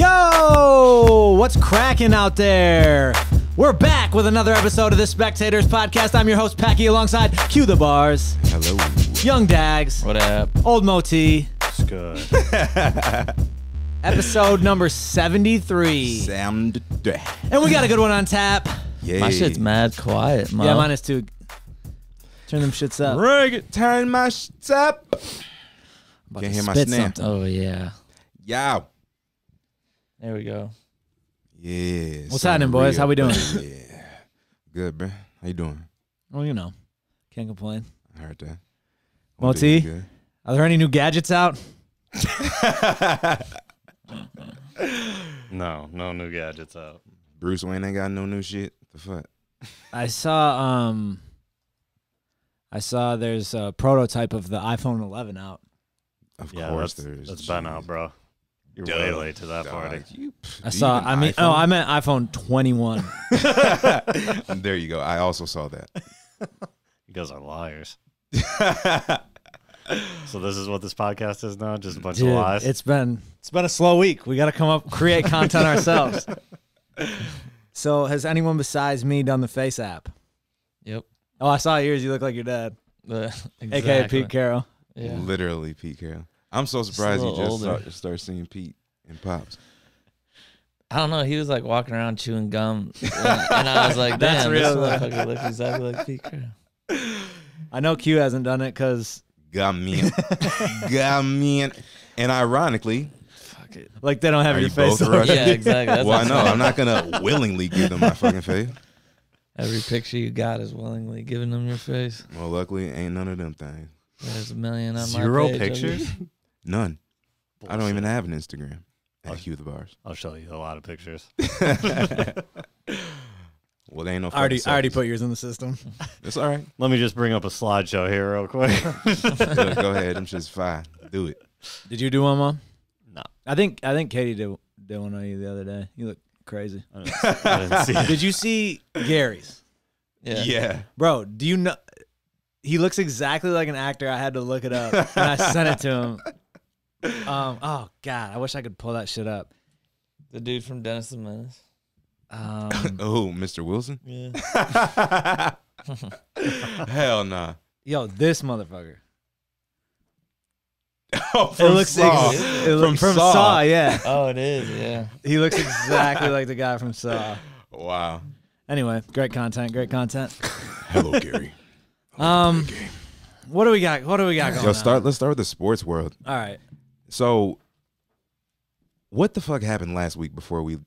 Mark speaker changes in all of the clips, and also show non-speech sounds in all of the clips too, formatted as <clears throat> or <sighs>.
Speaker 1: Yo, what's cracking out there? We're back with another episode of the Spectators Podcast. I'm your host, Packy, alongside Cue the Bars,
Speaker 2: Hello.
Speaker 1: Young Dags,
Speaker 3: What up?
Speaker 1: Old Moti,
Speaker 4: It's good.
Speaker 2: <laughs>
Speaker 1: episode number 73.
Speaker 2: Sam.
Speaker 1: And we got a good one on tap.
Speaker 2: Yeah.
Speaker 3: My shit's mad quiet, Mo.
Speaker 1: Yeah, minus two. Turn them shits up.
Speaker 2: Rig it. Turn my shit up.
Speaker 1: About
Speaker 2: Can't
Speaker 1: to
Speaker 2: hear my
Speaker 1: spit
Speaker 2: snare.
Speaker 1: something.
Speaker 3: Oh yeah.
Speaker 2: Yow.
Speaker 3: There we go.
Speaker 2: Yeah.
Speaker 1: What's
Speaker 2: something
Speaker 1: happening, boys?
Speaker 2: real,
Speaker 1: How we doing?
Speaker 2: buddy. Yeah. Good, bro. How you doing?
Speaker 1: Well, you know, can't complain.
Speaker 2: I heard that.
Speaker 1: Mo
Speaker 2: Hope
Speaker 1: T?
Speaker 2: you're good.
Speaker 1: Are there any new gadgets out?
Speaker 4: No, no new gadgets out.
Speaker 2: <laughs> Bruce Wayne ain't got no new shit. The fuck?
Speaker 1: I saw um I saw there's a prototype of the iPhone 11 out.
Speaker 2: Of
Speaker 4: Yeah,
Speaker 2: course
Speaker 4: that's,
Speaker 2: there's.
Speaker 4: that's been out, bro. You're
Speaker 2: Duh.
Speaker 4: way late to that party.
Speaker 2: Dog, you,
Speaker 1: I saw I mean oh, I
Speaker 2: I'm.
Speaker 1: meant iPhone 21. oh,
Speaker 2: there you go. I also saw that.
Speaker 4: You guys are liars. So this is what this podcast is now? Just a bunch of lies?
Speaker 1: it's been it's been a slow week. We got to come up create <laughs> content ourselves. So, has anyone besides me done the Face app?
Speaker 3: Yep. <laughs>
Speaker 1: Oh, I saw yours. You look like your dad,
Speaker 3: The,
Speaker 1: aka Pete Carroll.
Speaker 3: Yeah.
Speaker 2: Literally, Pete Carroll. I'm so surprised you
Speaker 3: little
Speaker 2: just
Speaker 3: older.
Speaker 2: start, start seeing Pete and Pops.
Speaker 3: I don't know. He was like walking around
Speaker 1: <laughs>
Speaker 3: chewing gum, and I was like,
Speaker 1: That's
Speaker 3: "Damn, this
Speaker 1: real.
Speaker 3: motherfucker looks exactly like Pete
Speaker 1: <laughs>
Speaker 3: Carroll."
Speaker 1: I know Q hasn't done it because,
Speaker 2: Got me. Got me. And ironically,
Speaker 3: Fuck it.
Speaker 1: like, they don't have
Speaker 2: Are
Speaker 1: your
Speaker 2: you
Speaker 1: face.
Speaker 2: both
Speaker 1: on.
Speaker 2: Russian?
Speaker 3: Yeah,
Speaker 2: <laughs>
Speaker 3: exactly. That's
Speaker 2: well, I
Speaker 3: what's
Speaker 2: know.
Speaker 3: funny.
Speaker 2: I'm not going to willingly give them my fucking face.
Speaker 3: <laughs> Every picture you got is willingly giving them your face.
Speaker 2: Well, luckily, ain't none of them things.
Speaker 3: There's a million on
Speaker 4: Zero
Speaker 3: my page.
Speaker 4: pictures?
Speaker 2: None. I don't
Speaker 4: Bullshit.
Speaker 2: even have an Instagram. At
Speaker 4: Okay.
Speaker 2: Hugh the Bars.
Speaker 4: I'll show you a lot of pictures.
Speaker 2: Well, they ain't no
Speaker 1: I already,
Speaker 2: fucking
Speaker 1: I already
Speaker 2: selfies.
Speaker 1: put yours in the system.
Speaker 2: It's all right.
Speaker 4: Let me just bring up a slideshow here real quick.
Speaker 2: Look, go ahead. Them shit's fine. Do it.
Speaker 1: Did you do one, mom?
Speaker 4: No.
Speaker 1: I think I think Katie did did one on you the other day. You look
Speaker 2: <laughs>
Speaker 1: crazy.
Speaker 4: I didn't- I didn't see it.
Speaker 1: Did you see Gary's,
Speaker 3: <laughs> Yeah.
Speaker 1: bro? Do you know? He looks exactly like an actor. I had to look it up and I sent it to him. Um. Oh God, I wish I could pull that shit up.
Speaker 3: The dude from Dennis the Menace.
Speaker 2: <laughs>
Speaker 1: Um,
Speaker 2: Oh, Mr. Wilson?
Speaker 3: Yeah.
Speaker 2: Hell nah.
Speaker 1: yo, this motherfucker.
Speaker 2: Oh,
Speaker 1: It
Speaker 2: from
Speaker 1: looks
Speaker 2: Saw.
Speaker 1: ex- it look-
Speaker 2: From
Speaker 1: from
Speaker 2: Saw.
Speaker 1: Saw. Yeah,
Speaker 3: Oh, it
Speaker 1: <laughs>
Speaker 3: is. Yeah.
Speaker 1: he looks exactly like the guy from Saw.
Speaker 2: Wow.
Speaker 1: Anyway, great content. Great content.
Speaker 2: Hello, Gary.
Speaker 1: Um, what do we got? What do we got going
Speaker 2: Yo,
Speaker 1: on?
Speaker 2: start. Let's start with the sports world.
Speaker 1: All right.
Speaker 2: So, what the fuck happened last week before we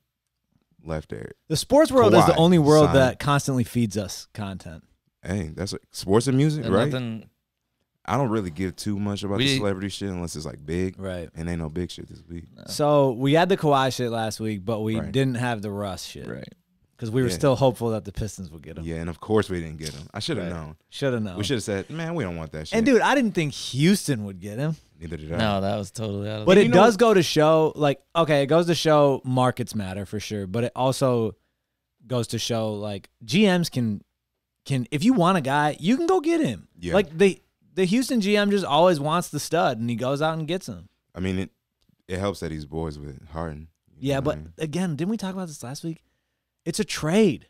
Speaker 2: left there?
Speaker 1: The sports world is the
Speaker 2: Kawhi,
Speaker 1: only world
Speaker 2: Zion.
Speaker 1: that constantly feeds us content.
Speaker 2: Hey, that's like sports and music,
Speaker 3: And
Speaker 2: right?
Speaker 3: Nothing.
Speaker 2: I don't really give too much about the
Speaker 3: We-
Speaker 2: celebrity shit unless it's like big,
Speaker 1: Right.
Speaker 2: and ain't no big shit this week.
Speaker 1: So we had the Kawhi shit last week, but we
Speaker 2: Right.
Speaker 1: didn't have the Russ shit
Speaker 3: Right.
Speaker 1: because we were
Speaker 2: Yeah.
Speaker 1: still hopeful that the Pistons would get him.
Speaker 2: Yeah, and of course we didn't get him. I should have
Speaker 1: Right.
Speaker 2: known.
Speaker 1: Should have known.
Speaker 2: We should have said, man, we don't want that shit.
Speaker 1: And dude, I didn't think Houston would get him,
Speaker 2: neither did I.
Speaker 3: No, that was totally out of.
Speaker 1: but
Speaker 3: the-
Speaker 1: it does go to show, like, okay, it goes to show markets matter for sure, but it also goes to show like GMs can can if you want a guy, you can go get him.
Speaker 2: Yeah.
Speaker 1: Like the the Houston GM just always wants the stud, and he goes out and gets him.
Speaker 2: I mean, it it helps that he's boys with Harden. You
Speaker 1: Yeah,
Speaker 2: know what
Speaker 1: but
Speaker 2: I mean?
Speaker 1: again, didn't we talk about this last week? It's a trade.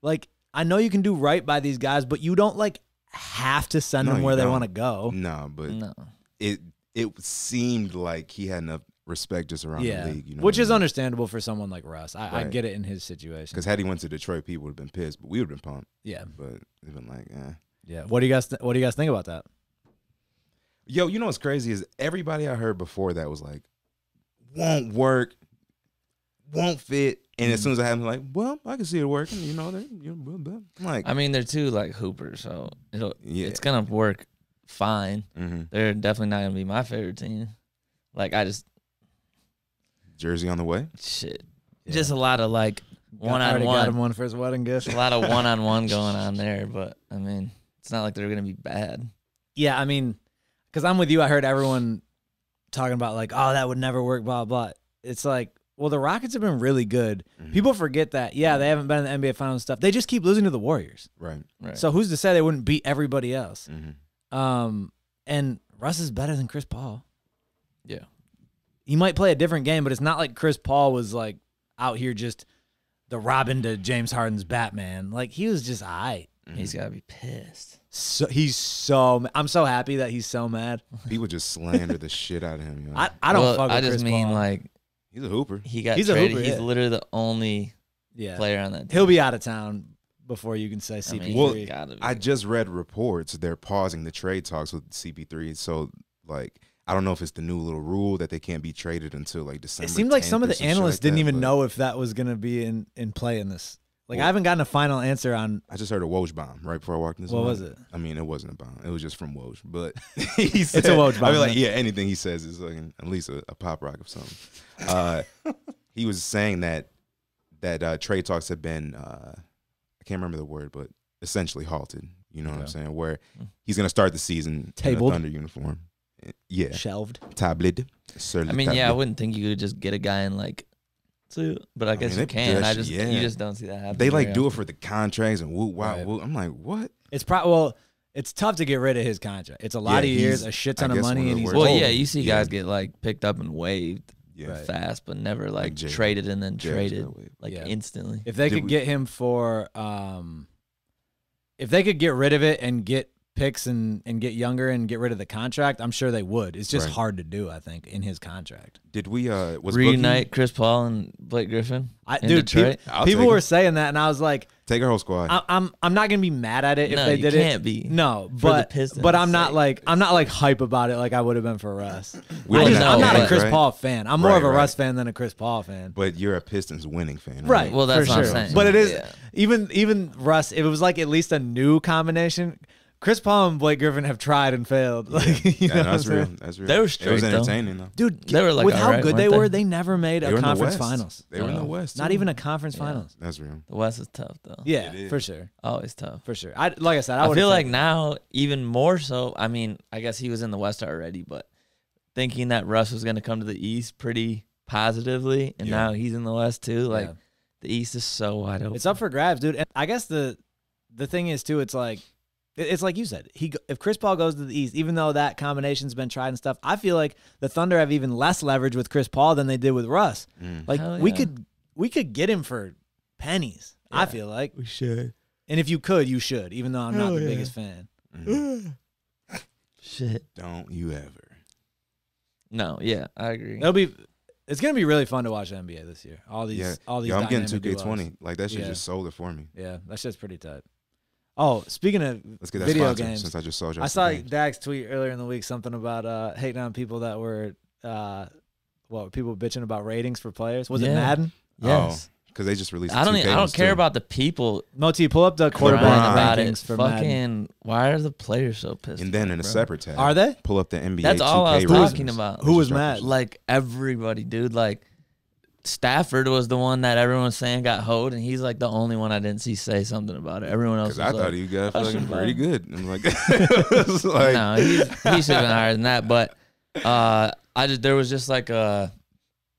Speaker 1: Like I know you can do right by these guys, but you don't like have to send
Speaker 2: No,
Speaker 1: them
Speaker 2: you
Speaker 1: where they
Speaker 2: don't.
Speaker 1: want to go.
Speaker 2: nah, but
Speaker 1: Mm.
Speaker 3: No.
Speaker 2: it it seemed like he had enough respect just around
Speaker 1: Yeah,
Speaker 2: the league, you know,
Speaker 1: which is understandable for someone like Russ. I, I
Speaker 2: Right.
Speaker 1: get it in his situation.
Speaker 2: because had he went to Detroit, people would have been pissed, but we would have been pumped.
Speaker 1: Yeah,
Speaker 2: But they've been like, eh.
Speaker 1: yeah. What do you guys th- What do you guys think about that?
Speaker 2: Yo, you know what's crazy is everybody I heard before that was like, won't work, won't fit. And as soon as I had them, like, well, I can see it working. You know, they're, you know, blah, blah. I'm like,
Speaker 3: I mean, they're two like hoopers, so it'll
Speaker 2: Yeah.
Speaker 3: it's gonna work fine.
Speaker 2: hmm
Speaker 3: They're definitely not gonna be my favorite team. Like I just
Speaker 2: Jersey on the way.
Speaker 3: shit,
Speaker 1: Yeah.
Speaker 3: just a lot of like
Speaker 1: Got-
Speaker 3: one on
Speaker 1: already got him
Speaker 3: one,
Speaker 1: one for his wedding gift.
Speaker 3: a
Speaker 1: <laughs>
Speaker 3: lot of one on one going on there. But I mean, it's not like they're gonna be bad.
Speaker 1: yeah, I mean, because I'm with you. I heard everyone talking about like, oh, that would never work. Blah blah. It's like, well, the Rockets have been really good.
Speaker 2: Mm-hmm.
Speaker 1: People forget that. Yeah, they haven't been in the NBA Finals and stuff. They just keep losing to the Warriors.
Speaker 2: Right.
Speaker 3: Right.
Speaker 1: So who's to say they wouldn't beat everybody else?
Speaker 2: Mm-hmm.
Speaker 1: Um, and Russ is better than Chris Paul.
Speaker 3: yeah,
Speaker 1: He might play a different game, but it's not like Chris Paul was like out here just the Robin to James Harden's Batman. Like he was just I.
Speaker 3: He's gotta be pissed.
Speaker 1: So he's so. ma- I'm so happy that he's so mad.
Speaker 2: <laughs> People just slander the shit out of him. You know?
Speaker 1: I, I don't.
Speaker 3: Well,
Speaker 1: fuck with
Speaker 3: I just
Speaker 1: Chris
Speaker 3: mean
Speaker 1: Paul.
Speaker 3: like
Speaker 2: He's a hooper.
Speaker 3: he got
Speaker 1: He's a
Speaker 3: traded.
Speaker 1: hooper,
Speaker 3: he's
Speaker 1: yeah.
Speaker 3: literally the only
Speaker 1: yeah,
Speaker 3: player on that. Team.
Speaker 1: he'll be out of town before you can say
Speaker 3: I mean,
Speaker 1: CP3.
Speaker 3: he's
Speaker 2: Well,
Speaker 3: gotta be.
Speaker 2: I just read reports they're pausing the trade talks with CP3. So like, I don't know if it's the new little rule that they can't be traded until like December.
Speaker 1: it seemed like
Speaker 2: 10th
Speaker 1: some of
Speaker 2: or
Speaker 1: the
Speaker 2: shit
Speaker 1: analysts
Speaker 2: like
Speaker 1: didn't
Speaker 2: that,
Speaker 1: even
Speaker 2: but
Speaker 1: know if that was gonna be in in play in this. Like
Speaker 2: Well-
Speaker 1: I haven't gotten a final answer on
Speaker 2: I just heard a Woj bomb right before I walked in. This
Speaker 1: what
Speaker 2: room.
Speaker 1: was it.
Speaker 2: I mean, it wasn't a bomb. It was just from Woj,
Speaker 1: <laughs>
Speaker 2: but he said,
Speaker 1: Woj
Speaker 2: I
Speaker 1: bomb,
Speaker 2: mean, like,
Speaker 1: then.
Speaker 2: yeah, anything he says is like at least a, a pop rock of something.
Speaker 1: <laughs>
Speaker 2: Uh, he was saying that that uh, trade talks have been uh, I can't remember the word, but essentially halted. You know what I'm
Speaker 4: Okay.
Speaker 2: saying? Where he's going to start the season
Speaker 1: Hmm. Tabled.
Speaker 2: in a Thunder uniform. Yeah,
Speaker 1: Shelved.
Speaker 2: tabled. Sur
Speaker 3: I
Speaker 2: le
Speaker 3: mean, yeah,
Speaker 1: <laughs>
Speaker 3: I
Speaker 2: tabled.
Speaker 3: wouldn't think you could just get a guy and like, so- but I
Speaker 2: mean,
Speaker 3: guess
Speaker 2: they
Speaker 3: you can. I
Speaker 2: just-
Speaker 3: just
Speaker 2: yeah.
Speaker 3: you just don't see that happen.
Speaker 2: They like
Speaker 3: very
Speaker 2: do it
Speaker 3: often.
Speaker 2: for the contracts and woo wow
Speaker 1: Right.
Speaker 2: woo. I'm like, what?
Speaker 1: It's pro well, it's tough to get rid of his contract. It's a lot
Speaker 2: Yeah,
Speaker 1: of years,
Speaker 2: he's-
Speaker 1: a shit
Speaker 2: I
Speaker 1: ton of
Speaker 2: guess one
Speaker 1: money,
Speaker 2: of the
Speaker 1: and he's
Speaker 2: worst-
Speaker 3: Well,
Speaker 1: old.
Speaker 3: yeah, you see
Speaker 2: Yeah.
Speaker 3: guys get like picked up and waived
Speaker 2: Yeah,
Speaker 1: Right.
Speaker 3: fast, but never like,
Speaker 2: Jay-
Speaker 3: traded and then
Speaker 2: Jay-
Speaker 3: traded
Speaker 2: Jay-
Speaker 3: like
Speaker 1: Yeah.
Speaker 3: instantly.
Speaker 1: If they
Speaker 2: Did
Speaker 1: could
Speaker 2: we-
Speaker 1: get him for um if they could get rid of it and get picks and and get younger and get rid of the contract, I'm sure they would. It's just
Speaker 2: Right.
Speaker 1: hard to do, I think, in his contract.
Speaker 2: Did we? Uh, was Boogie-
Speaker 3: Reunite Chris Paul and Blake Griffin
Speaker 1: I,
Speaker 3: in
Speaker 1: dude, peop-
Speaker 3: Detroit.
Speaker 2: I'll
Speaker 1: people
Speaker 2: take
Speaker 1: were
Speaker 2: him.
Speaker 1: saying that and I was like,
Speaker 2: take our whole squad.
Speaker 1: I, I'm I'm not gonna be mad at it if
Speaker 3: No,
Speaker 1: they
Speaker 3: you
Speaker 1: did it.
Speaker 3: can't be.
Speaker 1: No,
Speaker 3: For the
Speaker 1: but
Speaker 3: Pistons'
Speaker 1: but I'm not
Speaker 3: sake.
Speaker 1: like I'm not like hype about it like I would have been for Russ.
Speaker 2: We
Speaker 1: I
Speaker 2: don't
Speaker 1: just,
Speaker 2: know,
Speaker 1: I'm not a
Speaker 3: but-
Speaker 1: Chris
Speaker 2: right?
Speaker 1: Paul fan. I'm more
Speaker 2: Right,
Speaker 1: of a
Speaker 2: right.
Speaker 1: Russ fan than a Chris Paul fan.
Speaker 2: But you're a Pistons winning fan, right?
Speaker 1: Right.
Speaker 3: Well, that's
Speaker 1: for
Speaker 3: what I'm
Speaker 1: sure.
Speaker 3: saying.
Speaker 1: But it is
Speaker 3: Yeah.
Speaker 1: even even Russ. It was like at least a new combination. Chris Paul and Blake Griffin have tried and failed. <laughs> Like, you
Speaker 2: Yeah,
Speaker 1: know
Speaker 2: no, that's
Speaker 1: what I'm
Speaker 2: real.
Speaker 1: saying?
Speaker 2: That's real.
Speaker 3: They were
Speaker 2: It was
Speaker 3: straight, though.
Speaker 2: entertaining though.
Speaker 1: dude.
Speaker 3: They were, like,
Speaker 1: with how
Speaker 3: alright,
Speaker 1: good they
Speaker 3: weren't
Speaker 1: were,
Speaker 3: they?
Speaker 1: they never made
Speaker 2: They
Speaker 1: a
Speaker 2: were in the
Speaker 1: conference
Speaker 2: West.
Speaker 1: finals.
Speaker 2: They were in the
Speaker 3: No.
Speaker 2: West.
Speaker 1: Not
Speaker 2: too.
Speaker 1: even a conference finals.
Speaker 2: That's real.
Speaker 3: The West is tough though.
Speaker 2: It
Speaker 1: Yeah,
Speaker 2: is.
Speaker 1: for sure,
Speaker 3: Always tough.
Speaker 1: for sure. I like I said, I,
Speaker 3: I
Speaker 1: would've
Speaker 3: feel like
Speaker 1: taken-
Speaker 3: now even more so. I mean, I guess he was in the West already, but thinking that Russ was going to come to the East pretty positively, and
Speaker 2: Yeah.
Speaker 3: now he's in the West too. Like
Speaker 1: Yeah.
Speaker 3: the East is so wide open.
Speaker 1: it's up for grabs, dude. And I guess the the thing is too. It's like it- it's like you said. He go- if Chris Paul goes to the East, even though that combination's been tried and stuff, I feel like the Thunder have even less leverage with Chris Paul than they did with Russ.
Speaker 2: Mm.
Speaker 1: Like
Speaker 3: Hell
Speaker 1: we
Speaker 3: yeah.
Speaker 1: could we could get him for pennies. I
Speaker 3: Yeah.
Speaker 1: feel like,
Speaker 3: we
Speaker 1: <gasps>
Speaker 3: should.
Speaker 1: and if you could, you should. Even though I'm not
Speaker 3: Hell
Speaker 1: the
Speaker 3: yeah.
Speaker 1: biggest fan.
Speaker 2: Mm.
Speaker 3: Shit.
Speaker 2: Don't you ever?
Speaker 3: No. Yeah, I agree.
Speaker 1: It'll be it's gonna be really fun to watch the NBA this year. All these
Speaker 2: Yeah.
Speaker 1: all these.
Speaker 2: Yo, I'm getting
Speaker 1: dynamic
Speaker 2: 2K20.
Speaker 1: duos.
Speaker 2: Like that shit
Speaker 1: Yeah.
Speaker 2: just sold it for me.
Speaker 1: Yeah, that shit's pretty tight. Oh, speaking of
Speaker 2: Let's get that
Speaker 1: video
Speaker 2: sponsor
Speaker 1: games,
Speaker 2: since I just sold you.
Speaker 1: I saw Dax tweet earlier in the week something about uh, hating on people that were uh, what people bitching about ratings for players. Was it
Speaker 3: Yeah.
Speaker 1: Madden?
Speaker 2: Oh.
Speaker 3: Yes.
Speaker 2: because they just released.
Speaker 3: I don't.
Speaker 2: 2K
Speaker 3: Even, I
Speaker 2: ones,
Speaker 3: don't care
Speaker 2: too.
Speaker 3: about the people
Speaker 1: Moti, pull up the
Speaker 2: Quarterback
Speaker 3: crying
Speaker 1: quarterback
Speaker 3: about it.
Speaker 1: rankings for Madden.
Speaker 3: Fucking. Why are the players so pissed?
Speaker 2: And then in a
Speaker 3: bro?
Speaker 2: separate tab,
Speaker 1: Are they?
Speaker 2: pull up the NBA.
Speaker 3: That's
Speaker 2: 2K
Speaker 3: all I was
Speaker 2: ratings.
Speaker 3: talking about.
Speaker 1: Who was mad?
Speaker 3: like everybody, dude. Like Stafford was the one that everyone was saying got hoed, and he's like the only one I didn't see say something about it. Everyone else was
Speaker 2: Because I
Speaker 3: like,
Speaker 2: thought he got
Speaker 3: I
Speaker 2: fucking
Speaker 3: should
Speaker 2: pretty
Speaker 3: play.
Speaker 2: good. I'm like, <laughs> it's like
Speaker 3: no, he's,
Speaker 2: <laughs>
Speaker 3: he should have been higher than that. But uh, I just there was just like a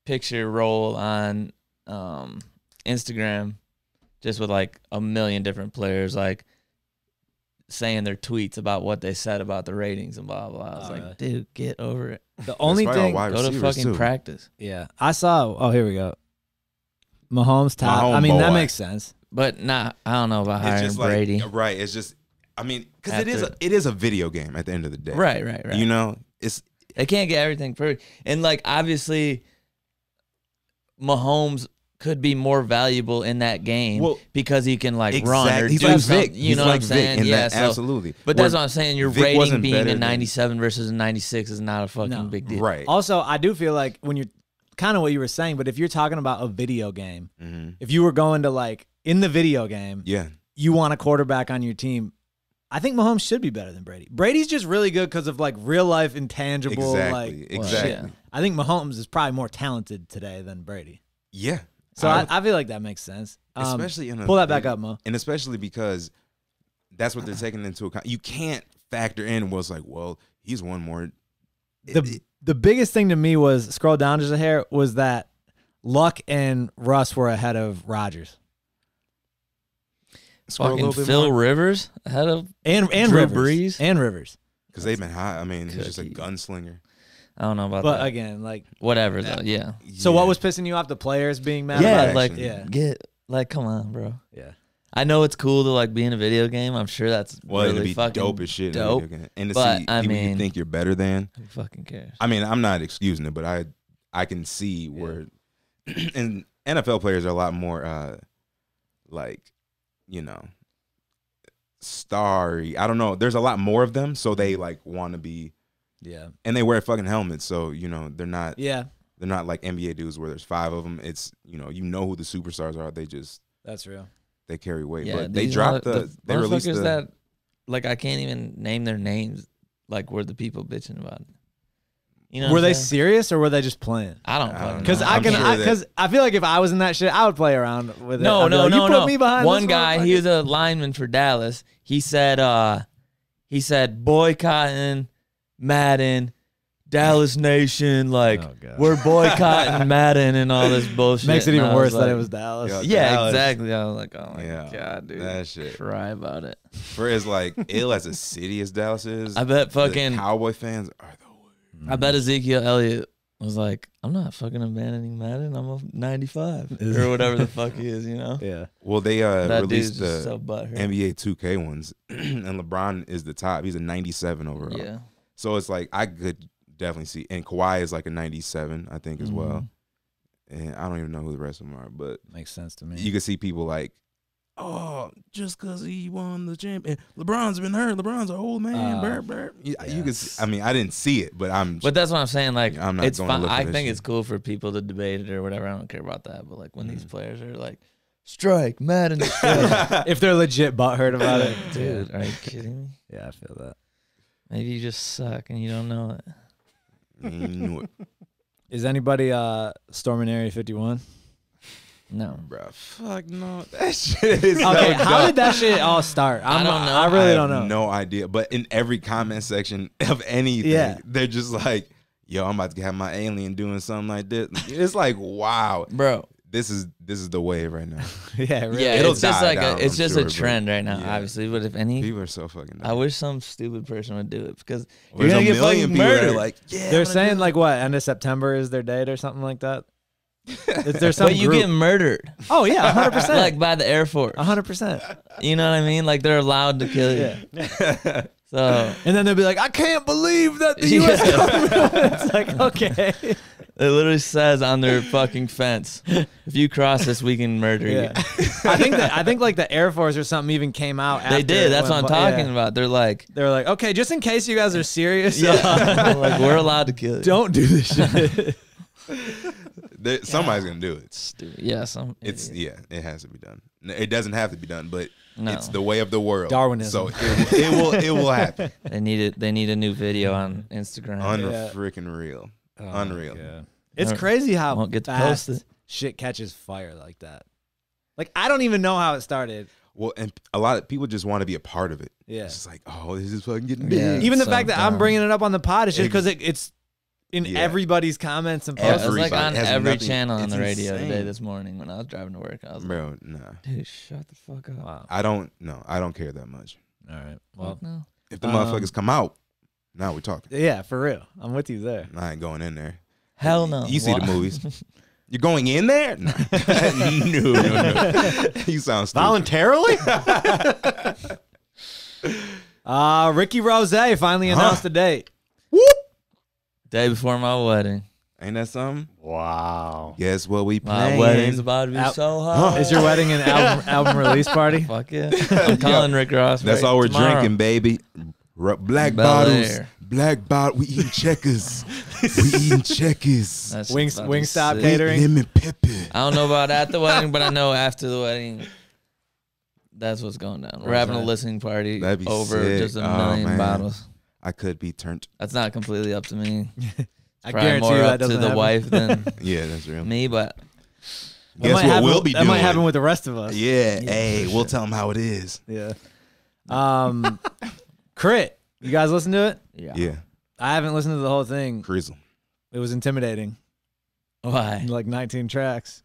Speaker 3: picture roll on um, Instagram, just with like a million different players like saying their tweets about what they said about the ratings and blah blah. I was
Speaker 1: Oh,
Speaker 3: like,
Speaker 2: Uh,
Speaker 1: really?
Speaker 3: dude, get over it.
Speaker 1: The only
Speaker 2: probably all
Speaker 1: thing
Speaker 2: wide
Speaker 3: Go to
Speaker 2: receivers,
Speaker 3: fucking
Speaker 2: too.
Speaker 3: practice.
Speaker 1: Yeah, I saw. Oh, here we go. Mahomes top. I mean, that
Speaker 2: Mahomes.
Speaker 1: makes sense.
Speaker 3: But nah, I don't know about
Speaker 2: it's
Speaker 3: hiring
Speaker 2: just like
Speaker 3: Brady.
Speaker 2: right. It's just, I mean, because it is, a,
Speaker 3: After-
Speaker 2: it is a video game at the end of the day,
Speaker 3: right, right, right.
Speaker 2: You know, it's
Speaker 3: They can't get everything perfect. And like obviously Mahomes could be more valuable in that game
Speaker 2: Well,
Speaker 3: because he can like run or
Speaker 2: He's
Speaker 3: do
Speaker 2: like
Speaker 3: something.
Speaker 2: Vic.
Speaker 3: You
Speaker 2: He's
Speaker 3: know
Speaker 2: like
Speaker 3: what I'm
Speaker 2: Vic
Speaker 3: saying?
Speaker 2: in
Speaker 3: yeah,
Speaker 2: that,
Speaker 3: so-
Speaker 2: absolutely.
Speaker 3: But
Speaker 2: Where-
Speaker 3: that's what I'm saying. Your
Speaker 2: Vic
Speaker 3: rating
Speaker 2: wasn't
Speaker 3: being
Speaker 2: better
Speaker 3: a
Speaker 2: than-
Speaker 3: 97 versus a 96 is not a fucking
Speaker 1: No.
Speaker 3: big deal.
Speaker 2: right.
Speaker 1: Also, I do feel like when you're kind of what you were saying, but if you're talking about a video game,
Speaker 2: hmm
Speaker 1: if you were going to like in the video game,
Speaker 2: Yeah,
Speaker 1: you want a quarterback on your team. I think Mahomes should be better than Brady. Brady's just really good because of like real life intangible.
Speaker 2: exactly,
Speaker 1: Like,
Speaker 2: exactly.
Speaker 1: I think Mahomes is probably more talented today than Brady.
Speaker 2: Yeah.
Speaker 1: So I,
Speaker 2: would-
Speaker 1: I feel like that makes sense. Um,
Speaker 2: especially in a
Speaker 1: pull that back
Speaker 2: big-
Speaker 1: up, Mo.
Speaker 2: and especially because that's what they're taking into account. You can't factor in was like, well, he's one more.
Speaker 1: the the biggest thing to me was scroll down just a hair was that Luck and Russ were ahead of Rogers
Speaker 2: Scroll a
Speaker 3: Fucking
Speaker 2: little bit
Speaker 3: Phil Rivers ahead of
Speaker 1: and and
Speaker 3: Drew
Speaker 1: Rivers
Speaker 3: Brees?
Speaker 1: and Rivers.
Speaker 2: because they've been high. I mean, he's just a
Speaker 3: Cookie.
Speaker 2: gunslinger.
Speaker 3: I don't know about
Speaker 1: But
Speaker 3: that.
Speaker 1: again, like,
Speaker 3: Whatever though. Yeah.
Speaker 1: so what
Speaker 2: Yeah.
Speaker 1: was pissing you off? The players being mad?
Speaker 3: Yeah,
Speaker 1: about it?
Speaker 3: like-
Speaker 1: yeah,
Speaker 3: Get like, come on, bro.
Speaker 1: yeah.
Speaker 3: I know it's cool to like be in a video game. I'm sure that's
Speaker 2: Well,
Speaker 3: really
Speaker 2: it'd be
Speaker 3: fucking
Speaker 2: dope as shit. in a
Speaker 3: dope,
Speaker 2: video game. And to
Speaker 3: but,
Speaker 2: see
Speaker 3: I
Speaker 2: people you
Speaker 3: mean-
Speaker 2: think you're better than.
Speaker 3: Who fucking cares?
Speaker 2: I mean, I'm not excusing it, but I I can see where <clears throat> and NFL players are a lot more uh like, you know, starry. I don't know. There's a lot more of them, so they like want to be
Speaker 1: Yeah.
Speaker 2: and they wear fucking helmets, so you know, they're not
Speaker 1: Yeah.
Speaker 2: they're not like NBA dudes where there's five of them. It's, you know, you know who the superstars are. They just
Speaker 1: That's real.
Speaker 2: they carry weight.
Speaker 3: Yeah,
Speaker 2: but they
Speaker 3: these
Speaker 2: dropped
Speaker 3: mother-
Speaker 2: the, they released
Speaker 3: motherfuckers
Speaker 2: the
Speaker 3: that like I can't even name their names. Like were the people bitching about? It. You know, what
Speaker 1: were
Speaker 3: I'm
Speaker 1: they
Speaker 3: saying?
Speaker 1: serious or were they just playing?
Speaker 3: I don't
Speaker 2: I
Speaker 3: fucking
Speaker 2: don't
Speaker 3: know.
Speaker 1: Because
Speaker 2: No,
Speaker 1: I
Speaker 2: I'm
Speaker 1: can,
Speaker 2: sure
Speaker 1: I
Speaker 2: that-
Speaker 1: because I feel like if I was in that shit, I would play around with it.
Speaker 3: No,
Speaker 1: I'd be
Speaker 3: no,
Speaker 1: like,
Speaker 3: no,
Speaker 1: you put
Speaker 3: no.
Speaker 1: Me behind
Speaker 3: One
Speaker 1: this
Speaker 3: guy,
Speaker 1: motherfucker?"
Speaker 3: he was a lineman for Dallas. He said, uh, he said boycotting Madden, Dallas Nation, like
Speaker 4: Oh, God.
Speaker 2: <laughs>
Speaker 3: we're boycotting Madden and all this bullshit.
Speaker 1: Makes it
Speaker 3: And
Speaker 1: even
Speaker 3: I
Speaker 1: worse that it
Speaker 3: like-
Speaker 1: was Dallas.
Speaker 2: Yeah.
Speaker 3: Yeah,
Speaker 2: Dallas.
Speaker 3: exactly. I was like, oh my
Speaker 2: Yeah,
Speaker 3: god, dude,
Speaker 2: that shit.
Speaker 3: Cry about it.
Speaker 2: for as like ill as a city as Dallas is.
Speaker 3: I bet
Speaker 2: the
Speaker 3: fucking,
Speaker 2: Cowboy fans are the worst.
Speaker 3: I bet Ezekiel Elliott was like, I'm not fucking abandoning Madden. I'm a 95
Speaker 2: <laughs>
Speaker 3: or whatever the fuck he is, you know.
Speaker 1: Yeah.
Speaker 2: Well, they uh
Speaker 3: that dude's
Speaker 2: released the
Speaker 3: just so butthurt.
Speaker 2: NBA 2K ones, <clears throat> and LeBron is the top. He's a 97 overall.
Speaker 3: yeah,
Speaker 2: So it's like I could definitely see, and Kawhi is like a 97, I think, as
Speaker 3: Mm-hmm.
Speaker 2: well. And I don't even know who the rest of them are, but
Speaker 1: Makes sense to me.
Speaker 2: you could see people like, oh, just because he won the champion, LeBron's been hurt. LeBron's an old man.
Speaker 1: Oh,
Speaker 2: burp, burp. You, you could.
Speaker 1: yes.
Speaker 2: See, I mean, I didn't see it, but I'm.
Speaker 3: But that's what I'm saying. Like,
Speaker 2: I'm not
Speaker 3: it's
Speaker 2: gonna
Speaker 3: fine.
Speaker 2: look for
Speaker 3: I
Speaker 2: this
Speaker 3: think
Speaker 2: shit.
Speaker 3: it's cool for people to debate it or whatever. I don't care about that. But like when
Speaker 2: Mm.
Speaker 3: these players are like, strike
Speaker 2: <laughs>
Speaker 3: Madden, strike."
Speaker 1: if they're legit butthurt about
Speaker 3: <laughs>
Speaker 1: it,
Speaker 3: dude, are you kidding me?
Speaker 1: Yeah, I feel that.
Speaker 3: Maybe you just suck and you don't know it.
Speaker 2: you knew it,
Speaker 1: Is anybody uh storming Area 51?
Speaker 3: No,
Speaker 2: bro. Fuck no, that shit is.
Speaker 1: Okay,
Speaker 2: so
Speaker 1: how
Speaker 2: dumb.
Speaker 1: did that shit all start? I'm,
Speaker 3: don't know.
Speaker 1: I really
Speaker 2: I
Speaker 1: don't know. <laughs>
Speaker 2: have No idea. But in every comment section <laughs> of anything,
Speaker 1: Yeah.
Speaker 2: they're just like, "Yo, I'm about to have my alien doing something like this." <laughs> It's like, wow,
Speaker 3: bro.
Speaker 2: this is this is the wave
Speaker 1: <laughs>
Speaker 2: right now.
Speaker 1: yeah, really.
Speaker 3: Yeah,
Speaker 2: It'll
Speaker 3: it's just
Speaker 2: die
Speaker 3: like
Speaker 2: down,
Speaker 3: a, it's
Speaker 2: I'm
Speaker 3: just
Speaker 2: sure,
Speaker 3: a
Speaker 2: but-
Speaker 3: trend right now,
Speaker 2: yeah.
Speaker 3: obviously. But if any,
Speaker 2: People are so fucking.
Speaker 3: I wish some stupid person would do it because
Speaker 2: There's
Speaker 3: you're gonna
Speaker 2: a
Speaker 3: get
Speaker 2: million
Speaker 3: fucking
Speaker 2: people that are
Speaker 3: murdered.
Speaker 2: Like, yeah,
Speaker 1: They're
Speaker 2: I'm gonna
Speaker 1: saying
Speaker 2: do
Speaker 1: like what end of September is their date or something like
Speaker 3: <laughs>
Speaker 1: that. Is there some
Speaker 3: but you
Speaker 1: group-
Speaker 3: get murdered,
Speaker 1: oh yeah, 100 percent,
Speaker 3: like by the Air Force.
Speaker 1: 100 percent.
Speaker 3: You know what I mean? Like they're allowed to kill you.
Speaker 1: Yeah.
Speaker 3: So
Speaker 1: And then they'll be like, I can't believe that the
Speaker 3: <laughs> Yeah.
Speaker 1: U.S. government. it's like okay,
Speaker 3: It literally says on their fucking fence, if you cross this, we can murder
Speaker 1: yeah.
Speaker 3: you. <laughs>
Speaker 1: I think that I think like the Air Force or something even came out.
Speaker 3: They
Speaker 1: after it
Speaker 3: did. That's what I'm
Speaker 1: went bu-
Speaker 3: talking
Speaker 1: yeah.
Speaker 3: about.
Speaker 1: <laughs>
Speaker 3: They're like,
Speaker 1: They're like, okay, just in case you guys are serious, <laughs>
Speaker 3: yeah, <laughs> like we're allowed to kill you.
Speaker 1: don't do
Speaker 3: <laughs>
Speaker 1: this shit.
Speaker 2: There- somebody's gonna do it.
Speaker 3: Stupid. Yeah, some.
Speaker 2: It's
Speaker 3: idiot.
Speaker 2: yeah, it has to be done. No, It doesn't have to be done, but
Speaker 3: no.
Speaker 2: it's the way of the world.
Speaker 1: Darwinism.
Speaker 2: So it, it will it will
Speaker 1: <laughs>
Speaker 2: happen.
Speaker 3: they need it. They need a new video on Instagram.
Speaker 2: Unfreaking real.
Speaker 1: Oh
Speaker 2: Unreal.
Speaker 1: It's
Speaker 3: Or-
Speaker 1: crazy how
Speaker 3: won't get to
Speaker 1: fast
Speaker 3: post it.
Speaker 1: shit catches fire like that. Like I don't even know how it started.
Speaker 2: Well, and a lot of people just want to be a part of it.
Speaker 1: Yeah.
Speaker 2: It's just like, oh, this is fucking getting big.
Speaker 3: Yeah.
Speaker 1: Even the
Speaker 3: so
Speaker 1: fact that I'm
Speaker 3: dumb.
Speaker 1: bringing it up on the pod is just because it, it's in
Speaker 2: Yeah.
Speaker 1: everybody's comments and
Speaker 3: Yeah,
Speaker 1: posts.
Speaker 3: it was like
Speaker 2: Everybody
Speaker 3: on
Speaker 2: has
Speaker 3: every
Speaker 2: nothing-
Speaker 3: channel on
Speaker 2: it's
Speaker 3: the radio
Speaker 2: insane. Mm.
Speaker 3: today this morning when I was driving to work. I was like,
Speaker 2: Bro, nah.
Speaker 3: dude, shut the fuck up.
Speaker 1: Wow.
Speaker 2: I don't no, I don't care that much.
Speaker 1: All right. Well,
Speaker 3: Fuck no.
Speaker 2: If the
Speaker 1: Um,
Speaker 2: motherfuckers come out, now we're talking.
Speaker 1: yeah, for real. I'm with you there.
Speaker 2: I ain't going in there.
Speaker 3: Hell no.
Speaker 2: You see the
Speaker 3: Why-
Speaker 2: movies. You're going in there? No. <laughs> no, no, no. You sound stupid.
Speaker 4: Voluntarily?
Speaker 1: <laughs> Uh, Ricky Rose finally
Speaker 2: Huh.
Speaker 1: announced a date.
Speaker 2: Whoop.
Speaker 3: <laughs> Day before my wedding.
Speaker 2: Ain't that something?
Speaker 4: wow.
Speaker 2: Guess what we
Speaker 3: My
Speaker 2: playing?
Speaker 3: wedding's about to be
Speaker 1: Out-
Speaker 3: so hot.
Speaker 1: Is your wedding an
Speaker 2: <laughs>
Speaker 1: album, album release party?
Speaker 3: <laughs> Fuck yeah. I'm calling Rick Ross.
Speaker 2: That's
Speaker 3: right
Speaker 2: all we're
Speaker 3: tomorrow.
Speaker 2: drinking, baby. R- black
Speaker 3: Bel
Speaker 2: bottles.
Speaker 3: Air.
Speaker 2: Black bottle. We eating checkers.
Speaker 3: <laughs>
Speaker 2: we eating checkers.
Speaker 3: That's
Speaker 1: Wings-
Speaker 3: about to be
Speaker 1: Wingstop
Speaker 3: sick.
Speaker 1: catering.
Speaker 2: Lemon pepper.
Speaker 3: I don't know about at the wedding, but I
Speaker 2: <laughs>
Speaker 3: know after the wedding, that's what's going down. We're having a
Speaker 1: that?
Speaker 3: listening party
Speaker 2: That'd be
Speaker 3: over
Speaker 2: sick.
Speaker 3: just a
Speaker 2: Oh,
Speaker 3: million
Speaker 2: man.
Speaker 3: bottles.
Speaker 2: I could be turned.
Speaker 3: That's not completely up to me.
Speaker 1: I
Speaker 3: Probably
Speaker 1: guarantee
Speaker 3: more
Speaker 1: you that
Speaker 3: up to
Speaker 1: doesn't
Speaker 3: the
Speaker 1: happen. <laughs>
Speaker 3: wife than
Speaker 2: Yeah, that's real.
Speaker 3: me, but
Speaker 1: That might
Speaker 2: Guess what
Speaker 1: happen-
Speaker 2: we'll be
Speaker 1: that
Speaker 2: doing.
Speaker 1: might happen with the rest of us.
Speaker 2: yeah,
Speaker 3: Yeah,
Speaker 2: hey,
Speaker 3: for
Speaker 2: we'll
Speaker 3: sure.
Speaker 2: tell them how it is.
Speaker 1: Yeah. Um, Crit, you guys listen to it?
Speaker 3: yeah.
Speaker 2: Yeah,
Speaker 1: I haven't listened to the whole thing.
Speaker 2: Crizzle.
Speaker 1: It was intimidating.
Speaker 3: Why?
Speaker 1: Like 19 tracks.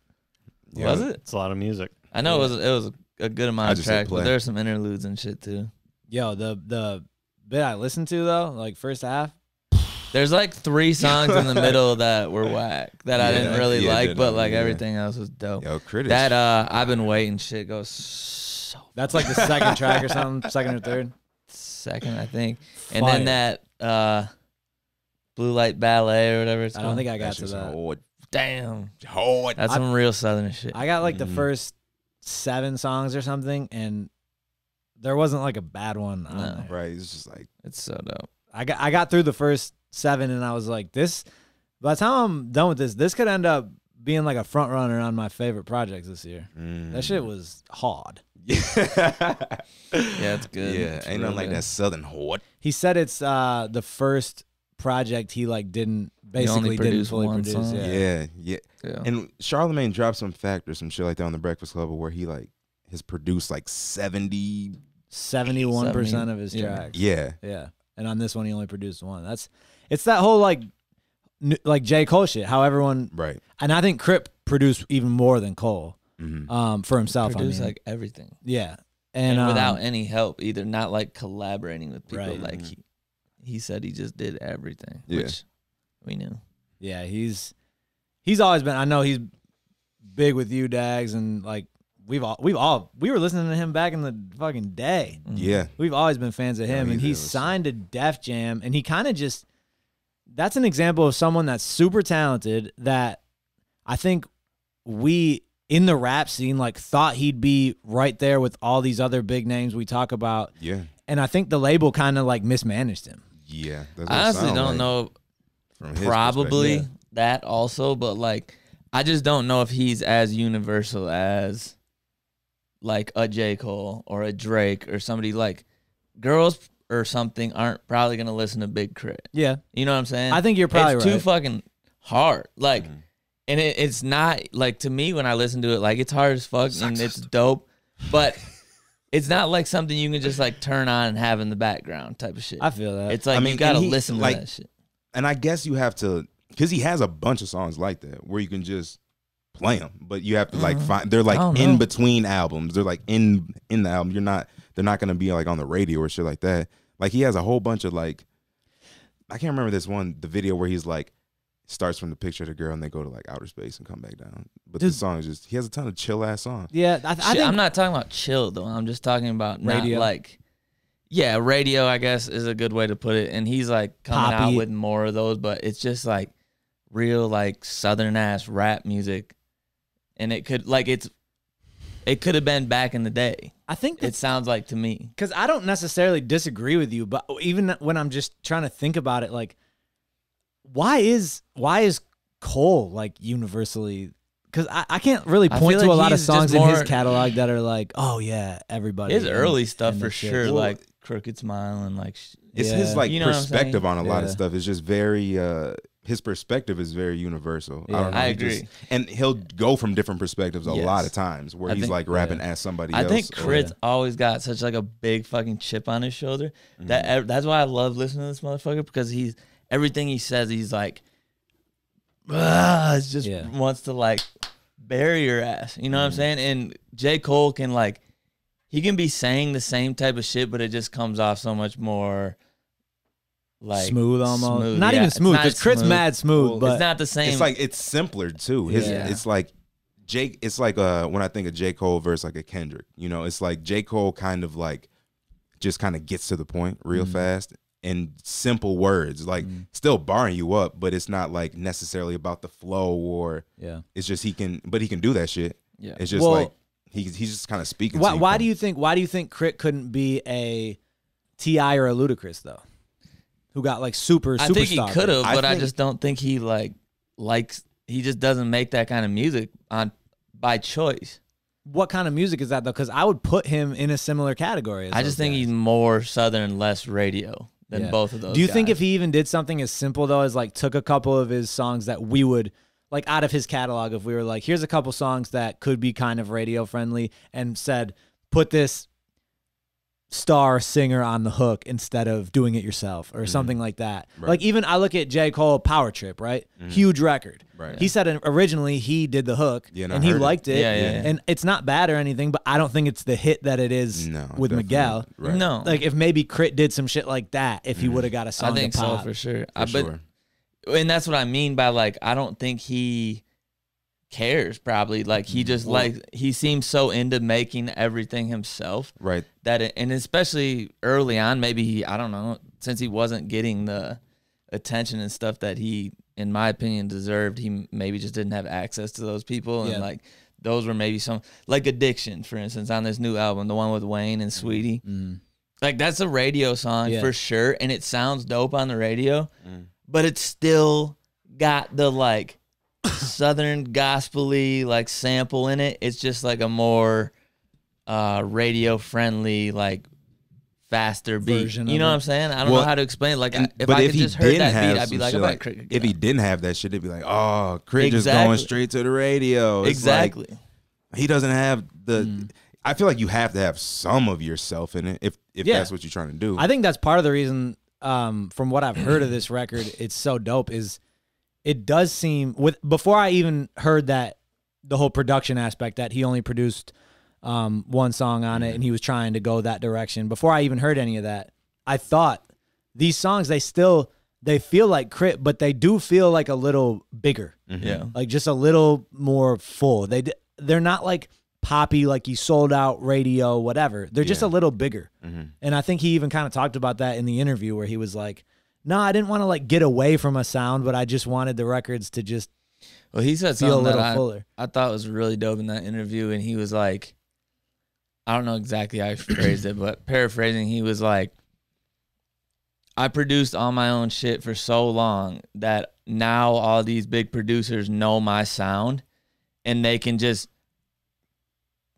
Speaker 2: Yeah.
Speaker 3: Was it?
Speaker 4: It's a lot of music.
Speaker 3: I know it was it was a good
Speaker 2: I
Speaker 3: amount of
Speaker 2: just said
Speaker 3: tracks, but
Speaker 2: play.
Speaker 3: there are some interludes and shit too.
Speaker 1: Yo, the the bit I listened to though, like first half,
Speaker 3: There's like three songs
Speaker 2: <laughs>
Speaker 3: in the middle that were whack that I
Speaker 2: Yeah,
Speaker 3: didn't really
Speaker 2: yeah,
Speaker 3: like,
Speaker 2: they're
Speaker 3: but
Speaker 2: not-
Speaker 3: like
Speaker 2: yeah.
Speaker 3: everything else was dope.
Speaker 2: Yo, critics.
Speaker 3: That uh, I've been waiting shit goes so
Speaker 1: That's like the second track or <laughs> something, second or third.
Speaker 3: second I think, and then that uh, blue light ballet or whatever it's
Speaker 1: I
Speaker 3: called.
Speaker 1: don't think I got
Speaker 2: That's
Speaker 1: to
Speaker 2: just
Speaker 1: that.
Speaker 2: hard.
Speaker 3: Damn,
Speaker 2: Hard.
Speaker 3: that's
Speaker 1: I-
Speaker 3: some real southern shit.
Speaker 1: I got like the
Speaker 3: Mm-hmm.
Speaker 2: Mhm.
Speaker 1: first seven songs or something, and there wasn't like a bad one. On
Speaker 3: No.
Speaker 1: there.
Speaker 2: <laughs> Right. It's just like
Speaker 3: it's so dope.
Speaker 1: I got I got through the first seven, and I was like, this. By the time I'm done with this, this could end up being like a front runner on my favorite projects this year.
Speaker 2: mm.
Speaker 1: That shit
Speaker 2: <laughs>
Speaker 3: Mm.
Speaker 1: was hard.
Speaker 2: yeah,
Speaker 3: Yeah, it's good.
Speaker 2: Yeah,
Speaker 3: It's
Speaker 2: ain't
Speaker 3: real
Speaker 2: nothing like
Speaker 3: good.
Speaker 2: that southern horde.
Speaker 1: He said it's uh the first project he like didn't basically didn't
Speaker 3: produced
Speaker 1: fully
Speaker 3: one
Speaker 1: produce.
Speaker 3: song?
Speaker 1: Yeah.
Speaker 2: Yeah, yeah.
Speaker 3: Yeah.
Speaker 2: And Charlemagne dropped some fact or some shit like that on the Breakfast Club where he like has produced like seventy.
Speaker 1: Seventy-one percent
Speaker 3: Seventy-
Speaker 1: of his
Speaker 3: yeah.
Speaker 1: tracks.
Speaker 2: Yeah,
Speaker 1: Yeah. And on this one, he only produced one. That's it's that whole like n- like J Cole shit. How everyone
Speaker 2: right.
Speaker 1: and I think Crip produced even more than Cole
Speaker 2: Mhm.
Speaker 1: um for himself. I
Speaker 3: Produce
Speaker 1: mean.
Speaker 3: like everything,
Speaker 1: yeah. And,
Speaker 3: and,
Speaker 1: um,
Speaker 3: without any help either. Not like collaborating with people.
Speaker 1: Right.
Speaker 3: Like he, he said, he just did everything,
Speaker 2: Yeah.
Speaker 3: which we knew.
Speaker 1: yeah, he's he's always been. I know he's big with you, Dags, and like we've all we've all we were listening to him back in the fucking day.
Speaker 3: Mhm.
Speaker 2: Yeah,
Speaker 1: We've always been fans of
Speaker 2: Yeah,
Speaker 1: him,
Speaker 2: me
Speaker 1: and he
Speaker 2: too.
Speaker 1: signed to Def Jam, and he kind of just. That's an example of someone that's super talented that I think we in the rap scene like thought he'd be right there with all these other big names we talk about,
Speaker 2: yeah,
Speaker 1: and I think the label kind of like mismanaged him.
Speaker 2: yeah. That's what it
Speaker 3: I honestly
Speaker 2: sound
Speaker 3: don't
Speaker 2: like
Speaker 3: know.
Speaker 2: from his
Speaker 3: Probably
Speaker 2: perspective.
Speaker 3: that also, but like, I just don't know if he's as universal as like a J Cole or a Drake or somebody like girls or something aren't probably gonna listen to Big Crit.
Speaker 1: Yeah,
Speaker 3: You know what I'm saying?
Speaker 1: I think you're probably
Speaker 3: it's
Speaker 1: right.
Speaker 3: too fucking hard. Like,
Speaker 2: Mhm.
Speaker 3: and it, it's not like to me when I listen to it, like it's hard as fuck and it's dope, but it's not like something you can just like turn on and have in the background type of shit.
Speaker 1: I feel that.
Speaker 3: it's like
Speaker 2: I mean,
Speaker 3: you
Speaker 2: and
Speaker 3: gotta
Speaker 2: he-
Speaker 3: listen to
Speaker 2: like-
Speaker 3: that shit.
Speaker 2: and I guess you have to because he has a bunch of songs like that where you can just play them, but you have to like find they're
Speaker 3: Mm-hmm. I don't
Speaker 2: like in
Speaker 3: know.
Speaker 2: between albums. They're like in in the album. You're not they're not gonna be like on the radio or shit like that. Like he has a whole bunch of like I can't remember this one the video where he's like starts from the picture of the girl and they go to like outer space and come back down. But the
Speaker 1: Dude.
Speaker 2: song is just he has a ton of chill ass songs.
Speaker 1: yeah, I, I
Speaker 3: Shit,
Speaker 1: think
Speaker 3: I'm not talking about chill though. I'm just talking about
Speaker 1: Radio.
Speaker 3: not like, yeah, radio. I guess is a good way to put it. And he's like coming
Speaker 1: Poppy.
Speaker 3: out with more of those, but it's just like real like southern ass rap music, and it could like it's it could have been back in the day.
Speaker 1: I think
Speaker 3: It
Speaker 1: it's
Speaker 3: sounds like to me.
Speaker 1: because I don't necessarily disagree with you, but even when I'm just trying to think about it, like, why is why is Cole like universally? Because I, I can't really
Speaker 3: I
Speaker 1: point to
Speaker 3: feel
Speaker 1: a
Speaker 3: like
Speaker 1: lot of
Speaker 3: he's
Speaker 1: songs
Speaker 3: just
Speaker 1: in his
Speaker 3: more-
Speaker 1: catalog that are like, oh yeah, everybody.
Speaker 3: His
Speaker 1: and-
Speaker 3: early stuff
Speaker 1: and
Speaker 3: for
Speaker 1: the shit.
Speaker 3: sure,
Speaker 2: Well,
Speaker 3: like Crooked Smile and like sh-
Speaker 2: It's
Speaker 1: Yeah.
Speaker 2: his like
Speaker 3: You know what I'm
Speaker 2: perspective
Speaker 3: saying?
Speaker 2: on a lot of
Speaker 1: Yeah.
Speaker 2: stuff. It's just very uh his perspective is very universal.
Speaker 1: Yeah.
Speaker 2: I don't know.
Speaker 3: I
Speaker 2: he just-
Speaker 3: agree.
Speaker 2: and he'll go from different perspectives a
Speaker 3: Yes.
Speaker 2: lot of times where
Speaker 3: I
Speaker 2: he's
Speaker 3: think-
Speaker 2: like rapping as somebody
Speaker 3: I
Speaker 2: else.
Speaker 3: think
Speaker 2: or-
Speaker 3: Crit's always got such like a big fucking chip on his shoulder. That
Speaker 1: Mm-hmm.
Speaker 3: ev- that's why I love listening to this motherfucker because he's everything he says he's like, ah, it's just
Speaker 1: Yeah. Mm.
Speaker 3: wants to like bury your ass. You know what I'm saying? And J Cole can like he can be saying the same type of shit, but it just comes off so much more like
Speaker 1: smooth almost.
Speaker 3: smooth,
Speaker 1: Not
Speaker 3: yeah.
Speaker 1: even
Speaker 3: It's
Speaker 1: smooth
Speaker 3: not
Speaker 1: because Chris
Speaker 3: smooth.
Speaker 1: mad smooth,
Speaker 2: Well,
Speaker 1: but
Speaker 3: it's not the same.
Speaker 2: it's like it's simpler too. His
Speaker 1: Yeah.
Speaker 2: it's like Jake it's like uh when I think of J. Cole versus like a Kendrick, you know, it's like J. Cole kind of like just kind of gets to the point real
Speaker 3: Mm-hmm.
Speaker 2: fast in simple words, like
Speaker 3: Mm.
Speaker 2: still barring you up, but it's not like necessarily about the flow or
Speaker 1: yeah.
Speaker 2: it's just he can but he can do that shit.
Speaker 3: Yeah.
Speaker 2: It's just
Speaker 1: Well-
Speaker 2: like he's he's just kind of speaking.
Speaker 1: Why,
Speaker 2: to
Speaker 1: why do you think why do you think Crit couldn't be a Ti or a Ludacris though, who got like super
Speaker 3: I
Speaker 1: superstar?
Speaker 3: think he could have,
Speaker 2: I
Speaker 3: but I
Speaker 2: think-
Speaker 3: just don't think he like likes. He just doesn't make that kind of music on by choice.
Speaker 1: what kind of music is that though? Because I would put him in a similar category. As
Speaker 3: I just
Speaker 1: those
Speaker 3: think
Speaker 1: guys.
Speaker 3: he's more southern, less radio than
Speaker 1: Yeah.
Speaker 3: both of those.
Speaker 1: Do you think
Speaker 3: guys.
Speaker 1: if he even did something as simple though as like took a couple of his songs that we would like out of his catalog, if we were like, here's a couple songs that could be kind of radio friendly, and said, put this star singer on the hook instead of
Speaker 3: Mm-hmm. Mm-hmm.
Speaker 1: doing it yourself or something like that. Like even I look at J Cole Power Trip, right? Huge record.
Speaker 2: Right.
Speaker 1: He said originally he did the hook
Speaker 2: Yeah, and I
Speaker 1: and he
Speaker 2: heard it.
Speaker 1: liked it.
Speaker 3: Yeah, yeah, yeah.
Speaker 1: And it's not bad or anything, but I don't think it's the hit that it is
Speaker 2: no,
Speaker 1: with
Speaker 2: definitely
Speaker 1: Miguel.
Speaker 2: not. Mm. Right.
Speaker 3: No,
Speaker 1: Like if maybe Crit did some shit like that, if he would have got a song
Speaker 3: I think
Speaker 1: to
Speaker 3: so
Speaker 1: pop.
Speaker 3: for sure.
Speaker 2: for
Speaker 3: I, but
Speaker 2: sure.
Speaker 3: and that's what I mean by like I don't think he cares. Probably like he
Speaker 1: Mm-hmm.
Speaker 3: just like he seems so into making everything himself
Speaker 2: Right.
Speaker 3: that it, and especially early on maybe he I don't know since he wasn't getting the attention and stuff that he in my opinion deserved he maybe just didn't have access to those people and
Speaker 1: Yeah.
Speaker 3: like those were maybe some like addiction for instance on this new album the one with Wayne and Sweetie
Speaker 1: Mm.
Speaker 3: like that's a radio song
Speaker 1: Yeah. Mm.
Speaker 3: for sure and it sounds dope on the radio but it's still got the like southern gospely like sample in it. It's just like a more uh radio friendly like faster beat.
Speaker 1: Version
Speaker 3: you
Speaker 1: of
Speaker 3: know what
Speaker 1: it.
Speaker 3: I'm saying? I don't
Speaker 2: Well,
Speaker 3: know how to explain. it. Like I,
Speaker 2: And-
Speaker 3: if
Speaker 2: but
Speaker 3: I
Speaker 2: if
Speaker 3: could
Speaker 2: he
Speaker 3: just heard
Speaker 2: didn't
Speaker 3: that
Speaker 2: have
Speaker 3: beat, I'd be
Speaker 2: some
Speaker 3: like,
Speaker 2: shit
Speaker 3: all
Speaker 2: like-
Speaker 3: right, cricket,
Speaker 2: If he didn't have that shit, it'd be like, oh, Crit just
Speaker 3: Exactly.
Speaker 2: going straight to the radio. It's like,
Speaker 3: exactly.
Speaker 2: he doesn't have the.
Speaker 1: Mm.
Speaker 2: I feel like you have to have some of yourself in it if if
Speaker 1: Yeah.
Speaker 2: that's what you're trying to do.
Speaker 1: I think that's part of the reason, um, from what I've heard of this record, it's so dope. Is it does seem with before I even heard that the whole production aspect that he only produced um, one song on it and he was trying to go that direction. Before I even heard any of that, I thought these songs they still they feel like crit, but they do feel like a little bigger.
Speaker 2: Mm-hmm.
Speaker 3: Yeah.
Speaker 1: like just a little more full. They d- they're not like poppy, like you sold out radio, whatever. They're just a
Speaker 2: Yeah.
Speaker 1: little bigger.
Speaker 2: Mm-hmm.
Speaker 1: And I think he even kind of talked about that in the interview where he was like, "No, I didn't want to like get away from a sound, but I just wanted the records to just
Speaker 3: Well, he said
Speaker 1: feel a
Speaker 3: something that
Speaker 1: little
Speaker 3: I,
Speaker 1: fuller."
Speaker 3: I thought was really dope in that interview, and he was like, I don't know exactly how he <coughs> phrased it, but paraphrasing, he was like, I produced all my own shit for so long that now all these big producers know my sound and they can just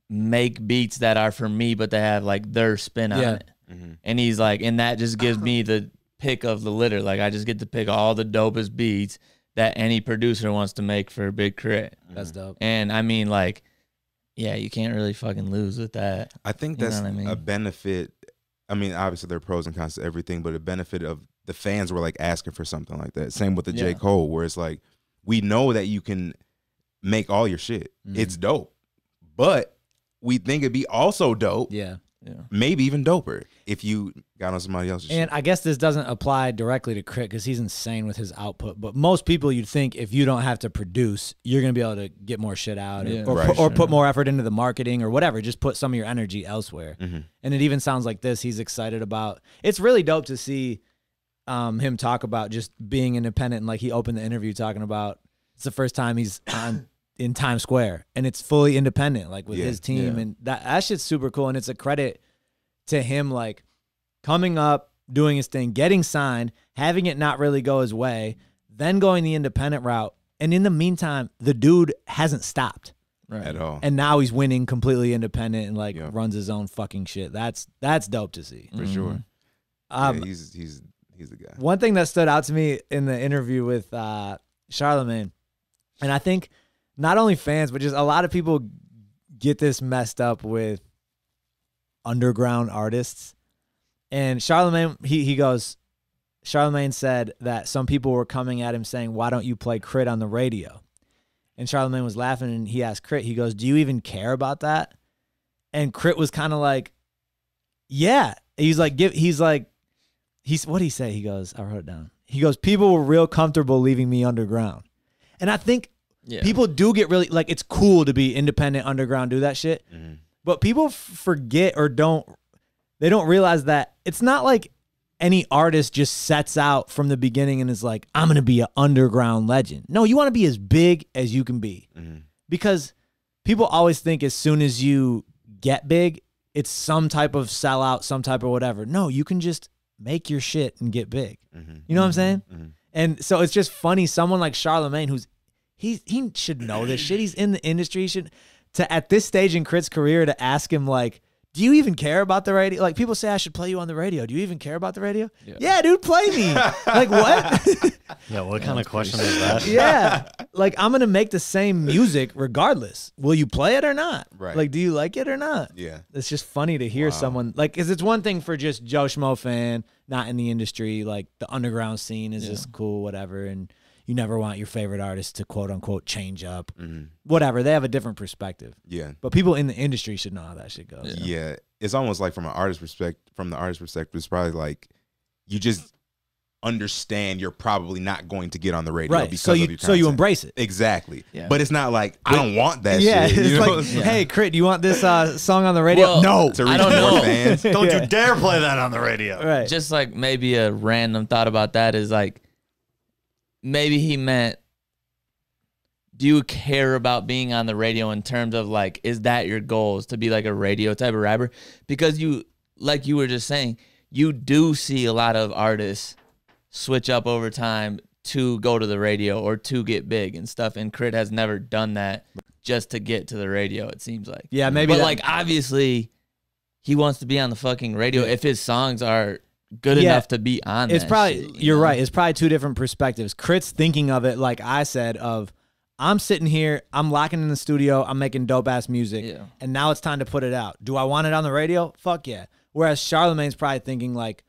Speaker 3: make beats that are for me, but they have like their spin on
Speaker 1: Yeah.
Speaker 3: it.
Speaker 2: Mm-hmm.
Speaker 3: And he's like, and that just gives me the pick of the litter. Like, I just get to pick all the dopest beats that any producer wants to make for a big crit.
Speaker 1: That's dope.
Speaker 3: And I mean, like, yeah, you can't really fucking lose with that.
Speaker 2: I think
Speaker 3: You know
Speaker 2: that's
Speaker 3: what I
Speaker 2: a
Speaker 3: mean?
Speaker 2: benefit. I mean, obviously there are pros and cons to everything, but a benefit of the fans were like asking for something like that. Same with the J
Speaker 3: Yeah.
Speaker 2: Cole, where it's like we know that you can make all your shit. It's
Speaker 3: Mm-hmm.
Speaker 2: dope, but we think it'd be also dope,
Speaker 1: Yeah.
Speaker 3: Yeah.
Speaker 2: maybe even doper if you got on somebody else's
Speaker 1: And
Speaker 2: shit.
Speaker 1: I guess this doesn't apply directly to Crit because he's insane with his output. But most people, you'd think if you don't have to produce, you're gonna be able to get more shit out, or,
Speaker 3: Yeah.
Speaker 1: or,
Speaker 2: Right.
Speaker 1: pu- or
Speaker 3: Sure.
Speaker 1: put more effort into the marketing or whatever. Just put some of your energy elsewhere.
Speaker 2: Mhm.
Speaker 1: And it even sounds like this. He's excited about. It's really dope to see um, him talk about just being independent. And like he opened the interview talking about it's the first time he's on in Times Square and it's fully independent, like with
Speaker 2: Yeah.
Speaker 1: his team.
Speaker 3: Yeah.
Speaker 1: And that that shit's super cool. And it's a credit to him, like coming up, doing his thing, getting signed, having it not really go his way, then going the independent route. And in the meantime, the dude hasn't stopped.
Speaker 3: Right.
Speaker 2: at all.
Speaker 1: And now he's winning completely independent and like
Speaker 2: Yeah.
Speaker 1: runs his own fucking shit. That's that's dope to see.
Speaker 2: for
Speaker 3: mm-hmm.
Speaker 2: sure.
Speaker 1: Um,
Speaker 2: yeah, he's he's he's the guy.
Speaker 1: one thing that stood out to me in the interview with uh, Charlemagne, and I think not only fans but just a lot of people get this messed up with underground artists. And Charlemagne, he he goes, Charlemagne said that some people were coming at him saying, "Why don't you play Crit on the radio?" And Charlemagne was laughing, and he asked Crit, he goes, "Do you even care about that?" And Crit was kind of like, "Yeah." He's like, "Give." He's like, he's what did he say? He goes, I wrote it down. He goes, people were real comfortable leaving me underground, and I think
Speaker 3: Yeah.
Speaker 1: people do get really like it's cool to be independent underground, do that shit, but people f- forget or don't they don't realize that it's not like any artist just sets out from the beginning and is like, I'm gonna be an underground legend. No, you want to be as big as you can be because people always think as soon as you get big, it's some type of sellout, some type of whatever. No, you can just make your shit and get big. You know what I'm saying? And so it's just funny. Someone like Charlemagne, who's he he should know this shit. He's in the industry. He should to at this stage in Crit's career to ask him like. Do you even care about the radio? Like people say, I should play you on the radio. Do you even care about the radio? Yeah, dude, play me. like what?
Speaker 4: Yeah, what kind of question is
Speaker 1: <laughs>
Speaker 4: that? <laughs>
Speaker 1: yeah. Like I'm gonna make the same music regardless. Will you play it or not?
Speaker 2: Right.
Speaker 1: Like, do you like it or not?
Speaker 2: Yeah.
Speaker 1: It's just funny to hear someone like, cause it's one thing for just Joe Schmo fan, not in the industry. Like the underground scene is just cool, whatever, and you never want your favorite artist to quote unquote change up.
Speaker 2: hmm
Speaker 1: Whatever. They have a different perspective.
Speaker 2: Yeah.
Speaker 1: But people in the industry should know how that shit goes.
Speaker 3: Yeah.
Speaker 2: yeah. It's almost like from an artist perspective, from the artist perspective, it's probably like you just understand you're probably not going to get on the radio
Speaker 1: Right.
Speaker 2: because
Speaker 1: So
Speaker 2: of
Speaker 1: you
Speaker 2: your
Speaker 1: so you
Speaker 2: content.
Speaker 1: embrace it.
Speaker 2: Exactly.
Speaker 3: Yeah.
Speaker 2: But it's not like I don't want <laughs> that
Speaker 1: yeah, <laughs>
Speaker 2: shit.
Speaker 1: it's
Speaker 2: you know?
Speaker 1: like, hey, Crit, do you want this uh, song on the radio?
Speaker 3: Well,
Speaker 1: no,
Speaker 2: to
Speaker 3: I
Speaker 2: reach
Speaker 3: don't
Speaker 2: more
Speaker 1: <laughs>
Speaker 3: know.
Speaker 2: fans.
Speaker 4: Don't
Speaker 1: Yeah.
Speaker 4: you dare play that on the radio.
Speaker 1: right,
Speaker 3: Just like maybe a random thought about that is like maybe he meant do you care about being on the radio in terms of like is that your goal is to be like a radio type of rapper because you like you were just saying you do see a lot of artists switch up over time to go to the radio or to get big and stuff and Crit has never done that just to get to the radio it seems like
Speaker 1: yeah, maybe
Speaker 3: but
Speaker 1: that-
Speaker 3: like obviously, he wants to be on the fucking radio if his songs are good
Speaker 1: Yeah.
Speaker 3: enough to be on.
Speaker 1: it's
Speaker 3: that
Speaker 1: probably
Speaker 3: shit, you
Speaker 1: you're
Speaker 3: know?
Speaker 1: right. It's probably two different perspectives. Crit's thinking of it like I said of I'm sitting here, I'm locking in the studio, I'm making dope ass music,
Speaker 3: Yeah.
Speaker 1: and now it's time to put it out. Do I want it on the radio? Fuck yeah. Whereas Charlemagne's probably thinking like,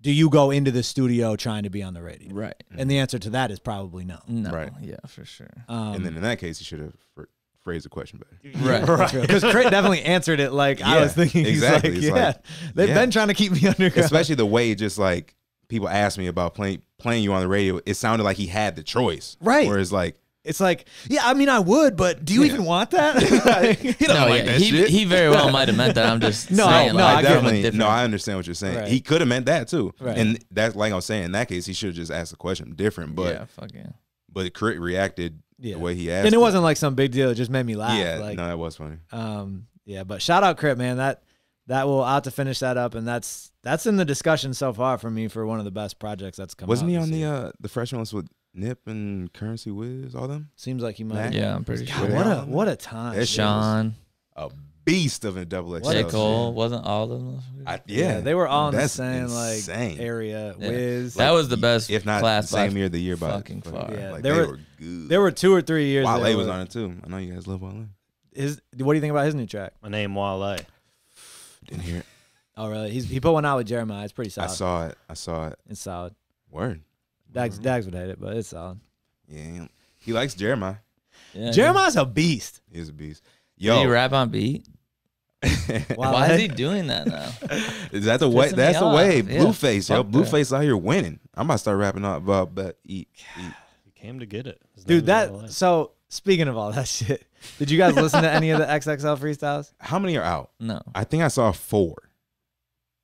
Speaker 1: do you go into the studio trying to be on the radio?
Speaker 3: Right.
Speaker 1: And the answer to that is probably no.
Speaker 3: No.
Speaker 2: Right.
Speaker 3: Yeah, for sure.
Speaker 1: Um,
Speaker 2: <laughs> and then in that case, you should have phr- phrased the question better.
Speaker 3: Right.
Speaker 1: because Crit definitely answered it like I
Speaker 2: Yeah,
Speaker 1: was thinking. He's
Speaker 2: exactly.
Speaker 1: like,
Speaker 2: It's
Speaker 1: yeah,
Speaker 2: like,
Speaker 1: they've
Speaker 2: yeah.
Speaker 1: been trying to keep me <laughs> underground.
Speaker 2: Especially the way just like people asked me about playing playing you on the radio, it sounded like he had the choice.
Speaker 1: Right.
Speaker 2: Whereas like
Speaker 1: It's like, yeah, I mean, I would, but do you
Speaker 2: Yeah.
Speaker 1: even want that? <laughs>
Speaker 2: he don't <laughs>
Speaker 3: no,
Speaker 2: like
Speaker 3: yeah,
Speaker 2: that
Speaker 3: he,
Speaker 2: shit.
Speaker 3: he
Speaker 2: <laughs>
Speaker 3: very well might have meant that. I'm just
Speaker 1: No,
Speaker 3: saying,
Speaker 1: no,
Speaker 3: like,
Speaker 2: I,
Speaker 1: I get
Speaker 3: from a
Speaker 2: definitely
Speaker 3: different-
Speaker 2: no. I understand what you're saying.
Speaker 1: Right.
Speaker 2: He could have meant that too,
Speaker 1: Right.
Speaker 2: and that's like I was saying. In that case, he should have just asked the question different. But
Speaker 3: yeah, fuck yeah.
Speaker 2: but Crit reacted
Speaker 1: Yeah.
Speaker 2: the way he asked.
Speaker 1: and it wasn't like some big deal. It just made me laugh.
Speaker 2: yeah,
Speaker 1: like,
Speaker 2: no, that was funny.
Speaker 1: um, yeah. But shout out Crip, man. That that will out to finish that up, and that's that's in the discussion so far for me for one of the best projects that's come.
Speaker 2: Wasn't
Speaker 1: out
Speaker 2: he
Speaker 1: this
Speaker 2: on the
Speaker 1: year.
Speaker 2: uh, the fresh ones with Nip and Currency Wiz? All them
Speaker 1: Seems like he might.
Speaker 2: Yeah.
Speaker 3: Yeah, I'm pretty
Speaker 1: God,
Speaker 3: sure.
Speaker 2: Yeah.
Speaker 1: what a what a time.
Speaker 2: That shit
Speaker 3: Sean,
Speaker 2: a beast of a double XL.
Speaker 1: What
Speaker 3: J.
Speaker 1: a-
Speaker 3: Cole, wasn't all of them.
Speaker 2: I- yeah,
Speaker 1: Yeah, they were all in the
Speaker 2: That's
Speaker 1: same
Speaker 2: insane.
Speaker 1: like area.
Speaker 3: Yeah.
Speaker 1: Wiz.
Speaker 3: That was the best
Speaker 2: if not
Speaker 3: class
Speaker 2: the
Speaker 3: by
Speaker 2: same year, the year by
Speaker 3: fucking far.
Speaker 1: Yeah,
Speaker 2: like,
Speaker 1: there
Speaker 2: they were,
Speaker 1: were-
Speaker 2: good.
Speaker 1: there were two or three years.
Speaker 2: Wale
Speaker 1: there
Speaker 2: was
Speaker 1: where-
Speaker 2: on it too. I know you guys love Wale.
Speaker 1: His, what do you think about his new track?
Speaker 4: My name Wale.
Speaker 2: Didn't hear it.
Speaker 1: Oh, really? He's, he put one out with Jeremiah. It's pretty
Speaker 2: I
Speaker 1: solid.
Speaker 2: saw it. I saw it.
Speaker 1: it's solid.
Speaker 2: Word.
Speaker 1: Dax,
Speaker 2: Mhm.
Speaker 1: Dax would hate it, but it's solid.
Speaker 2: Yeah, he likes Jeremiah.
Speaker 3: Yeah,
Speaker 1: Jeremiah's a beast.
Speaker 2: He's a beast.
Speaker 3: Did he
Speaker 2: Yo,
Speaker 3: rap on beat?
Speaker 1: Wale.
Speaker 3: Why is he doing that now?
Speaker 2: <laughs>
Speaker 1: <laughs>
Speaker 2: Is that the way?
Speaker 3: Pissing me
Speaker 2: That's the
Speaker 3: off.
Speaker 2: way.
Speaker 3: Yeah.
Speaker 2: Blueface, yo,
Speaker 3: Fuck that.
Speaker 2: Blueface out here winning. I'm about to start rapping up about but eat.
Speaker 4: You came to get it. His
Speaker 1: Dude,
Speaker 4: name is
Speaker 1: that.
Speaker 4: Wale.
Speaker 1: So, speaking of all that <laughs> shit, did you guys listen to any
Speaker 3: <laughs>
Speaker 1: of the XXL freestyles?
Speaker 2: How many are out?
Speaker 3: No.
Speaker 2: I think I saw four.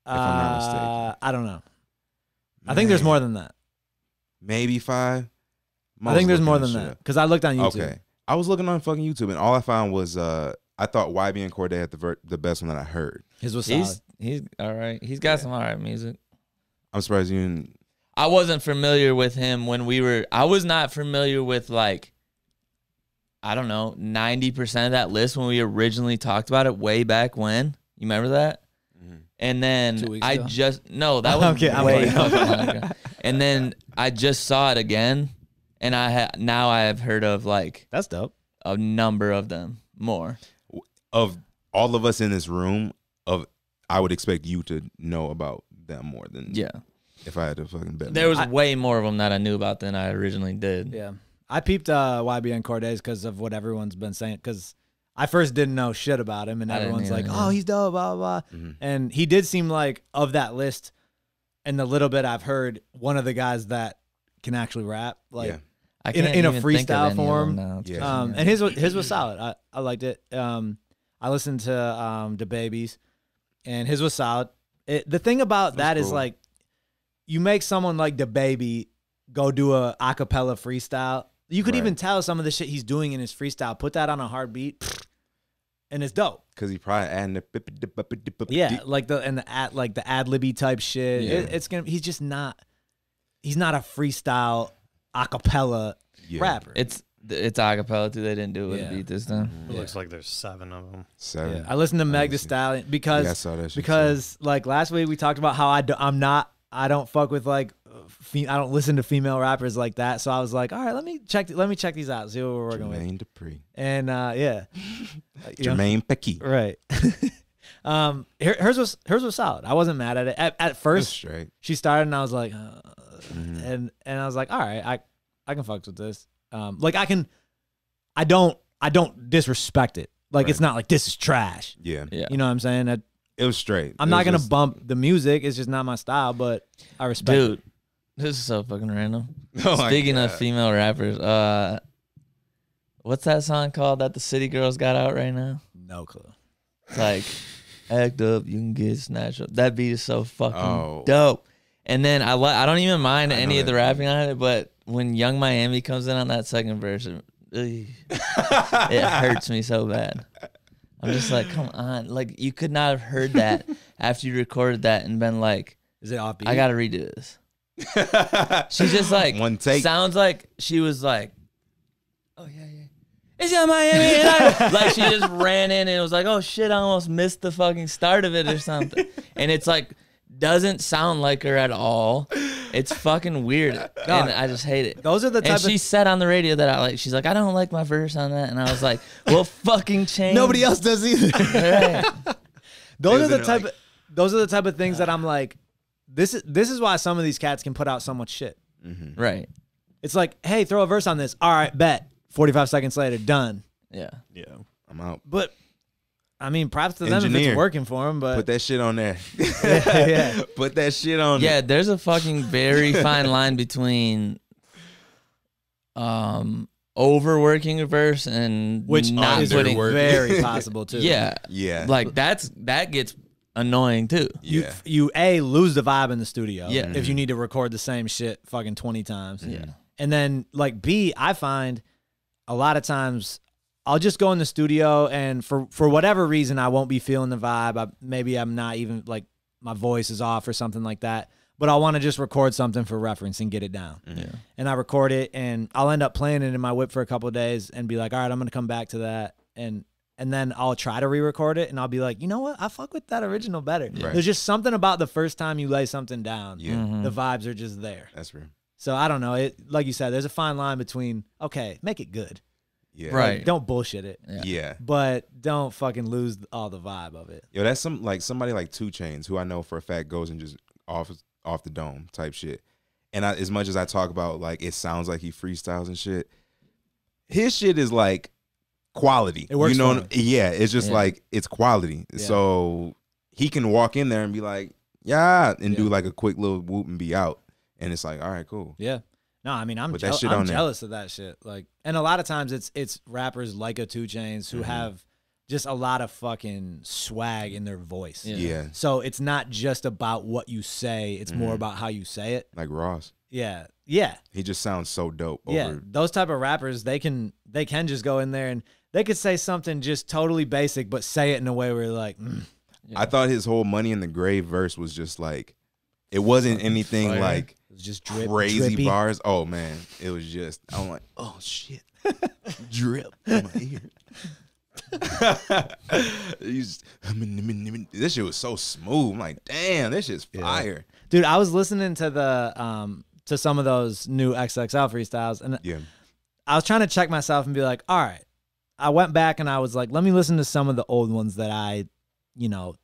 Speaker 2: I'm not mistaken.
Speaker 1: Uh, I don't know. I think there's
Speaker 2: Man,
Speaker 1: more than that.
Speaker 2: Maybe five.
Speaker 1: I think there's
Speaker 2: Mom's
Speaker 1: more than
Speaker 2: looking shit
Speaker 1: that
Speaker 2: up.
Speaker 1: because I looked on YouTube.
Speaker 2: Okay, I was looking on fucking YouTube and all I found was uh, I thought YB and Corday had the ver- the best one that I heard.
Speaker 1: His was solid.
Speaker 3: He's he's all right. He's got
Speaker 2: Yeah.
Speaker 3: some all right music.
Speaker 2: I'm surprised you didn't.
Speaker 3: I wasn't familiar with him when we were. I was not familiar with like, I don't know, ninety percent of that list when we originally talked about it way back when. You remember that?
Speaker 2: Mm-hmm.
Speaker 3: And
Speaker 1: Two
Speaker 3: then
Speaker 1: weeks
Speaker 3: I
Speaker 1: ago.
Speaker 3: just
Speaker 1: <laughs>
Speaker 3: no, that
Speaker 1: I'm
Speaker 3: was
Speaker 1: kidding, I'm
Speaker 3: way
Speaker 1: kidding.
Speaker 3: fucking long ago.
Speaker 1: <laughs>
Speaker 3: And then I just saw it again, and I ha- now I have heard of like
Speaker 1: That's dope.
Speaker 3: a number of them more.
Speaker 2: Of all of us in this room, of I would expect you to know about them more than
Speaker 3: Yeah,
Speaker 2: If I had to fucking bet,
Speaker 3: there was
Speaker 1: I-
Speaker 3: way more of them that I knew about than I originally did.
Speaker 1: Yeah. I peeped uh, YBN Cordays because of what everyone's been saying. Because I first didn't know shit about him, and
Speaker 3: I didn't
Speaker 1: everyone's
Speaker 3: either,
Speaker 1: like,
Speaker 3: yeah.
Speaker 1: "Oh, he's dope," blah blah. blah.
Speaker 2: Mm-hmm.
Speaker 1: And he did seem like of that list, and the little bit I've heard, one of the guys that can actually rap. Like,
Speaker 2: Yeah.
Speaker 3: I
Speaker 1: In a-
Speaker 3: can't
Speaker 1: in a
Speaker 3: even think of
Speaker 1: freestyle
Speaker 3: any of them
Speaker 1: form.
Speaker 3: now. It's
Speaker 2: Yeah.
Speaker 3: crazy,
Speaker 1: um,
Speaker 3: man.
Speaker 1: and his was, his was solid. I, I liked it. Um, I listened to um the babies, and his was solid. It, the thing about that is
Speaker 2: cool.
Speaker 1: like, you make someone like the baby go do a acapella freestyle. You could
Speaker 2: Right.
Speaker 1: even tell some of the shit he's doing in his freestyle. Put that on a hard beat, <sniffs> and it's dope.
Speaker 2: because he probably adding the
Speaker 1: Yeah, like the and the ad like the ad libby type shit.
Speaker 3: Yeah.
Speaker 1: It, it's gonna. He's just not. He's not a freestyle acapella
Speaker 2: Yeah.
Speaker 1: rapper.
Speaker 3: It's it's acapella too. They didn't do it with
Speaker 1: Yeah.
Speaker 3: a beat this time.
Speaker 2: Mm-hmm.
Speaker 4: It looks like there's seven of them.
Speaker 2: Seven.
Speaker 1: Yeah, I listened to Meg
Speaker 2: I
Speaker 1: Thee
Speaker 2: see.
Speaker 1: Stallion
Speaker 2: Yeah,
Speaker 1: because
Speaker 2: I saw that shit, too.
Speaker 1: because like last week we talked about how I do, I'm not I don't fuck with like fe- I don't listen to female rappers like that. So I was like, all right, let me check th- let me check these out, see what we're working with.
Speaker 2: Jermaine Dupri,
Speaker 1: And uh,
Speaker 2: <laughs>
Speaker 1: yeah, Uh, You know?
Speaker 2: Jermaine Pecky.
Speaker 1: right. <laughs> um, her- hers was hers was solid. I wasn't mad at it at, at
Speaker 2: That's
Speaker 1: first.
Speaker 2: straight.
Speaker 1: She started and I was like, uh,
Speaker 2: Mhm.
Speaker 1: and and I was like, all right, I I can fucks with this. Um, like I can, I don't, I don't disrespect it. Like it's not like this is trash.
Speaker 2: Yeah,
Speaker 3: Yeah.
Speaker 1: You know what I'm saying? I,
Speaker 2: it was straight.
Speaker 1: I'm
Speaker 2: It
Speaker 1: not
Speaker 2: was
Speaker 1: gonna
Speaker 2: just-
Speaker 1: bump the music. It's just not my style, but I respect. it.
Speaker 3: Dude, this is so fucking random.
Speaker 1: <laughs>
Speaker 2: Oh my
Speaker 3: Speaking of
Speaker 2: God.
Speaker 3: female rappers, uh, what's that song called that the City Girls got out right now?
Speaker 1: no clue.
Speaker 3: It's like, act up, you can get snatched up. That beat is so fucking
Speaker 2: Oh.
Speaker 3: dope. And then I li- I don't even mind
Speaker 2: I know
Speaker 3: any of
Speaker 2: that
Speaker 3: the rapping on it, but when Young Miami comes in on that second
Speaker 2: <laughs>
Speaker 3: verse, it, ugh, it hurts me so bad. I'm just like, come on, like you could not have heard
Speaker 2: <laughs>
Speaker 3: that after you recorded that and been like,
Speaker 1: Is it offbeat?
Speaker 3: I gotta redo this. She's just like
Speaker 2: One take.
Speaker 3: Sounds like she was like, oh yeah, yeah. It's on Miami, and I,
Speaker 2: <laughs>
Speaker 3: like she just ran in and was like, "Oh shit, I almost missed the fucking start of it or something." And it's like, doesn't sound like her at all. It's fucking weird, and I just hate it.
Speaker 1: Those are the
Speaker 3: And
Speaker 1: type
Speaker 3: she
Speaker 1: of
Speaker 3: said on the radio that I like. She's like, "I don't like my verse on that," and I was like, "Well, fucking change."
Speaker 1: nobody else does either.
Speaker 3: Right.
Speaker 1: those are
Speaker 2: Isn't
Speaker 1: the
Speaker 2: it
Speaker 1: type
Speaker 2: like-
Speaker 1: of those are the type of things that I'm like this is this is why some of these cats can put out so much shit.
Speaker 3: right.
Speaker 1: It's like, hey, throw a verse on this. All right, bet. 45 seconds later, done.
Speaker 3: Yeah.
Speaker 4: Yeah.
Speaker 2: <laughs> I'm out.
Speaker 1: But I mean, props to them if
Speaker 2: Engineer.
Speaker 1: it's working for them, but
Speaker 2: Put that shit on there.
Speaker 1: <laughs> yeah.
Speaker 2: Put that shit on.
Speaker 3: Yeah, there's a fucking very fine line between um overworking a verse and
Speaker 1: which
Speaker 3: not
Speaker 1: is
Speaker 3: putting
Speaker 2: Underwork.
Speaker 1: very possible too.
Speaker 3: <laughs> Yeah.
Speaker 2: Yeah.
Speaker 3: Like that's that gets annoying too.
Speaker 1: You,
Speaker 2: yeah.
Speaker 1: you a lose the vibe in the studio
Speaker 3: Yeah.
Speaker 1: if you need to record the same shit fucking 20 times.
Speaker 3: Yeah.
Speaker 1: And then like B, I find a lot of times I'll just go in the studio and for for whatever reason I won't be feeling the vibe. I, maybe I'm not even like my voice is off or something like that. But I want to just record something for reference and get it down.
Speaker 2: Yeah.
Speaker 1: And I record it and I'll end up playing it in my whip for a couple of days and be like, all right, I'm gonna come back to that and and then I'll try to re-record it and I'll be like, you know what? I fuck with that original better.
Speaker 2: Right.
Speaker 1: There's just something about the first time you lay something down.
Speaker 2: Yeah.
Speaker 3: Mhm.
Speaker 1: The vibes are just there.
Speaker 2: That's real.
Speaker 1: So I don't know. It like you said, there's a fine line between okay, make it good,
Speaker 2: Yeah.
Speaker 3: Right.
Speaker 1: Like, don't bullshit it,
Speaker 3: Yeah.
Speaker 2: Yeah.
Speaker 1: but don't fucking lose all the vibe of it.
Speaker 2: Yo, that's some like somebody like Two Chains, who I know for a fact goes and just off off the dome type shit. And I, as much as I talk about like it sounds like he freestyles and shit, his shit is like quality.
Speaker 1: It works
Speaker 2: You know,
Speaker 1: for him.
Speaker 2: what I- yeah. It's just
Speaker 3: Yeah.
Speaker 2: like it's quality.
Speaker 1: Yeah.
Speaker 2: So he can walk in there and be like, yeah, and do
Speaker 3: Yeah.
Speaker 2: like a quick little whoop and be out. And it's like, all right, cool.
Speaker 1: Yeah. No, I mean I'm,
Speaker 2: Put that
Speaker 1: jeal-
Speaker 2: shit
Speaker 1: I'm
Speaker 2: on there.
Speaker 1: jealous of that shit. Like, and a lot of times it's it's rappers like a Two Chains who
Speaker 2: Mm-hmm.
Speaker 1: have just a lot of fucking swag in their voice.
Speaker 3: Yeah.
Speaker 2: Yeah.
Speaker 1: So it's not just about what you say; it's
Speaker 2: Mm-hmm.
Speaker 1: more about how you say it.
Speaker 2: Like Ross,
Speaker 1: Yeah, yeah,
Speaker 2: he just sounds so dope. Over,
Speaker 1: yeah. Those type of rappers, they can they can just go in there and they could say something just totally basic, but say it in a way where you're like, mm,
Speaker 2: I thought his whole money in the grave verse was just like, it wasn't anything
Speaker 3: fire.
Speaker 2: like
Speaker 1: It's just drip,
Speaker 2: crazy
Speaker 1: drippy.
Speaker 2: bars. Oh man, it was just I'm like, oh shit, <laughs> drip in my ear. <laughs> He's- this shit was so smooth. I'm like, damn, this shit's fire.
Speaker 1: Dude, I was listening to the um to some of those new XXL freestyles, and
Speaker 2: Yeah,
Speaker 1: I was trying to check myself and be like, all right. I went back and I was like, let me listen to some of the old ones that I, you know,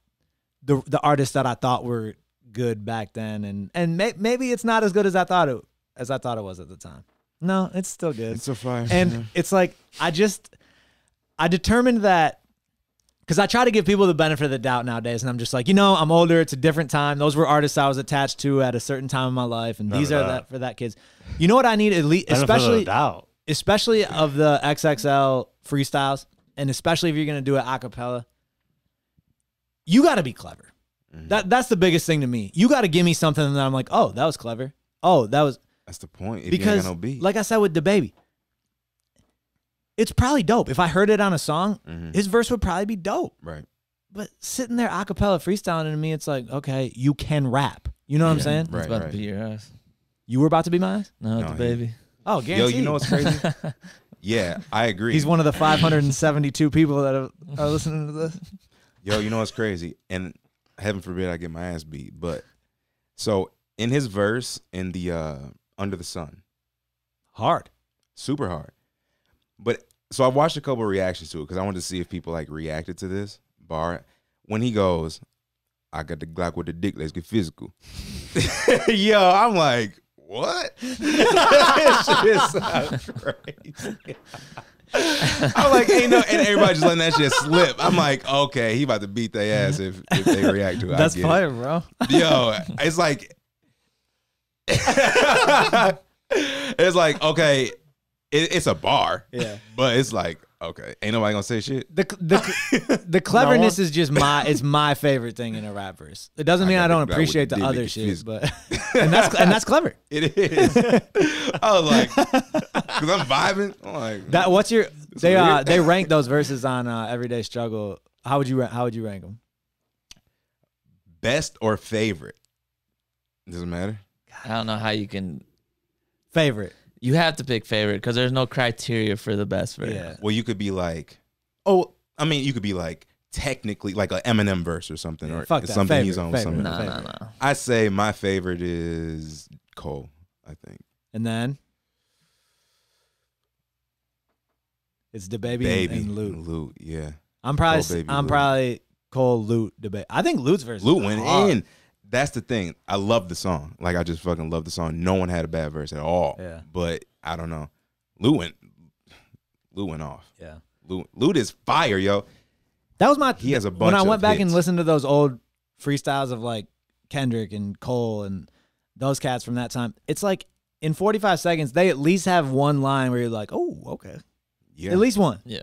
Speaker 1: the the artists that I thought were good back then, and and may, maybe it's not as good as I thought it as I thought it was at the time. No, it's still
Speaker 4: <laughs>
Speaker 1: good.
Speaker 2: it's
Speaker 1: <laughs>
Speaker 2: a fire. yeah.
Speaker 1: and it's like I just I determined that because I try to give people the benefit of the doubt nowadays, and I'm just like, you know, I'm older. It's a different time. Those were artists I was attached to at a certain time in my life, and
Speaker 4: None
Speaker 1: these
Speaker 4: of
Speaker 1: are
Speaker 4: that.
Speaker 1: that for that kids. You know what I need at least,
Speaker 4: Benefit of the
Speaker 1: especially
Speaker 4: doubt.
Speaker 1: especially of the XXL freestyles, and especially if you're gonna do it a cappella, you gotta be clever.
Speaker 2: Mm-hmm.
Speaker 1: That that's the biggest thing to me. You gotta give me something that I'm like, oh, that was clever. Oh, that was
Speaker 2: that's the point. If you ain't
Speaker 1: because
Speaker 2: got no beat,
Speaker 1: like I said with the baby, it's probably dope. If I heard it on a song,
Speaker 2: Mhm.
Speaker 1: his verse would probably be dope.
Speaker 2: right?
Speaker 1: But sitting there a cappella freestyling to me, it's like, okay, you can rap. You know what I'm saying?
Speaker 3: It's
Speaker 2: Right,
Speaker 3: about
Speaker 2: right.
Speaker 3: to be your ass.
Speaker 1: You were about to be my eyes?
Speaker 2: No,
Speaker 3: No, the
Speaker 2: he-
Speaker 3: baby.
Speaker 1: Oh,
Speaker 2: Yo,
Speaker 1: guaranteed.
Speaker 2: you know what's crazy? yeah, I agree.
Speaker 1: <laughs> He's one of the 572 people that are, are listening to this.
Speaker 2: Yo, you know what's crazy? And heaven forbid I get my ass beat. But so in his verse in the uh Under the Sun,
Speaker 1: Hard.
Speaker 2: super hard. But so I watched a couple of reactions to it because I wanted to see if people like reacted to this bar. When he <laughs> goes, I got the Glock with the dick, let's get physical. Yo, I'm like, what? <laughs> this shit sounds crazy. I'm like, ain't no, and everybody just letting that shit slip. I'm like, okay, he about to beat their ass if, if they react to it. I
Speaker 1: That's
Speaker 2: get it.
Speaker 1: fire, bro.
Speaker 2: Yo, it's like <laughs> it's like okay, it, it's a bar,
Speaker 1: Yeah.
Speaker 2: but it's like okay, ain't nobody gonna say shit.
Speaker 1: The
Speaker 2: <laughs>
Speaker 1: the the cleverness is just my it's my favorite thing in a rap verse. It doesn't
Speaker 2: I
Speaker 1: mean I,
Speaker 2: gotta
Speaker 1: don't
Speaker 2: think about what
Speaker 1: appreciate
Speaker 2: you
Speaker 1: the
Speaker 2: did,
Speaker 1: other
Speaker 2: make it
Speaker 1: shit,
Speaker 2: physical.
Speaker 1: but <laughs> and that's and that's clever.
Speaker 2: It is. <laughs> I was like, because I'm vibing. I'm like
Speaker 1: That what's your they
Speaker 2: weird.
Speaker 1: uh they rank those verses on uh, Everyday Struggle. How would you ra- how would you rank them?
Speaker 2: best or favorite. Doesn't matter.
Speaker 3: I don't know how you can.
Speaker 1: Favorite.
Speaker 3: You have to pick favorite because there's no criteria for the best verse.
Speaker 1: Yeah.
Speaker 2: Well, you could be like, oh, I mean, you could be like technically like an Eminem verse or something, or
Speaker 1: Fuck that.
Speaker 2: something he's
Speaker 1: Favorite,
Speaker 2: on.
Speaker 1: favorite.
Speaker 2: Something.
Speaker 3: No, no,
Speaker 1: Favorite.
Speaker 3: no.
Speaker 2: I say my favorite is Cole. I think.
Speaker 1: And then it's the baby,
Speaker 2: Baby,
Speaker 1: and Loot.
Speaker 2: Loot, yeah.
Speaker 1: I'm probably
Speaker 2: Cole Baby
Speaker 1: I'm
Speaker 2: Lute.
Speaker 1: probably Cole Loot debate. I think Loot's verse.
Speaker 2: Loot
Speaker 1: is
Speaker 2: went
Speaker 1: hard.
Speaker 2: in. That's the thing. I love the song. Like I just fucking love the song. No one had a bad verse at all.
Speaker 1: Yeah.
Speaker 2: But I don't know. Loot went. Loot went off.
Speaker 1: Yeah.
Speaker 2: Loot, Loot is fire, yo.
Speaker 1: That was my
Speaker 2: He has a bunch.
Speaker 1: when I
Speaker 2: of
Speaker 1: went back and
Speaker 2: hits.
Speaker 1: listened to those old freestyles of like Kendrick and Cole and those cats from that time. It's like in 45 seconds they at least have one line where you're like, "Oh, okay."
Speaker 2: Yeah.
Speaker 1: At least one.
Speaker 3: Yeah.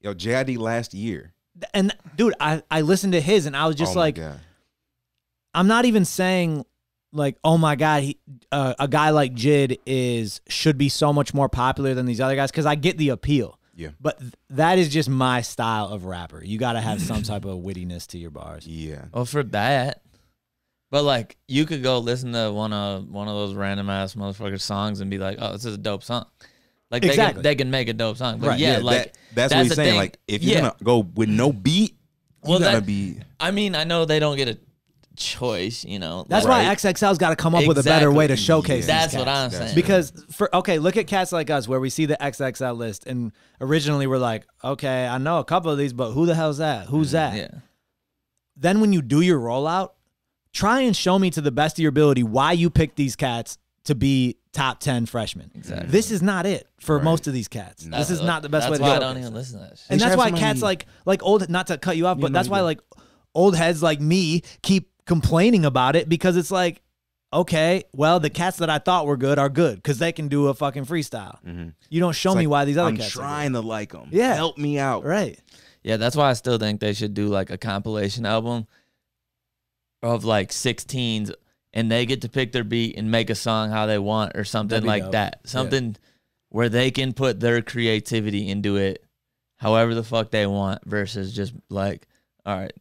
Speaker 2: yo, JID last year.
Speaker 1: And dude, I I listened to his and I was just
Speaker 2: Oh my
Speaker 1: like,
Speaker 2: God.
Speaker 1: I'm not even saying like, oh my god, he, uh, a guy like Jid is should be so much more popular than these other guys because I get the appeal.
Speaker 2: Yeah.
Speaker 1: But th- that is just my style of rapper. You got to have some type of wittiness to your bars.
Speaker 2: yeah.
Speaker 3: Well, for that, but like you could go listen to one of one of those random ass motherfucker songs and be like, "Oh, this is a dope song." Like
Speaker 1: Exactly.
Speaker 3: they can, they can make a dope song, but
Speaker 1: Right.
Speaker 3: yeah, like
Speaker 2: that- that's, what he's
Speaker 3: the
Speaker 2: saying.
Speaker 3: thing.
Speaker 2: Like if you're
Speaker 3: Yeah.
Speaker 2: gonna go with no beat, you
Speaker 3: Well,
Speaker 2: gotta
Speaker 3: that-
Speaker 2: be.
Speaker 3: I mean, I know they don't get a choice, you know.
Speaker 1: That's
Speaker 3: like,
Speaker 1: why XXL's got to come up with a better way to
Speaker 3: Exactly.
Speaker 1: showcase.
Speaker 2: Yeah.
Speaker 1: these
Speaker 3: That's what
Speaker 1: cats.
Speaker 3: I'm
Speaker 2: That's
Speaker 3: saying.
Speaker 1: Because for okay, look at cats like us where we see the XXL list and originally we're like, okay, I know a couple of these, but who the hell's that? Who's that?
Speaker 3: Mm, yeah,
Speaker 1: Then when you do your rollout, try and show me to the best of your ability why you picked these cats to be top ten freshmen.
Speaker 3: Exactly.
Speaker 1: This is not it for
Speaker 2: Right.
Speaker 1: most of these cats.
Speaker 2: No.
Speaker 1: This is not the best
Speaker 3: that's
Speaker 1: way to
Speaker 3: why
Speaker 1: do
Speaker 3: I
Speaker 1: it.
Speaker 3: don't even listen to that shit.
Speaker 1: And
Speaker 2: They
Speaker 1: that's
Speaker 2: should have
Speaker 1: why
Speaker 2: somebody-
Speaker 1: cats like like old not to cut you off,
Speaker 2: You
Speaker 1: but
Speaker 2: know
Speaker 1: that's
Speaker 2: you
Speaker 1: why
Speaker 2: do.
Speaker 1: like old heads like me keep complaining about it because it's like, okay, well the cats that I thought were good are good because they can do a fucking freestyle. You don't show
Speaker 2: Mm-hmm. It's
Speaker 1: me
Speaker 2: like,
Speaker 1: why these other
Speaker 2: I'm
Speaker 1: cats
Speaker 2: trying to like them.
Speaker 1: Yeah.
Speaker 2: Help me
Speaker 1: are
Speaker 2: out.
Speaker 1: good. right.
Speaker 3: Yeah, that's why I still think they should do like a compilation album of like 16s and they get to pick their beat and make a song how they want or something
Speaker 1: That'd be
Speaker 3: like
Speaker 1: dope.
Speaker 3: that.
Speaker 1: Yeah.
Speaker 3: Something where they can put their creativity into it however the fuck they want versus just like, all right,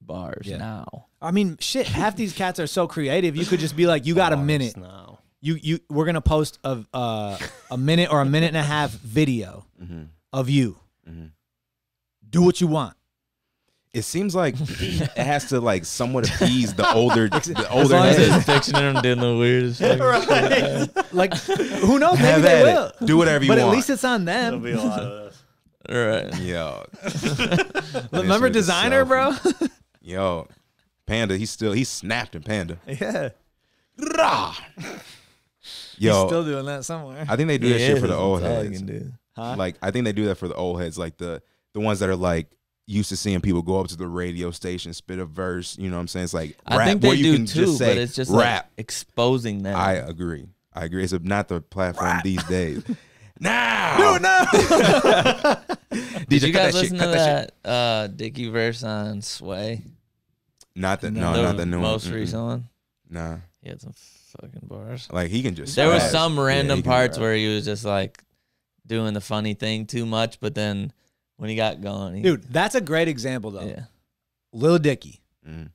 Speaker 3: bars
Speaker 1: Yeah.
Speaker 2: <laughs>
Speaker 3: now.
Speaker 1: I mean, shit. Half these cats are so creative. You could just be like, "You got a
Speaker 4: Bars
Speaker 1: minute.
Speaker 4: now.
Speaker 1: You you we're gonna post a uh, a minute or a minute and a half video
Speaker 2: Mhm.
Speaker 1: of you.
Speaker 2: Mhm.
Speaker 1: Do what you want.
Speaker 2: It seems like <laughs> it has to like somewhat appease
Speaker 1: <laughs>
Speaker 2: the older the
Speaker 1: As
Speaker 2: older
Speaker 1: long as
Speaker 2: heads.
Speaker 3: <laughs>
Speaker 1: it's-
Speaker 3: picturing them doing the
Speaker 2: <laughs>
Speaker 3: weirdest right.
Speaker 1: Like, who
Speaker 3: Oh,
Speaker 1: knows? Maybe
Speaker 2: Have
Speaker 1: they
Speaker 2: at
Speaker 1: will.
Speaker 2: it. Do whatever you
Speaker 1: But
Speaker 2: want.
Speaker 1: at least it's on
Speaker 4: There'll
Speaker 1: them.
Speaker 4: be a lot of this.
Speaker 3: right.
Speaker 2: Yo.
Speaker 1: Remember
Speaker 2: This is
Speaker 1: designer, bro?
Speaker 2: Yo. Panda, he's still he's snapped in Panda.
Speaker 1: <laughs> yeah.
Speaker 2: Rah!
Speaker 1: He's
Speaker 2: Yo,
Speaker 1: still doing that somewhere.
Speaker 2: I think they do that shit for the old heads.
Speaker 1: Huh?
Speaker 2: Like I think they do that for the old heads, like the the ones that are like used to seeing people go up to the radio station, spit a verse, you know what I'm saying? It's like rap
Speaker 3: I think they
Speaker 2: where you
Speaker 3: do
Speaker 2: can
Speaker 3: too,
Speaker 2: just say
Speaker 3: but it's just
Speaker 2: rap.
Speaker 3: like exposing them.
Speaker 2: I uh, agree. I agree. It's not the platform these
Speaker 3: <laughs>
Speaker 2: days. Now,
Speaker 3: Did
Speaker 2: DJ,
Speaker 3: you
Speaker 2: cut that shit,
Speaker 3: guys listen
Speaker 2: cut
Speaker 3: to
Speaker 2: that shit.
Speaker 3: that, uh, Dickie verse on Sway?
Speaker 2: Not the no,
Speaker 3: the
Speaker 2: not the new one.
Speaker 3: most
Speaker 2: Mm-mm.
Speaker 3: recent one.
Speaker 2: Nah,
Speaker 3: He had some fucking bars.
Speaker 2: like he can just.
Speaker 3: There was
Speaker 2: rap.
Speaker 3: some
Speaker 2: Yeah,
Speaker 3: random
Speaker 2: he can
Speaker 3: parts
Speaker 2: rap.
Speaker 3: where he was just like doing the funny thing too much, but then when he got going, he,
Speaker 1: Dude, that's a great example though.
Speaker 3: yeah,
Speaker 1: Lil Dicky.
Speaker 2: Mm.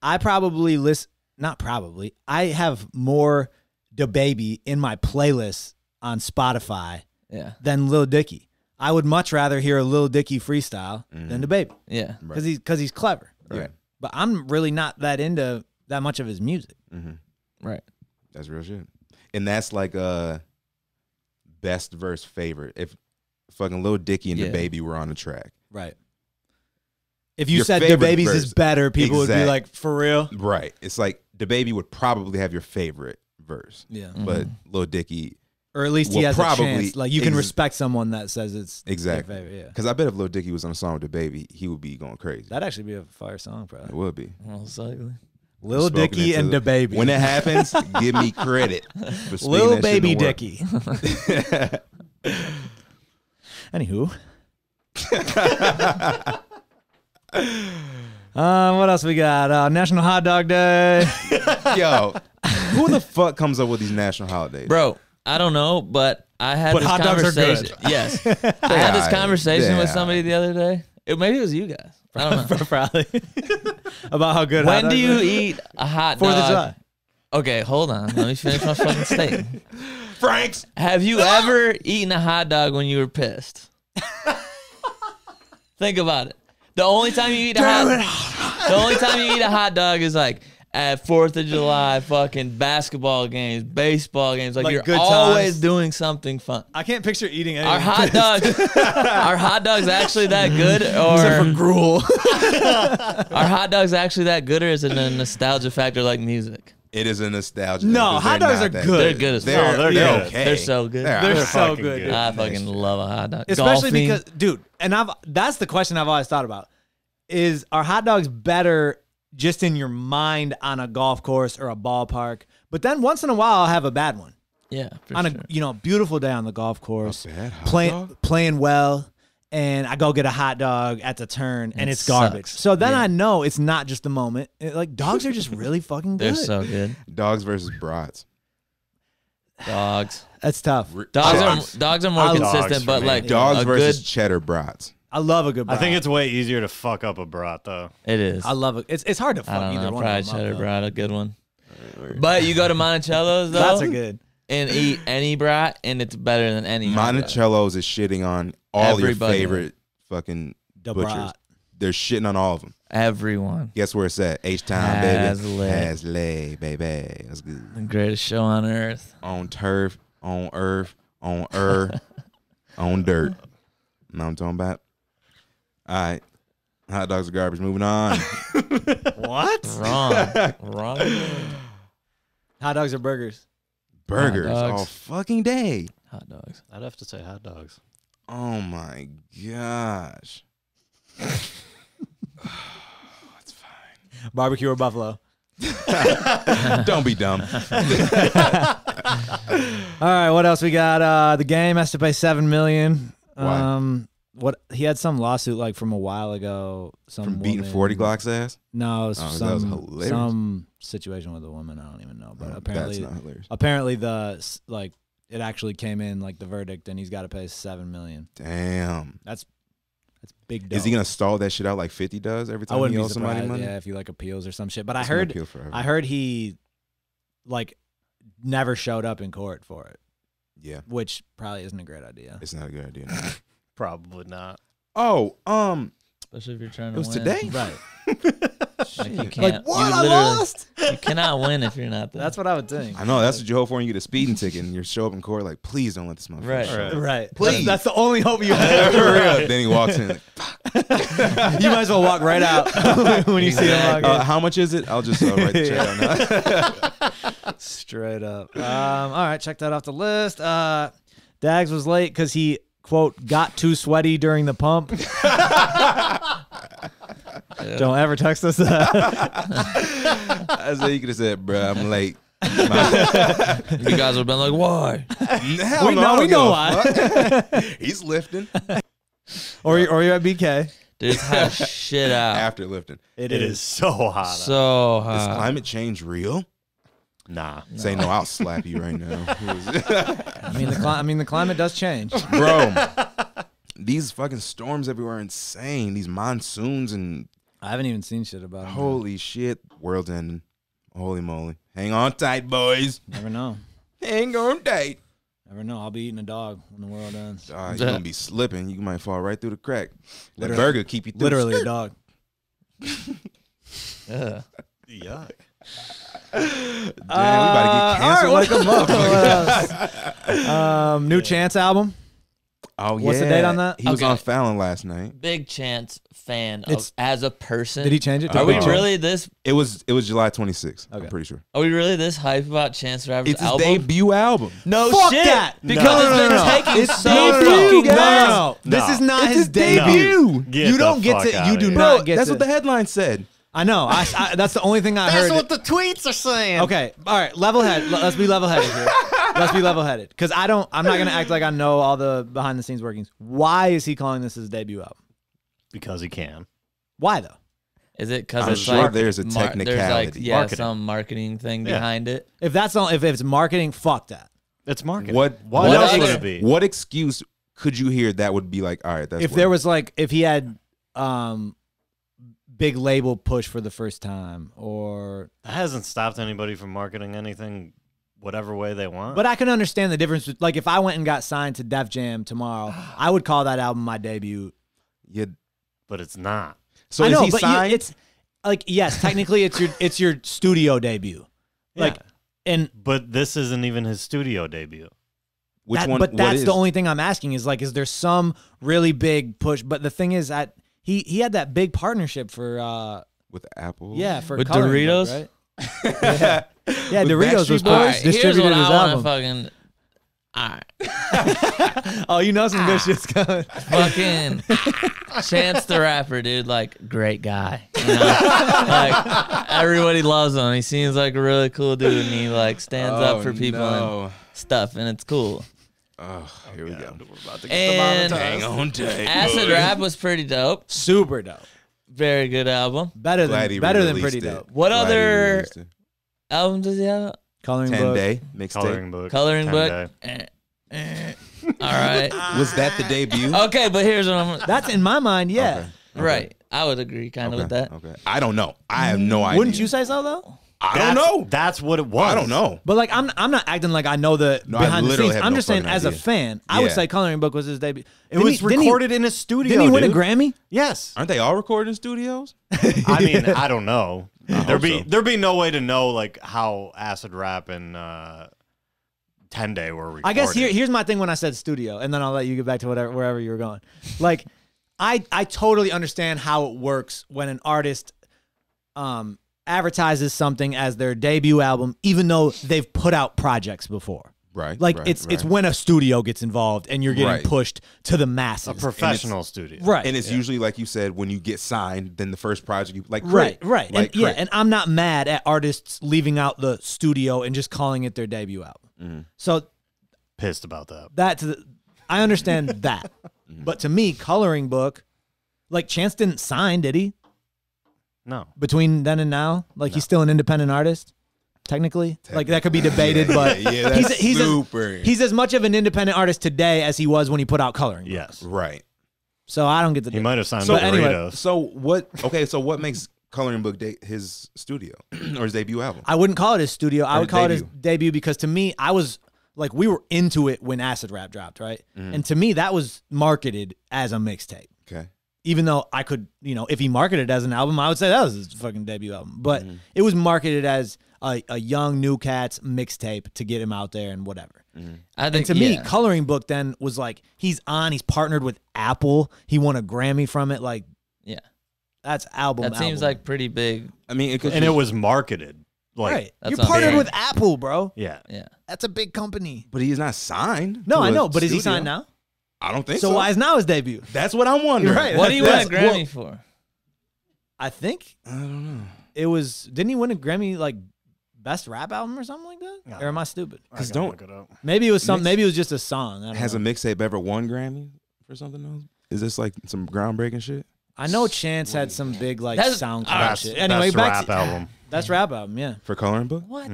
Speaker 1: I probably list not probably. I have more the baby in my playlist on Spotify
Speaker 3: yeah,
Speaker 1: than Lil Dicky. I would much rather hear a Lil Dicky freestyle than the baby
Speaker 3: yeah.
Speaker 1: because he's because he's clever.
Speaker 2: Yeah,
Speaker 1: But I'm really not that into that much of his music. Mm-hmm.
Speaker 3: Right.
Speaker 2: that's real shit, and that's like uh best verse favorite. If fucking Lil Dicky and the
Speaker 3: Yeah.
Speaker 2: baby were on the track,
Speaker 1: Right. If you
Speaker 2: Your
Speaker 1: said the
Speaker 2: favorite
Speaker 1: babies
Speaker 2: verse.
Speaker 1: is better, people would be
Speaker 2: Exact.
Speaker 1: like, for real.
Speaker 2: right? It's like the baby would probably have your favorite verse.
Speaker 1: Yeah.
Speaker 3: Mm-hmm.
Speaker 2: But
Speaker 1: Mm-hmm.
Speaker 2: Lil Dicky,
Speaker 1: Or at least he
Speaker 2: Well,
Speaker 1: has
Speaker 2: probably
Speaker 1: a chance. Like you can
Speaker 2: ex-
Speaker 1: respect someone that says it's their
Speaker 2: Exactly.
Speaker 1: favorite, Yeah.
Speaker 2: because I bet if Lil Dicky was on a song with the baby, he would be going crazy.
Speaker 1: That'd actually be a fire song, probably.
Speaker 2: it would be.
Speaker 3: Most likely.
Speaker 1: Lil
Speaker 2: Spoken
Speaker 1: Dicky
Speaker 2: into
Speaker 1: and the baby.
Speaker 2: When
Speaker 1: <laughs>
Speaker 2: it happens, give me credit for speaking
Speaker 1: Lil
Speaker 2: that shit in
Speaker 1: Baby
Speaker 2: the world.
Speaker 1: Dicky. <laughs> Anywho.
Speaker 2: <laughs>
Speaker 1: um, what else we got? Uh, National Hot Dog Day. <laughs>
Speaker 2: Yo, who the fuck comes up with these national holidays?
Speaker 3: Bro, I don't know, but I had
Speaker 1: But
Speaker 3: this
Speaker 1: hot dogs are good.
Speaker 3: conversation.
Speaker 1: <laughs>
Speaker 3: Yes. I had this
Speaker 2: Yeah,
Speaker 3: conversation with
Speaker 2: yeah.
Speaker 3: somebody the other day. It, maybe it was you guys.
Speaker 1: <laughs>
Speaker 3: I don't know.
Speaker 1: probably. About how good hot
Speaker 3: when do
Speaker 1: dogs
Speaker 3: you
Speaker 1: are.
Speaker 3: eat a hot
Speaker 1: Fourth of
Speaker 3: dog?
Speaker 1: July.
Speaker 3: Okay, hold on. Let me finish
Speaker 1: <laughs>
Speaker 3: my fucking statement.
Speaker 2: Franks.
Speaker 3: Have you ever eaten a hot dog when you were
Speaker 1: <laughs>
Speaker 3: pissed? Think about it. The only time you eat a hot the only time you eat a hot dog is like at Fourth of July, fucking basketball games, baseball games. Like,
Speaker 1: Like
Speaker 3: you're
Speaker 1: good
Speaker 3: always
Speaker 1: times.
Speaker 3: doing something fun.
Speaker 1: I can't picture eating anything. <laughs>
Speaker 3: Are hot dogs are hot dogs actually that good, or
Speaker 1: gruel.
Speaker 3: are hot dogs actually that good, or is it a nostalgia factor like music?
Speaker 2: It is a nostalgia.
Speaker 1: No,
Speaker 2: because
Speaker 1: hot
Speaker 2: they're
Speaker 1: dogs
Speaker 2: not
Speaker 1: are
Speaker 2: that
Speaker 1: good.
Speaker 3: They're good as
Speaker 2: They're,
Speaker 3: fuck.
Speaker 4: No, they're
Speaker 2: they're
Speaker 4: good.
Speaker 2: okay.
Speaker 3: They're so good.
Speaker 1: They're
Speaker 2: all
Speaker 1: so
Speaker 2: right.
Speaker 4: fucking
Speaker 1: good, dude.
Speaker 3: I fucking love a hot dog.
Speaker 1: Especially
Speaker 3: Golfing.
Speaker 1: because, dude, and I've that's the question I've always thought about: is are hot dogs better just in your mind on a golf course or a ballpark? But then once in a while, I'll have a bad one
Speaker 3: yeah, for
Speaker 1: on a
Speaker 3: sure.
Speaker 1: you know beautiful day on the golf course,
Speaker 2: bad hot
Speaker 1: playing
Speaker 2: dog?
Speaker 1: playing well, and I go get a hot dog at the turn, and
Speaker 3: It
Speaker 1: it's garbage.
Speaker 3: sucks.
Speaker 1: So then
Speaker 3: Yeah.
Speaker 1: I know it's not just the moment. It- like dogs are just really fucking
Speaker 3: they're
Speaker 1: good. <sighs>
Speaker 3: so good.
Speaker 2: Dogs versus brats.
Speaker 3: Dogs.
Speaker 1: That's tough.
Speaker 2: Re-
Speaker 3: Dogs
Speaker 4: Dogs.
Speaker 3: are dogs are more
Speaker 1: I-
Speaker 3: consistent,
Speaker 4: Dogs for
Speaker 3: but
Speaker 4: me.
Speaker 3: like
Speaker 2: Dogs
Speaker 3: a
Speaker 2: versus cheddar brats.
Speaker 1: I love a good.
Speaker 4: I
Speaker 1: Brat.
Speaker 4: think it's way easier to fuck up a brat though.
Speaker 3: good, it is.
Speaker 1: I love it. It's it's hard to fuck
Speaker 3: I don't
Speaker 1: either
Speaker 3: know.
Speaker 1: one.
Speaker 3: Probably
Speaker 1: of them up,
Speaker 3: cheddar
Speaker 1: though.
Speaker 3: brat, a good one. But you go
Speaker 1: <laughs>
Speaker 3: to Monticello's though,
Speaker 1: That's a good.
Speaker 3: and eat any brat, and it's better than any. hot dog.
Speaker 2: Monticello's is shitting on all
Speaker 3: Everybody.
Speaker 2: your favorite fucking
Speaker 1: The
Speaker 2: butchers.
Speaker 1: brat.
Speaker 2: They're shitting on all of them.
Speaker 3: Everyone.
Speaker 2: Guess where it's at? H Town, baby.
Speaker 3: Hazlay.
Speaker 2: Hazlay, baby. That's good.
Speaker 3: The greatest show on earth.
Speaker 2: On turf, on earth, on er,
Speaker 3: <laughs>
Speaker 2: on dirt. Know what I'm talking about? All right. Hot dogs are garbage. Moving on.
Speaker 1: What?
Speaker 3: Wrong.
Speaker 2: <laughs>
Speaker 3: Wrong.
Speaker 1: Hot dogs or burgers?
Speaker 2: Burgers
Speaker 3: dogs.
Speaker 2: all fucking day.
Speaker 3: Hot dogs.
Speaker 4: I'd have to say hot dogs.
Speaker 2: Oh my gosh.
Speaker 1: Barbecue or buffalo?
Speaker 2: Don't
Speaker 1: <laughs>
Speaker 2: be dumb.
Speaker 1: All right, what else we got? Uh, the game has to pay seven million.
Speaker 2: Why?
Speaker 1: Um, what he had some lawsuit like from a while ago. Some
Speaker 2: From beating
Speaker 1: woman-
Speaker 2: 40 Glock's ass?
Speaker 1: No, it was
Speaker 2: Oh, that was
Speaker 1: some
Speaker 2: hilarious.
Speaker 1: some situation with a woman. I don't even know, but
Speaker 2: Oh,
Speaker 1: apparently,
Speaker 2: That's not hilarious.
Speaker 1: apparently the s- like it actually came in like the verdict, and he's got to pay seven million.
Speaker 2: Damn.
Speaker 1: That's that's big.
Speaker 2: Is he
Speaker 1: dough.
Speaker 2: gonna stall that shit out like Fifty does every
Speaker 1: I
Speaker 2: time he
Speaker 1: wouldn't be
Speaker 2: owes somebody
Speaker 1: surprised.
Speaker 2: money?
Speaker 1: Yeah, if he like appeals or some shit. But I
Speaker 2: It's gonna
Speaker 1: heard
Speaker 2: appeal forever.
Speaker 1: I heard he like never showed up in court for it,
Speaker 2: yeah,
Speaker 1: which probably isn't a great idea.
Speaker 2: it's not a good idea.
Speaker 1: <laughs>
Speaker 4: Probably not.
Speaker 2: oh, um,
Speaker 3: Especially if you're trying to
Speaker 2: it was
Speaker 3: win.
Speaker 2: today.
Speaker 1: Right.
Speaker 3: Like you can't.
Speaker 1: Like what?
Speaker 3: You
Speaker 1: I
Speaker 3: literally-
Speaker 1: lost.
Speaker 3: You cannot win if you're not there.
Speaker 1: That's what I would think.
Speaker 2: I know that's what you hope for when you get a speeding ticket and you show up in court like, please don't let this motherfucker.
Speaker 3: Right.
Speaker 2: show up."
Speaker 4: Right.
Speaker 1: <laughs> Right. That's,
Speaker 2: Please.
Speaker 1: that's the only hope you
Speaker 2: <laughs> For
Speaker 1: have.
Speaker 2: real. Then he walks in. like,
Speaker 1: you might as well walk right out <laughs> when you see him
Speaker 2: uh,
Speaker 1: walk
Speaker 2: how much is it? I'll just uh, write the
Speaker 1: <laughs>
Speaker 2: check on <laughs> that.
Speaker 1: in. Straight up. Um, all right, check that off the list. Uh, Dags was late because he quote got too sweaty during the
Speaker 2: <laughs>
Speaker 1: pump. <laughs> Don't ever text us that. <laughs>
Speaker 2: I said you could have said, "Bro,
Speaker 1: <laughs>
Speaker 2: I'm late." My-
Speaker 3: You guys would have been like, why?
Speaker 2: Hell
Speaker 1: We
Speaker 2: no,
Speaker 1: know-
Speaker 2: I don't
Speaker 1: we
Speaker 2: give
Speaker 1: know
Speaker 2: a
Speaker 1: why. <laughs>
Speaker 2: fuck. He's lifting
Speaker 1: or you or you at BK.
Speaker 3: Dude, it's
Speaker 2: <laughs>
Speaker 3: hot as shit out.
Speaker 2: after lifting.
Speaker 4: it is. so hot. out.
Speaker 3: So
Speaker 1: Uh,
Speaker 2: Is
Speaker 3: hot.
Speaker 2: climate change real?
Speaker 4: nah.
Speaker 2: Say no, I'll slap you
Speaker 1: <laughs>
Speaker 2: right now.
Speaker 1: I mean the cli- I mean
Speaker 2: <laughs>
Speaker 1: the climate does change.
Speaker 2: bro. these fucking storms everywhere are insane. These monsoons and
Speaker 1: I haven't even seen shit about it.
Speaker 2: holy shit, world's ending. Holy moly! Hang on tight, boys.
Speaker 1: Never know.
Speaker 2: Hang on tight.
Speaker 1: Never know. I'll be eating a dog when the world ends.
Speaker 2: Uh, you're gonna be slipping. You might fall right through the crack. That
Speaker 1: Literally.
Speaker 2: burger keep you through.
Speaker 1: Literally a dog.
Speaker 3: Ugh.
Speaker 4: Yuck.
Speaker 2: Damn, we about to get
Speaker 1: Uh,
Speaker 2: canceled
Speaker 1: all right,
Speaker 2: like a motherfucker.
Speaker 1: um, new Chance album.
Speaker 2: Oh yeah.
Speaker 1: What's the date on that?
Speaker 2: He was
Speaker 3: Okay.
Speaker 2: on Fallon last night.
Speaker 3: Big Chance fan of,
Speaker 1: It's-
Speaker 3: as a person.
Speaker 1: Did he change it? To
Speaker 3: are
Speaker 1: a
Speaker 3: we
Speaker 1: picture?
Speaker 3: really this?
Speaker 2: It was it was July 26th. I'm
Speaker 1: Okay.
Speaker 2: pretty sure.
Speaker 3: Are we really this hype about Chance the Rapper's
Speaker 2: It's his
Speaker 3: album?
Speaker 2: debut album.
Speaker 3: No
Speaker 1: Fuck
Speaker 3: shit.
Speaker 1: that.
Speaker 3: Because
Speaker 4: No,
Speaker 3: it's
Speaker 4: no,
Speaker 3: been
Speaker 4: no, no.
Speaker 3: taking
Speaker 4: It's
Speaker 3: so
Speaker 4: no, no, no.
Speaker 3: long.
Speaker 1: No, no,
Speaker 2: guys.
Speaker 1: no. This
Speaker 4: No.
Speaker 1: is not
Speaker 2: It's
Speaker 1: his
Speaker 2: his
Speaker 1: debut.
Speaker 2: debut.
Speaker 4: Get
Speaker 2: you
Speaker 4: the
Speaker 2: don't get
Speaker 4: fuck
Speaker 2: to.
Speaker 4: outta
Speaker 2: You do
Speaker 4: here.
Speaker 1: No,
Speaker 2: not.
Speaker 1: get
Speaker 2: That's
Speaker 1: to-
Speaker 2: what the headline said.
Speaker 1: I know. I, I, that's the only thing I
Speaker 4: That's
Speaker 1: heard.
Speaker 4: what the tweets are saying.
Speaker 1: okay. All right. Level head. le- Let's be level headed here. Let's be level headed. Because I don't. I'm not gonna act like I know all the behind the scenes workings. Why is he calling this his debut album?
Speaker 4: Because he can.
Speaker 1: Why though?
Speaker 3: Is it because
Speaker 2: I'm
Speaker 3: it's
Speaker 2: sure
Speaker 3: like
Speaker 2: there's a
Speaker 3: There's like
Speaker 2: technicality.
Speaker 3: yeah,
Speaker 4: Marketing.
Speaker 3: some marketing thing
Speaker 4: Yeah.
Speaker 3: behind it.
Speaker 1: If that's all, if it's marketing, fuck that.
Speaker 4: It's marketing.
Speaker 2: What?
Speaker 4: Why
Speaker 3: what
Speaker 4: else
Speaker 3: other-
Speaker 4: would it be?
Speaker 2: What excuse could you hear that would be like? All right, that's
Speaker 1: if there was like, if he had, um, big label push for the first time, or
Speaker 4: That hasn't stopped anybody from marketing anything, whatever way they want.
Speaker 1: but I can understand the difference. with- Like if I went and got signed to Def Jam tomorrow, I would call that album my debut.
Speaker 2: Yeah.
Speaker 4: but it's not.
Speaker 2: So
Speaker 1: I
Speaker 2: is
Speaker 1: know,
Speaker 2: he
Speaker 1: but you-
Speaker 2: signed?
Speaker 1: it's like yes, technically it's your it's your studio debut, like
Speaker 4: Yeah.
Speaker 1: and
Speaker 4: But this isn't even his studio debut.
Speaker 2: Which
Speaker 1: that-
Speaker 2: one?
Speaker 1: But
Speaker 2: what
Speaker 1: that's
Speaker 2: is-
Speaker 1: the only thing I'm asking is like, is there some really big push? But the thing is that he he had that big partnership for uh
Speaker 2: with Apple.
Speaker 1: yeah for
Speaker 3: With
Speaker 1: Coloring Book,
Speaker 3: Doritos?
Speaker 1: right?
Speaker 2: <laughs>
Speaker 1: Yeah,
Speaker 2: With
Speaker 1: Doritos was
Speaker 2: Backstreet
Speaker 1: Boys
Speaker 3: All right,
Speaker 1: distributed
Speaker 3: here's what
Speaker 1: his
Speaker 3: I wanna
Speaker 1: album.
Speaker 3: Fucking, all right,
Speaker 1: Oh, you know
Speaker 3: Ah.
Speaker 1: some good shit's coming.
Speaker 3: fucking Chance the Rapper, dude. Like, great guy. You know? like, everybody loves him. He seems like a really cool dude, and he like stands up
Speaker 2: Oh,
Speaker 3: for people and
Speaker 2: no.
Speaker 3: stuff, and it's cool.
Speaker 2: Oh, here we go.
Speaker 4: We're about to
Speaker 3: And
Speaker 2: Hang on tight.
Speaker 3: Acid
Speaker 2: bud.
Speaker 3: Rap was pretty dope.
Speaker 1: Super dope.
Speaker 3: Very good album.
Speaker 1: Better
Speaker 2: Glad he
Speaker 1: than better than
Speaker 2: re-released
Speaker 1: pretty
Speaker 2: it.
Speaker 1: dope.
Speaker 3: What
Speaker 2: Glad he
Speaker 3: other-
Speaker 2: re-released it.
Speaker 3: Album does he have?
Speaker 1: Coloring
Speaker 2: ten
Speaker 1: book.
Speaker 2: day mixtape?
Speaker 4: coloring book.
Speaker 3: Coloring
Speaker 4: 10
Speaker 3: book.
Speaker 4: day.
Speaker 3: Eh, eh. All right.
Speaker 2: Was that the
Speaker 1: <laughs>
Speaker 2: debut?
Speaker 3: Okay, but here's what I'm.
Speaker 1: That's in my mind. Yeah.
Speaker 2: Okay.
Speaker 3: Right. I would agree kind of with that.
Speaker 2: Okay. I don't know. I have no idea.
Speaker 1: Wouldn't you say so though?
Speaker 2: I
Speaker 4: That's-
Speaker 2: don't know.
Speaker 4: That's what it was.
Speaker 2: I don't know.
Speaker 1: But like I'm I'm not acting like I know the
Speaker 2: No, I
Speaker 1: behind the
Speaker 2: literally
Speaker 1: scenes.
Speaker 2: have
Speaker 1: I'm
Speaker 2: no
Speaker 1: just saying
Speaker 2: fucking
Speaker 1: as a
Speaker 2: idea.
Speaker 1: fan, I would
Speaker 2: Yeah.
Speaker 1: say Coloring Book was his debut.
Speaker 4: It was recorded in a
Speaker 1: Didn't
Speaker 4: studio.
Speaker 1: he, win
Speaker 4: dude.
Speaker 1: a Grammy?
Speaker 4: Yes.
Speaker 2: Aren't they all recording studios?
Speaker 4: I mean, I don't know.
Speaker 1: <laughs>
Speaker 4: There'd be
Speaker 2: so.
Speaker 4: there'd be no way to know like how acid rap and uh, ten day were recorded.
Speaker 1: I guess here, here's my thing when I said studio, and then I'll let you get back to whatever wherever you were going. Like, I I totally understand how it works when an artist um advertises something as their debut album, even though they've put out projects before.
Speaker 2: Right.
Speaker 1: Like
Speaker 2: right,
Speaker 1: it's it's
Speaker 2: right.
Speaker 1: when a studio gets involved and you're getting
Speaker 2: Right.
Speaker 1: pushed to the masses.
Speaker 4: a professional studio.
Speaker 1: right.
Speaker 2: and it's usually like you said when you get signed, then the first project you like.
Speaker 1: Right,
Speaker 2: Crit.
Speaker 1: right.
Speaker 2: Like
Speaker 1: and, yeah,
Speaker 2: Crit.
Speaker 1: and I'm not mad at artists leaving out the studio and just calling it their debut album.
Speaker 2: Mm-hmm.
Speaker 1: So
Speaker 4: Pissed about that.
Speaker 1: that's I
Speaker 2: <laughs>
Speaker 1: understand that.
Speaker 2: Mm-hmm.
Speaker 1: But to me, coloring book, like Chance didn't sign, did he?
Speaker 4: No.
Speaker 1: Between then and now, like he's still an independent artist, technically. Like that could be debated, but
Speaker 2: yeah, that's
Speaker 1: he's he's
Speaker 2: super.
Speaker 1: As, he's as much of an independent artist today as he was when he put out coloring. Book.
Speaker 4: Yes.
Speaker 2: right.
Speaker 1: So I don't get the.
Speaker 4: He might have signed
Speaker 1: So
Speaker 4: so
Speaker 1: anyway,
Speaker 4: Doritos.
Speaker 2: So what? Okay. So what makes Coloring Book Day his studio <clears throat> or his debut album?
Speaker 1: I wouldn't call it his studio. I
Speaker 2: Or
Speaker 1: would call it his
Speaker 2: debut.
Speaker 1: debut because to me, I was like, we were into it when Acid Rap dropped, right? And to me, that was marketed as a mixtape.
Speaker 2: okay.
Speaker 1: even though I could, you know, if he marketed it as an album, I would say that was his fucking debut album. But it was marketed as a, a young new cats mixtape to get him out there and whatever.
Speaker 3: I
Speaker 1: And
Speaker 3: think
Speaker 1: to me,
Speaker 3: yeah.
Speaker 1: Coloring Book then was like he's on, he's partnered with Apple, he won a Grammy from it. Like
Speaker 3: yeah.
Speaker 1: that's album.
Speaker 3: That seems
Speaker 1: album.
Speaker 3: like pretty big.
Speaker 2: I mean, it could
Speaker 4: And it was marketed. Like
Speaker 1: right.
Speaker 3: that's
Speaker 1: You're
Speaker 3: what I'm
Speaker 1: partnered
Speaker 3: saying.
Speaker 1: with Apple, bro.
Speaker 4: yeah.
Speaker 3: Yeah.
Speaker 1: That's a big company.
Speaker 2: but he's not signed.
Speaker 1: No,
Speaker 2: to
Speaker 1: I
Speaker 2: a
Speaker 1: know, but is he
Speaker 2: studio.
Speaker 1: signed now?
Speaker 2: I don't think so.
Speaker 1: So why is now his debut?
Speaker 2: That's what I'm wondering.
Speaker 1: Right.
Speaker 3: What do you want
Speaker 1: That's-
Speaker 3: a Grammy for?
Speaker 1: I think
Speaker 2: I don't know.
Speaker 1: it was. Didn't he win a Grammy like best rap album or something like that? Or am I stupid?
Speaker 4: I
Speaker 2: 'Cause
Speaker 4: gotta
Speaker 2: don't-
Speaker 4: look it up.
Speaker 1: Maybe it was some.
Speaker 2: Mix-
Speaker 1: Maybe it was just a song. I don't
Speaker 2: Has
Speaker 1: know.
Speaker 2: a mixtape ever won Grammy for something else? Is this like some groundbreaking shit?
Speaker 1: I know Chance had some big like
Speaker 3: That's-
Speaker 1: SoundCloud
Speaker 4: That's,
Speaker 1: shit. Anyway,
Speaker 4: that's
Speaker 1: back
Speaker 4: rap
Speaker 1: to,
Speaker 4: <laughs> album.
Speaker 1: that's rap album. Yeah,
Speaker 2: For coloring book?
Speaker 3: What?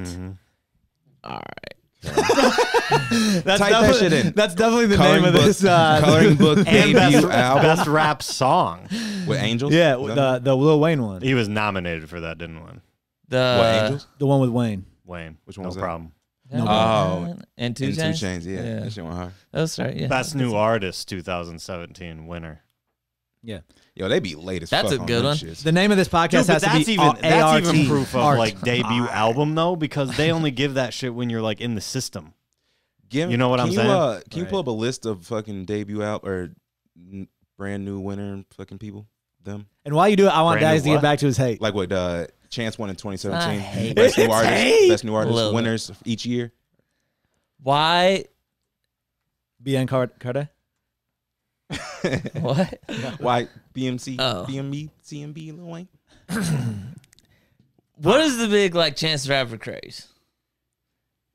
Speaker 3: All right.
Speaker 1: that's
Speaker 2: Type that definitely- shit in.
Speaker 1: That's definitely the
Speaker 2: Coloring
Speaker 1: name of
Speaker 2: book,
Speaker 1: this.
Speaker 2: <laughs>
Speaker 1: Uh,
Speaker 2: coloring book
Speaker 4: And best,
Speaker 2: debut album
Speaker 4: best rap song.
Speaker 2: with
Speaker 1: <laughs>
Speaker 2: angels.
Speaker 1: yeah,
Speaker 2: Is that
Speaker 1: the
Speaker 2: it?
Speaker 1: the Lil Wayne one,
Speaker 4: He was nominated for that, didn't win.
Speaker 1: uh,
Speaker 2: what
Speaker 3: The
Speaker 2: angels?
Speaker 1: the one with Wayne.
Speaker 4: Wayne.
Speaker 2: Which one
Speaker 4: no
Speaker 2: was that?
Speaker 4: problem.
Speaker 2: Oh.
Speaker 3: and two
Speaker 2: And two
Speaker 3: chains.
Speaker 2: chains. Yeah,
Speaker 3: Yeah.
Speaker 2: that shit went hard.
Speaker 3: That's right. Yeah.
Speaker 4: Best new artist 2017 winner.
Speaker 1: Yeah,
Speaker 2: Yo, they be late as
Speaker 3: That's
Speaker 2: fuck
Speaker 3: a
Speaker 2: on
Speaker 3: good
Speaker 2: them
Speaker 3: one.
Speaker 2: shits.
Speaker 1: the name of this podcast
Speaker 4: Dude,
Speaker 1: has
Speaker 4: but
Speaker 1: to be
Speaker 4: that's even
Speaker 1: A-
Speaker 4: that's
Speaker 1: ART,
Speaker 4: even proof of
Speaker 1: art.
Speaker 4: like debut album though, because they only give that shit when you're like in the system.
Speaker 2: Give,
Speaker 4: You know what
Speaker 2: can
Speaker 4: I'm
Speaker 2: you,
Speaker 4: saying?
Speaker 2: Uh, can you pull
Speaker 1: Right.
Speaker 2: up a list of fucking debut out or n- brand new winner fucking people? Them
Speaker 1: And while you do it, I want
Speaker 4: Brand new
Speaker 1: Dags to get
Speaker 4: what?
Speaker 1: back to his hate.
Speaker 2: like what? Uh, Chance won in 2017.
Speaker 3: I hate
Speaker 2: best, new
Speaker 1: it.
Speaker 2: artist,
Speaker 1: Hate.
Speaker 2: best new artist
Speaker 3: Love it.
Speaker 2: winners each year.
Speaker 3: Why? <laughs>
Speaker 1: BN Card- Carter.
Speaker 3: What?
Speaker 2: Why BMC,
Speaker 3: Oh.
Speaker 2: BMB, CMB, Lil Wayne?
Speaker 3: What is the big like chance the rapper craze?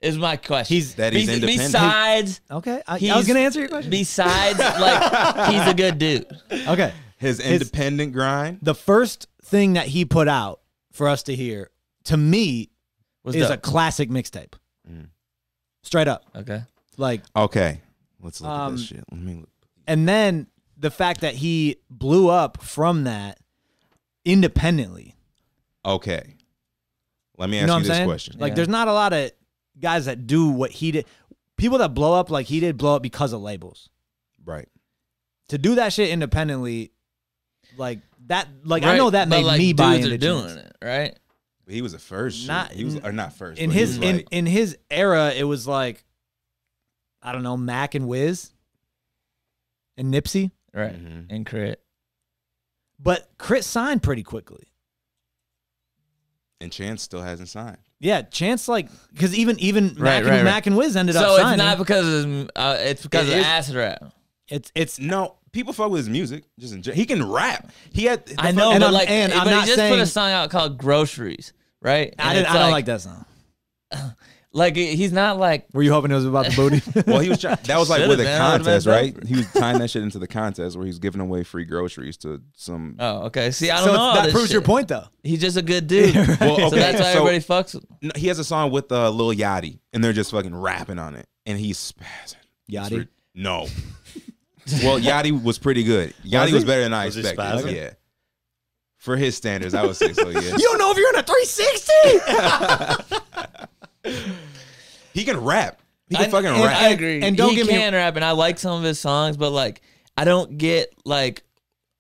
Speaker 3: Is my question.
Speaker 1: He's-
Speaker 2: That he's
Speaker 3: Be-
Speaker 2: independent.
Speaker 3: Besides,
Speaker 1: Okay, I, I
Speaker 3: He's-
Speaker 1: was gonna answer your question.
Speaker 2: <laughs>
Speaker 3: besides, like he's a good dude.
Speaker 1: okay,
Speaker 2: His independent grind.
Speaker 1: the first thing that he put out for us to hear, to me,
Speaker 3: Was
Speaker 1: is a
Speaker 3: dope.
Speaker 1: classic mixtape.
Speaker 2: Mm.
Speaker 1: Straight up,
Speaker 3: okay.
Speaker 1: like,
Speaker 2: Okay, let's look at
Speaker 1: Um,
Speaker 2: this shit. Let me look.
Speaker 1: and then the fact that he blew up from that independently.
Speaker 2: Okay, let me
Speaker 1: You
Speaker 2: ask
Speaker 1: know
Speaker 2: you,
Speaker 1: what I'm
Speaker 2: this
Speaker 1: saying?
Speaker 2: question.
Speaker 1: Like,
Speaker 3: Yeah.
Speaker 1: there's not a lot of guys that do what he did. People that blow up like he did blow up because of labels.
Speaker 2: right.
Speaker 1: To do that shit independently, like that, like I
Speaker 3: Right,
Speaker 1: know that
Speaker 3: but,
Speaker 1: made
Speaker 3: like,
Speaker 1: me
Speaker 3: dudes
Speaker 1: buy
Speaker 3: are
Speaker 1: into
Speaker 3: doing
Speaker 1: Chance.
Speaker 3: it, right?
Speaker 2: He was the first. Not,
Speaker 1: Not-
Speaker 2: he was or not first.
Speaker 1: in
Speaker 2: but he
Speaker 1: his
Speaker 2: was
Speaker 1: in,
Speaker 2: like-
Speaker 1: in his era, it was like I don't know, Mac and Wiz and Nipsey,
Speaker 3: Right.
Speaker 2: Mhm.
Speaker 3: And crit.
Speaker 1: but Crit signed pretty quickly.
Speaker 2: and Chance still hasn't signed.
Speaker 1: Yeah, Chance like because even even Mac,
Speaker 3: Right,
Speaker 1: and,
Speaker 3: right, right.
Speaker 1: Mac and Wiz ended
Speaker 3: So
Speaker 1: up
Speaker 3: it's
Speaker 1: signing.
Speaker 3: not because of uh, it's because
Speaker 2: It
Speaker 3: of
Speaker 2: is-
Speaker 3: acid rap.
Speaker 1: it's it's
Speaker 2: No, people fuck with his music. Just in, gen- he can rap. He had. the
Speaker 3: I
Speaker 2: fuck-
Speaker 3: know,
Speaker 1: And
Speaker 3: but
Speaker 1: I'm-
Speaker 3: like,
Speaker 1: and I'm
Speaker 3: but
Speaker 1: not
Speaker 3: he just put
Speaker 1: saying-
Speaker 3: a song out called "Groceries," right?
Speaker 1: I,
Speaker 3: And
Speaker 1: didn't,
Speaker 3: it's
Speaker 1: I don't like that song.
Speaker 3: Like he's not like
Speaker 1: Were you hoping it was about the
Speaker 3: <laughs>
Speaker 1: booty?
Speaker 2: Well, he was trying, that was like
Speaker 3: Should've
Speaker 2: with a
Speaker 3: been, that would've been
Speaker 2: contest, right?
Speaker 3: dope.
Speaker 2: He was tying that shit into the contest where he was giving away free groceries to some.
Speaker 3: Oh, okay. See, I don't
Speaker 1: so
Speaker 3: know. all
Speaker 1: that
Speaker 3: this
Speaker 1: proves your
Speaker 3: shit.
Speaker 1: point though.
Speaker 3: He's just a
Speaker 1: <laughs>
Speaker 3: good dude.
Speaker 2: Well,
Speaker 3: So that's why
Speaker 2: so-
Speaker 3: everybody fucks with him.
Speaker 2: No, he has a song with uh, Lil Yachty, and they're just fucking rapping on it, and he's spazzing. It's
Speaker 1: Yachty?
Speaker 2: re- no. well, Yachty was pretty good. Yachty was,
Speaker 1: he?
Speaker 2: better than I
Speaker 4: Was he
Speaker 2: expected.
Speaker 4: spazzing?
Speaker 2: Yeah. For his standards, I would say so. Yeah.
Speaker 1: You don't know if you're in a 360.
Speaker 2: he can rap. He can
Speaker 3: I-
Speaker 2: fucking
Speaker 3: and
Speaker 2: rap.
Speaker 3: I agree.
Speaker 1: And don't
Speaker 3: he
Speaker 1: get me-
Speaker 3: can rap, and I like some of his songs, but like I don't get like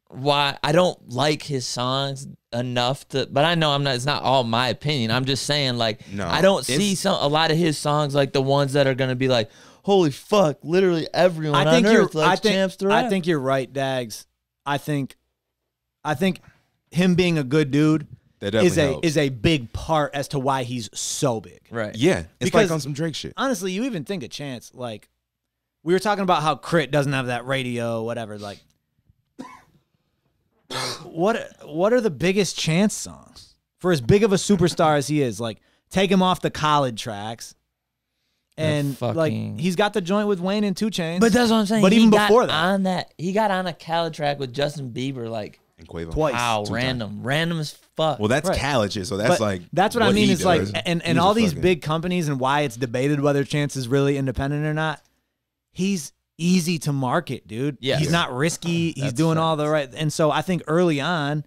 Speaker 3: why I don't like his songs enough to. But I know I'm not. It's not all my opinion. I'm just saying like
Speaker 2: No,
Speaker 3: I don't
Speaker 2: it's-
Speaker 3: see some a lot of his songs like the ones that are gonna be like holy fuck, literally everyone
Speaker 1: I think
Speaker 3: on
Speaker 1: you're.
Speaker 3: earth
Speaker 1: I
Speaker 3: likes Champs
Speaker 1: think,
Speaker 3: to
Speaker 1: I
Speaker 3: Rap.
Speaker 1: think you're right, Dags. I think, I think, him being a good dude
Speaker 2: that definitely
Speaker 1: is a
Speaker 2: helps.
Speaker 1: is a big part as to why he's so big.
Speaker 3: right.
Speaker 2: yeah, it's
Speaker 1: Because-
Speaker 2: like on some Drake shit.
Speaker 1: Honestly, you even think a chance like we were talking about how Crit doesn't have that radio, whatever. Like, what what are the biggest chance songs for as big of a superstar as he is? Like, take him off the college tracks, and like
Speaker 3: fucking-
Speaker 1: he's got the joint with Wayne and Two Chains.
Speaker 3: But that's what I'm saying.
Speaker 1: But
Speaker 3: He
Speaker 1: even
Speaker 3: got
Speaker 1: before that.
Speaker 3: on that he got on a Khaled track with Justin Bieber, like
Speaker 2: And Quavo.
Speaker 1: Twice.
Speaker 3: wow,
Speaker 2: two times.
Speaker 3: random, random as fuck.
Speaker 2: Well, that's
Speaker 1: Right.
Speaker 2: Khaled shit. So that's
Speaker 1: But
Speaker 2: like
Speaker 1: that's what, I mean.
Speaker 2: he
Speaker 1: Is like
Speaker 2: does.
Speaker 1: and
Speaker 2: He's
Speaker 1: and
Speaker 2: a
Speaker 1: all these
Speaker 2: fucking-
Speaker 1: big companies and why it's debated whether Chance is really independent or not. He's easy to market, dude.
Speaker 3: Yes.
Speaker 1: he's not risky. He's
Speaker 3: That's
Speaker 1: doing all the right. And so I think early on,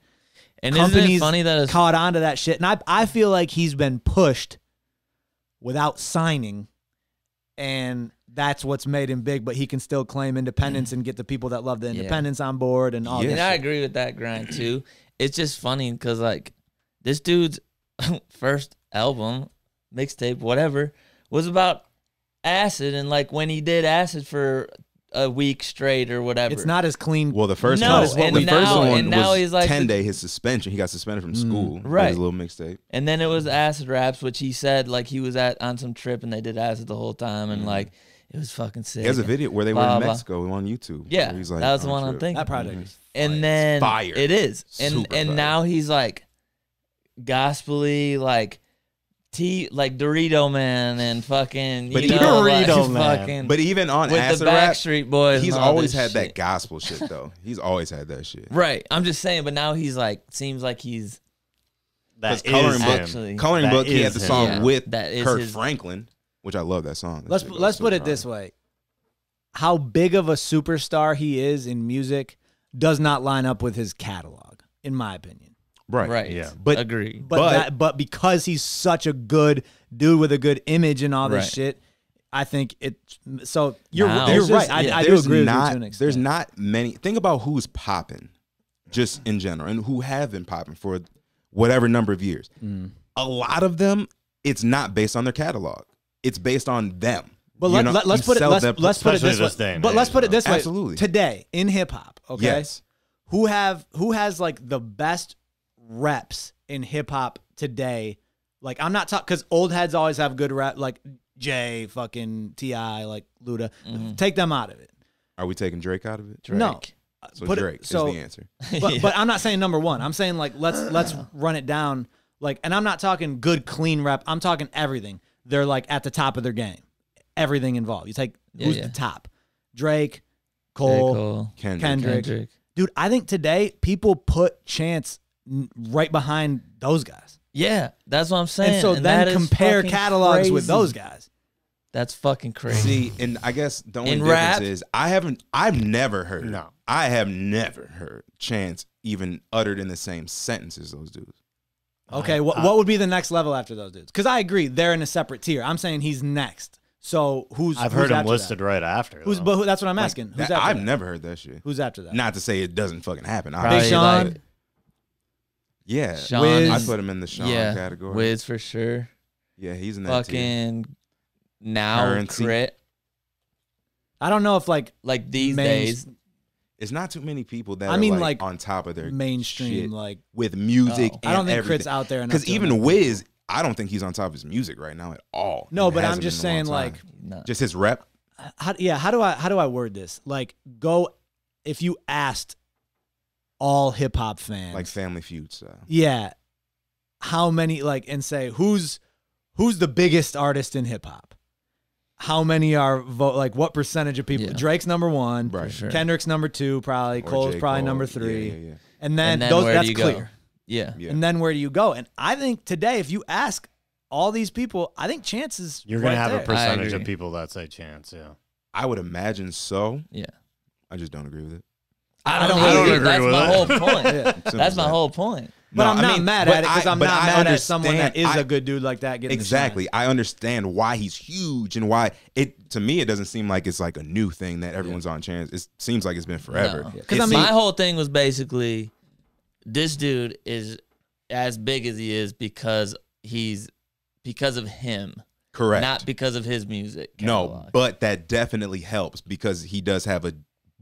Speaker 3: and isn't it
Speaker 1: companies
Speaker 3: funny that it's
Speaker 1: caught on to that shit. And I I feel like he's been pushed without signing, and that's what's made him big. But he can still claim independence and get the people that love the independence on board and all
Speaker 2: Yeah.
Speaker 1: that.
Speaker 3: And I agree with that grind too. It's just funny because like this dude's <laughs> first album, mixtape, whatever, was about acid and like when he did acid for a week straight or whatever.
Speaker 1: It's not as clean.
Speaker 2: Well, the first
Speaker 3: No,
Speaker 2: one,
Speaker 3: and
Speaker 2: the first
Speaker 3: now-
Speaker 2: one
Speaker 3: and now
Speaker 2: was
Speaker 3: he's like- Mm,
Speaker 2: ten day his suspension. He got suspended from school. for
Speaker 3: Right.
Speaker 2: his little mixtape.
Speaker 3: And then it was acid raps, which he said like he was at on some trip and they did acid the whole time and like it was fucking sick.
Speaker 2: Mm-hmm. He has a video where they were
Speaker 3: Blah,
Speaker 2: in
Speaker 3: blah.
Speaker 2: Mexico on YouTube.
Speaker 3: Yeah,
Speaker 2: where he's like,
Speaker 3: that was
Speaker 2: on
Speaker 3: the one I'm
Speaker 2: trip.
Speaker 3: thinking.
Speaker 1: that project is
Speaker 3: and then
Speaker 2: fire.
Speaker 3: It is, and
Speaker 2: Super
Speaker 3: and
Speaker 2: fire.
Speaker 3: now he's like gospelly, like T, like Dorito Man, and fucking
Speaker 2: But
Speaker 3: you
Speaker 2: he-
Speaker 3: know,
Speaker 4: Dorito
Speaker 3: like, <laughs>
Speaker 4: Man.
Speaker 3: fucking
Speaker 2: But even on
Speaker 3: with
Speaker 2: acid
Speaker 3: the
Speaker 2: rap,
Speaker 3: Backstreet Boys.
Speaker 2: he's
Speaker 3: and all
Speaker 2: always
Speaker 3: this
Speaker 2: had that
Speaker 3: shit.
Speaker 2: gospel shit though. He's always had that shit.
Speaker 3: Right, I'm just saying, but now he's like seems like he's
Speaker 2: Because
Speaker 4: That is
Speaker 2: coloring book,
Speaker 4: him.
Speaker 3: actually-
Speaker 2: coloring
Speaker 4: That
Speaker 2: book, he
Speaker 4: is
Speaker 2: had the
Speaker 4: him.
Speaker 2: song
Speaker 3: Yeah,
Speaker 2: with
Speaker 3: that is
Speaker 2: Kirk
Speaker 3: his-
Speaker 2: Franklin, which I love that song. That
Speaker 1: let's
Speaker 2: shit goes
Speaker 1: let's
Speaker 2: so
Speaker 1: put it
Speaker 2: hard.
Speaker 1: this way how big of a superstar he is in music does not line up with his catalog in my opinion
Speaker 2: right?
Speaker 3: right.
Speaker 4: yeah.
Speaker 2: But-
Speaker 3: agree.
Speaker 1: but
Speaker 2: But-
Speaker 1: that, but because he's such a good dude with a good image and all this
Speaker 3: Right.
Speaker 1: shit i think it so you're
Speaker 3: Now-
Speaker 1: Oh. you're
Speaker 2: There's
Speaker 1: right
Speaker 2: just-
Speaker 1: I,
Speaker 3: yeah,
Speaker 1: I do
Speaker 2: there's
Speaker 1: agree
Speaker 2: not,
Speaker 1: with you to an extent.
Speaker 2: There's not many. Think about who's popping, just in general, and who have been popping for whatever number of
Speaker 1: Mm.
Speaker 2: years. A lot of them, it's not based on their catalog. It's based on them.
Speaker 1: But
Speaker 2: You
Speaker 1: let,
Speaker 2: know,
Speaker 1: let,
Speaker 2: you
Speaker 1: us put it
Speaker 2: sell
Speaker 1: let's,
Speaker 2: that-
Speaker 1: let's put it
Speaker 4: especially
Speaker 1: this,
Speaker 4: this
Speaker 1: way.
Speaker 4: day and
Speaker 1: but
Speaker 4: age,
Speaker 1: let's put it
Speaker 4: though.
Speaker 1: this way.
Speaker 2: Absolutely.
Speaker 1: Today in hip hop, okay?
Speaker 2: Yes.
Speaker 1: Who have who has like the best reps in hip hop today? Like I'm not talking cuz old heads always have good rep like Jay, fucking TI, like Luda.
Speaker 3: Mm-hmm.
Speaker 1: Take them out of it.
Speaker 2: Are we taking Drake out of it?
Speaker 1: No.
Speaker 2: So
Speaker 1: Put it-
Speaker 2: Drake
Speaker 1: so-
Speaker 2: is the answer.
Speaker 1: but,
Speaker 3: <laughs>
Speaker 1: but I'm not saying number one. I'm saying like let's let's run it down. Like, and I'm not talking good clean rep. I'm talking everything. They're like at the top of their game. Everything involved. You take
Speaker 3: Yeah,
Speaker 1: who's
Speaker 3: yeah.
Speaker 1: the top? Drake,
Speaker 3: J.
Speaker 1: Cole,
Speaker 3: Cole,
Speaker 2: Kendrick.
Speaker 1: Kendrick.
Speaker 3: Kendrick.
Speaker 1: dude. I think today people put Chance n- right behind those guys,
Speaker 3: Yeah, that's what I'm saying.
Speaker 1: and so
Speaker 3: that
Speaker 1: then
Speaker 3: is
Speaker 1: compare
Speaker 3: fucking
Speaker 1: catalogs with
Speaker 3: crazy.
Speaker 1: those guys.
Speaker 3: That's fucking crazy.
Speaker 2: See, and I guess the only
Speaker 3: In
Speaker 2: difference
Speaker 3: rap-
Speaker 2: is I haven't, I've never heard,
Speaker 4: No.
Speaker 2: I have never heard Chance even uttered in the same sentence as those dudes.
Speaker 1: Okay, what what would be the next level after those dudes? Because I agree, they're in a separate tier. I'm saying he's next. So who's
Speaker 4: I've
Speaker 1: who's
Speaker 4: heard him
Speaker 1: after that?
Speaker 4: listed right after.
Speaker 1: Who's
Speaker 4: though.
Speaker 1: but who, that's what I'm asking. who's
Speaker 2: That-
Speaker 1: after
Speaker 2: I've
Speaker 1: that?
Speaker 2: never heard that shit.
Speaker 1: Who's after that?
Speaker 2: Not to say it doesn't fucking happen.
Speaker 3: Probably
Speaker 2: obviously,
Speaker 1: Sean.
Speaker 2: but- yeah,
Speaker 3: Sean
Speaker 1: Wiz.
Speaker 2: I
Speaker 3: is-
Speaker 2: put him in the Sean
Speaker 3: yeah,
Speaker 2: category.
Speaker 3: Wiz for sure.
Speaker 2: yeah, he's in that tier.
Speaker 3: Fucking now
Speaker 2: Currency.
Speaker 3: crit
Speaker 1: I don't know if like
Speaker 3: like these
Speaker 1: Mains-
Speaker 3: days.
Speaker 2: It's not too many people that
Speaker 1: I
Speaker 2: are
Speaker 1: mean,
Speaker 2: like,
Speaker 1: like,
Speaker 2: on top of their
Speaker 1: mainstream
Speaker 2: shit
Speaker 1: like
Speaker 2: with music.
Speaker 3: Oh.
Speaker 1: I don't
Speaker 2: and
Speaker 1: think
Speaker 2: everything.
Speaker 1: Crit's out there enough
Speaker 2: because
Speaker 1: to
Speaker 2: even
Speaker 1: him.
Speaker 2: Wiz, I don't think he's on top of his music right now at all.
Speaker 1: No,
Speaker 2: and
Speaker 1: but
Speaker 2: hasn't
Speaker 1: I'm just
Speaker 2: been in a
Speaker 1: saying,
Speaker 2: long time.
Speaker 1: like,
Speaker 3: No.
Speaker 2: just his rep.
Speaker 1: how, yeah how do I how do I word this like go if you asked all hip hop fans
Speaker 2: like Family uh, Feud style.
Speaker 1: yeah how many like and say who's who's the biggest artist in hip hop how many are vote like what percentage of people
Speaker 3: Yeah.
Speaker 1: Drake's number one
Speaker 2: Right.
Speaker 3: sure.
Speaker 1: Kendrick's number two probably
Speaker 2: Or
Speaker 1: Cole's
Speaker 2: J.
Speaker 1: probably
Speaker 2: Cole.
Speaker 1: number
Speaker 2: Yeah,
Speaker 1: three
Speaker 2: yeah, yeah.
Speaker 1: and then,
Speaker 3: And then
Speaker 1: those
Speaker 3: where do
Speaker 1: that's
Speaker 3: you
Speaker 1: clear
Speaker 3: go? Yeah.
Speaker 2: Yeah.
Speaker 1: and then where do you go and I think today if you ask all these people I think chances
Speaker 4: You're gonna
Speaker 1: right
Speaker 4: have
Speaker 1: there.
Speaker 4: a percentage of
Speaker 3: agree.
Speaker 4: people that say Chance. Yeah.
Speaker 2: I would imagine so.
Speaker 3: Yeah.
Speaker 2: I just don't
Speaker 1: <laughs>
Speaker 2: agree with it.
Speaker 1: I don't- I
Speaker 3: know.
Speaker 1: don't
Speaker 4: agree
Speaker 3: That's
Speaker 4: with
Speaker 3: my
Speaker 4: it.
Speaker 2: <laughs>
Speaker 3: whole point.
Speaker 1: Yeah.
Speaker 2: Simple
Speaker 3: That's
Speaker 2: as
Speaker 3: my
Speaker 2: that.
Speaker 3: whole point.
Speaker 1: But
Speaker 2: No,
Speaker 1: I'm
Speaker 2: I
Speaker 1: not
Speaker 2: mean,
Speaker 1: mad
Speaker 2: but
Speaker 1: at it because
Speaker 2: I-
Speaker 1: I'm
Speaker 2: but
Speaker 1: not
Speaker 2: I
Speaker 1: mad at someone that is
Speaker 2: understand-
Speaker 1: a
Speaker 2: I-
Speaker 1: good dude like that getting the
Speaker 2: Exactly. I understand why he's huge and why it to me it doesn't seem like it's like a new thing that everyone's on chance. It seems like it's been forever.
Speaker 3: No.
Speaker 2: It
Speaker 1: 'Cause I mean-
Speaker 3: my whole thing was basically this dude is as big as he is because he's because of him,
Speaker 2: correct.
Speaker 3: not because of his music.
Speaker 2: no,
Speaker 3: catalog.
Speaker 2: but that definitely helps because he does have a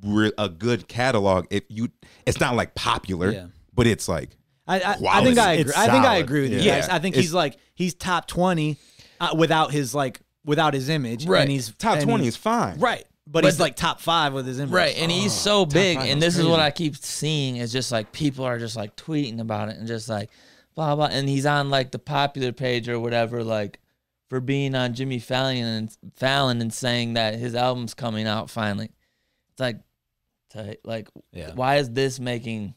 Speaker 2: re- a good catalog. If you, it's not like popular,
Speaker 1: Yeah.
Speaker 2: but it's like
Speaker 1: I, I, I
Speaker 2: Quality.
Speaker 1: think I
Speaker 4: It's
Speaker 1: agree. I think I
Speaker 4: solid.
Speaker 1: agree with you
Speaker 2: Yeah.
Speaker 1: guys. I think
Speaker 2: It's-
Speaker 1: he's like he's top twenty uh, without his like without his image.
Speaker 3: Right.
Speaker 1: And he's
Speaker 2: top
Speaker 1: and
Speaker 2: twenty
Speaker 1: he's-
Speaker 2: is fine.
Speaker 1: Right. But, he's like top five with his image.
Speaker 3: Right, and
Speaker 1: Oh,
Speaker 3: he's so big,
Speaker 2: five
Speaker 3: and
Speaker 2: was
Speaker 3: this is what
Speaker 2: crazy.
Speaker 3: I keep seeing is just like people are just like tweeting about it and just like blah blah, and he's on like the popular page or whatever, like for being on Jimmy Fallon and Fallon and saying that his album's coming out finally. It's like, tight, like
Speaker 1: Yeah.
Speaker 3: why is this making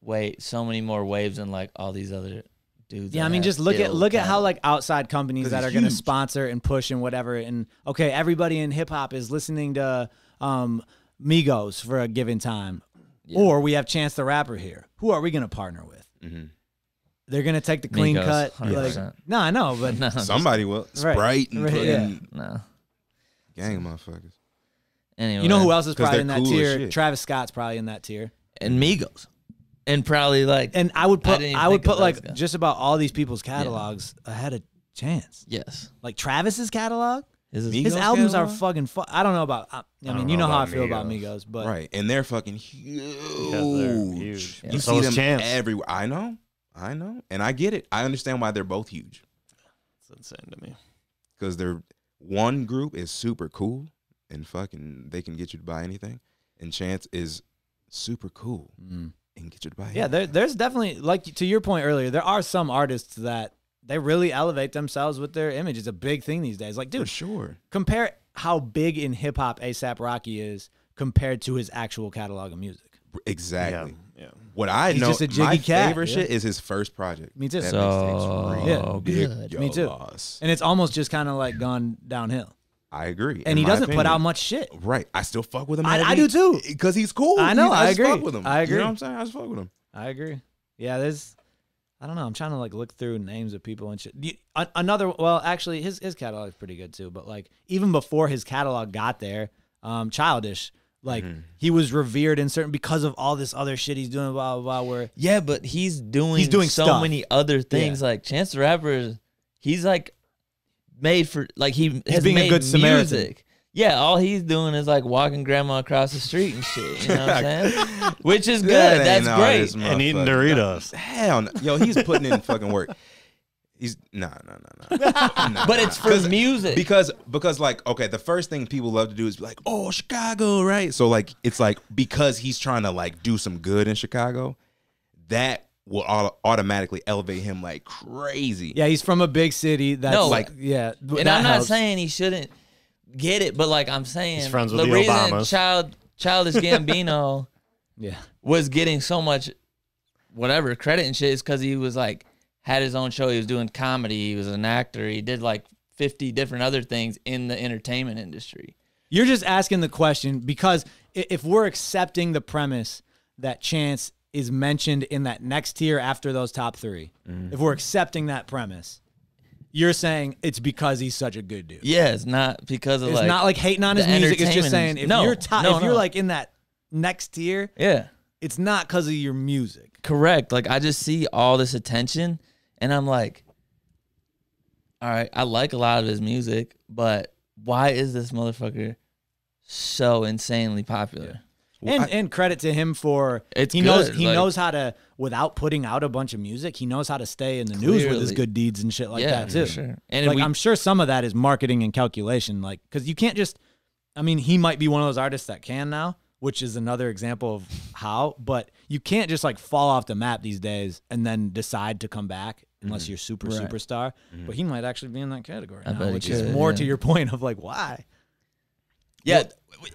Speaker 3: wait so many more waves than like all these other dudes?
Speaker 1: Oh, Yeah,
Speaker 3: that
Speaker 1: I mean,
Speaker 3: have
Speaker 1: just look at
Speaker 3: ill
Speaker 1: look at how
Speaker 3: catalog?
Speaker 1: like outside companies
Speaker 2: 'Cause
Speaker 1: that are
Speaker 2: it's
Speaker 1: going to
Speaker 2: huge.
Speaker 1: sponsor and push and whatever. And okay, everybody in hip hop is listening to um, Migos for a given time, or we have Chance the Rapper here. Who are we going to partner with?
Speaker 2: Mm-hmm.
Speaker 1: They're going to take the clean
Speaker 3: Migos,
Speaker 1: cut. Like,
Speaker 3: 100%.
Speaker 1: no, I know, but
Speaker 3: <laughs> no,
Speaker 2: Somebody will
Speaker 1: Right.
Speaker 2: Sprite and
Speaker 1: Right,
Speaker 2: fucking
Speaker 1: yeah.
Speaker 3: no.
Speaker 2: gang of motherfuckers.
Speaker 3: Anyway,
Speaker 1: you know who else is
Speaker 2: 'Cause
Speaker 1: probably
Speaker 2: they're
Speaker 1: in that
Speaker 2: cool as
Speaker 1: tier?
Speaker 2: shit.
Speaker 1: Travis Scott's probably in that tier.
Speaker 3: And Migos, and probably like
Speaker 1: And I would
Speaker 3: I
Speaker 1: put
Speaker 3: didn't even
Speaker 1: I, would
Speaker 3: think of
Speaker 1: put like
Speaker 3: those guys.
Speaker 1: just about all these people's catalogs ahead of Chance.
Speaker 3: yes,
Speaker 1: Like Travis's catalog,
Speaker 3: Is this-
Speaker 1: his
Speaker 2: Migos
Speaker 1: albums are
Speaker 2: catalog?
Speaker 1: fucking. Fu- I don't know about. I, I mean,
Speaker 4: don't
Speaker 1: you know
Speaker 4: know
Speaker 1: how I
Speaker 4: about
Speaker 1: feel about Migos,
Speaker 4: Migos.
Speaker 1: but
Speaker 2: right, and they're fucking huge.
Speaker 4: they're huge. Yeah.
Speaker 2: You
Speaker 4: So
Speaker 2: see
Speaker 4: is
Speaker 2: them
Speaker 4: Chance.
Speaker 2: everywhere. I know, I know, and I get it. I understand why they're both huge
Speaker 4: It's insane to me.
Speaker 2: because they're one group is super cool and fucking they can get you to buy anything, and Chance is super cool and get you to buy.
Speaker 1: Yeah,
Speaker 2: anything.
Speaker 1: there, there's definitely like to your point earlier. There are some artists that they really elevate themselves with their image. It's a big thing these days. Like,
Speaker 2: for
Speaker 1: dude,
Speaker 2: sure.
Speaker 1: compare how big in hip hop ASAP Rocky is compared to his actual catalog of music.
Speaker 2: Exactly.
Speaker 4: Yeah. Yeah.
Speaker 2: What I
Speaker 1: He's
Speaker 2: know,
Speaker 1: just a
Speaker 2: my
Speaker 1: jiggy cat,
Speaker 2: favorite
Speaker 1: yeah.
Speaker 2: shit is his first project.
Speaker 1: Me too.
Speaker 2: That
Speaker 3: So
Speaker 2: mixtape's
Speaker 1: Yeah.
Speaker 2: really
Speaker 3: good.
Speaker 1: Me too.
Speaker 2: loss.
Speaker 1: And it's almost just kind of like gone downhill.
Speaker 2: I agree.
Speaker 1: And he doesn't put out much shit.
Speaker 2: Right. I still fuck with him.
Speaker 1: I- I do too.
Speaker 2: Because he's cool.
Speaker 1: I know,
Speaker 2: He's-
Speaker 1: I
Speaker 2: just
Speaker 1: agree.
Speaker 2: fuck with him.
Speaker 1: I
Speaker 2: You
Speaker 1: agree.
Speaker 2: know what I'm saying? I just fuck with him.
Speaker 1: I agree. Yeah, there's. I don't know. I'm trying to like look through names of people and shit. You- a- Another, well, actually, his his catalog is pretty good too. But like even before his catalog got there, um, childish, like
Speaker 3: Mm-hmm.
Speaker 1: he was revered in certain because of all this other shit he's doing. Blah blah blah. Where
Speaker 3: Yeah, but he's doing
Speaker 1: He's doing
Speaker 3: so
Speaker 1: stuff.
Speaker 3: many other things. Like Chance the Rapper, is- he's like made for like he has
Speaker 1: being a
Speaker 3: made
Speaker 1: good Samaritan.
Speaker 3: music. Yeah, all he's doing is like walking grandma across the street and shit. You know what I'm saying? Which is good.
Speaker 2: That ain't
Speaker 3: That's
Speaker 2: an
Speaker 3: great.
Speaker 2: artist,
Speaker 4: and eating
Speaker 2: motherfucker.
Speaker 4: Doritos.
Speaker 2: Hell, no. yo, he's putting in fucking work. He's nah, nah, nah,
Speaker 1: <laughs>
Speaker 2: nah. nah
Speaker 3: But it's for
Speaker 2: 'Cause-
Speaker 3: music.
Speaker 2: because because like okay, the first thing people love to do is be like, oh, Chicago, right? So like it's like because he's trying to like do some good in Chicago, that will auto- automatically elevate him like crazy.
Speaker 1: Yeah, he's from a big city. That's
Speaker 3: No.
Speaker 1: like yeah. th-
Speaker 3: and
Speaker 1: that
Speaker 3: I'm not
Speaker 1: helps.
Speaker 3: saying he shouldn't get it, but like I'm saying,
Speaker 4: He's friends with the
Speaker 3: reason
Speaker 4: Obamas.
Speaker 3: Child, Childish Gambino
Speaker 1: yeah.
Speaker 3: was getting so much whatever credit and shit is because he was like had his own show. He was doing comedy. He was an actor. He did like 50 different other things in the entertainment industry.
Speaker 1: You're just asking the question because i- if we're accepting the premise that chance is mentioned in that next tier after those top 3
Speaker 3: Mm-hmm.
Speaker 1: if we're accepting that premise, you're saying it's because he's such a good dude.
Speaker 3: Yeah, it's not because of
Speaker 1: It's
Speaker 3: like
Speaker 1: not like hating on his
Speaker 3: the
Speaker 1: music. It's just
Speaker 3: entertainment
Speaker 1: saying
Speaker 3: is-
Speaker 1: if
Speaker 3: No,
Speaker 1: you're top,
Speaker 3: no,
Speaker 1: if you're
Speaker 3: no.
Speaker 1: like in that next tier,
Speaker 3: yeah.
Speaker 1: it's not because of your music.
Speaker 3: correct. Like I just see all this attention and I'm like, all right, I like a lot of his music, but why is this motherfucker so insanely popular?
Speaker 1: and and credit to him for
Speaker 3: It's
Speaker 1: he knows
Speaker 3: good,
Speaker 1: he
Speaker 3: like-
Speaker 1: knows how to without putting out a bunch of music. He knows how to stay in the news with his
Speaker 3: Clearly.
Speaker 1: good deeds and shit like
Speaker 3: Yeah,
Speaker 1: that too.
Speaker 3: for sure. And
Speaker 1: like
Speaker 3: we-
Speaker 1: I'm sure some of that is marketing and calculation, like because you can't just. I mean, he might be one of those artists that can now, which is another example of how. But you can't just like fall off the map these days and then decide to come back
Speaker 3: Mm-hmm.
Speaker 1: unless you're super superstar. But he might actually be in that category, now,
Speaker 3: bet he
Speaker 1: which is
Speaker 3: could,
Speaker 1: more
Speaker 3: yeah.
Speaker 1: to your point of like why.
Speaker 3: Yeah,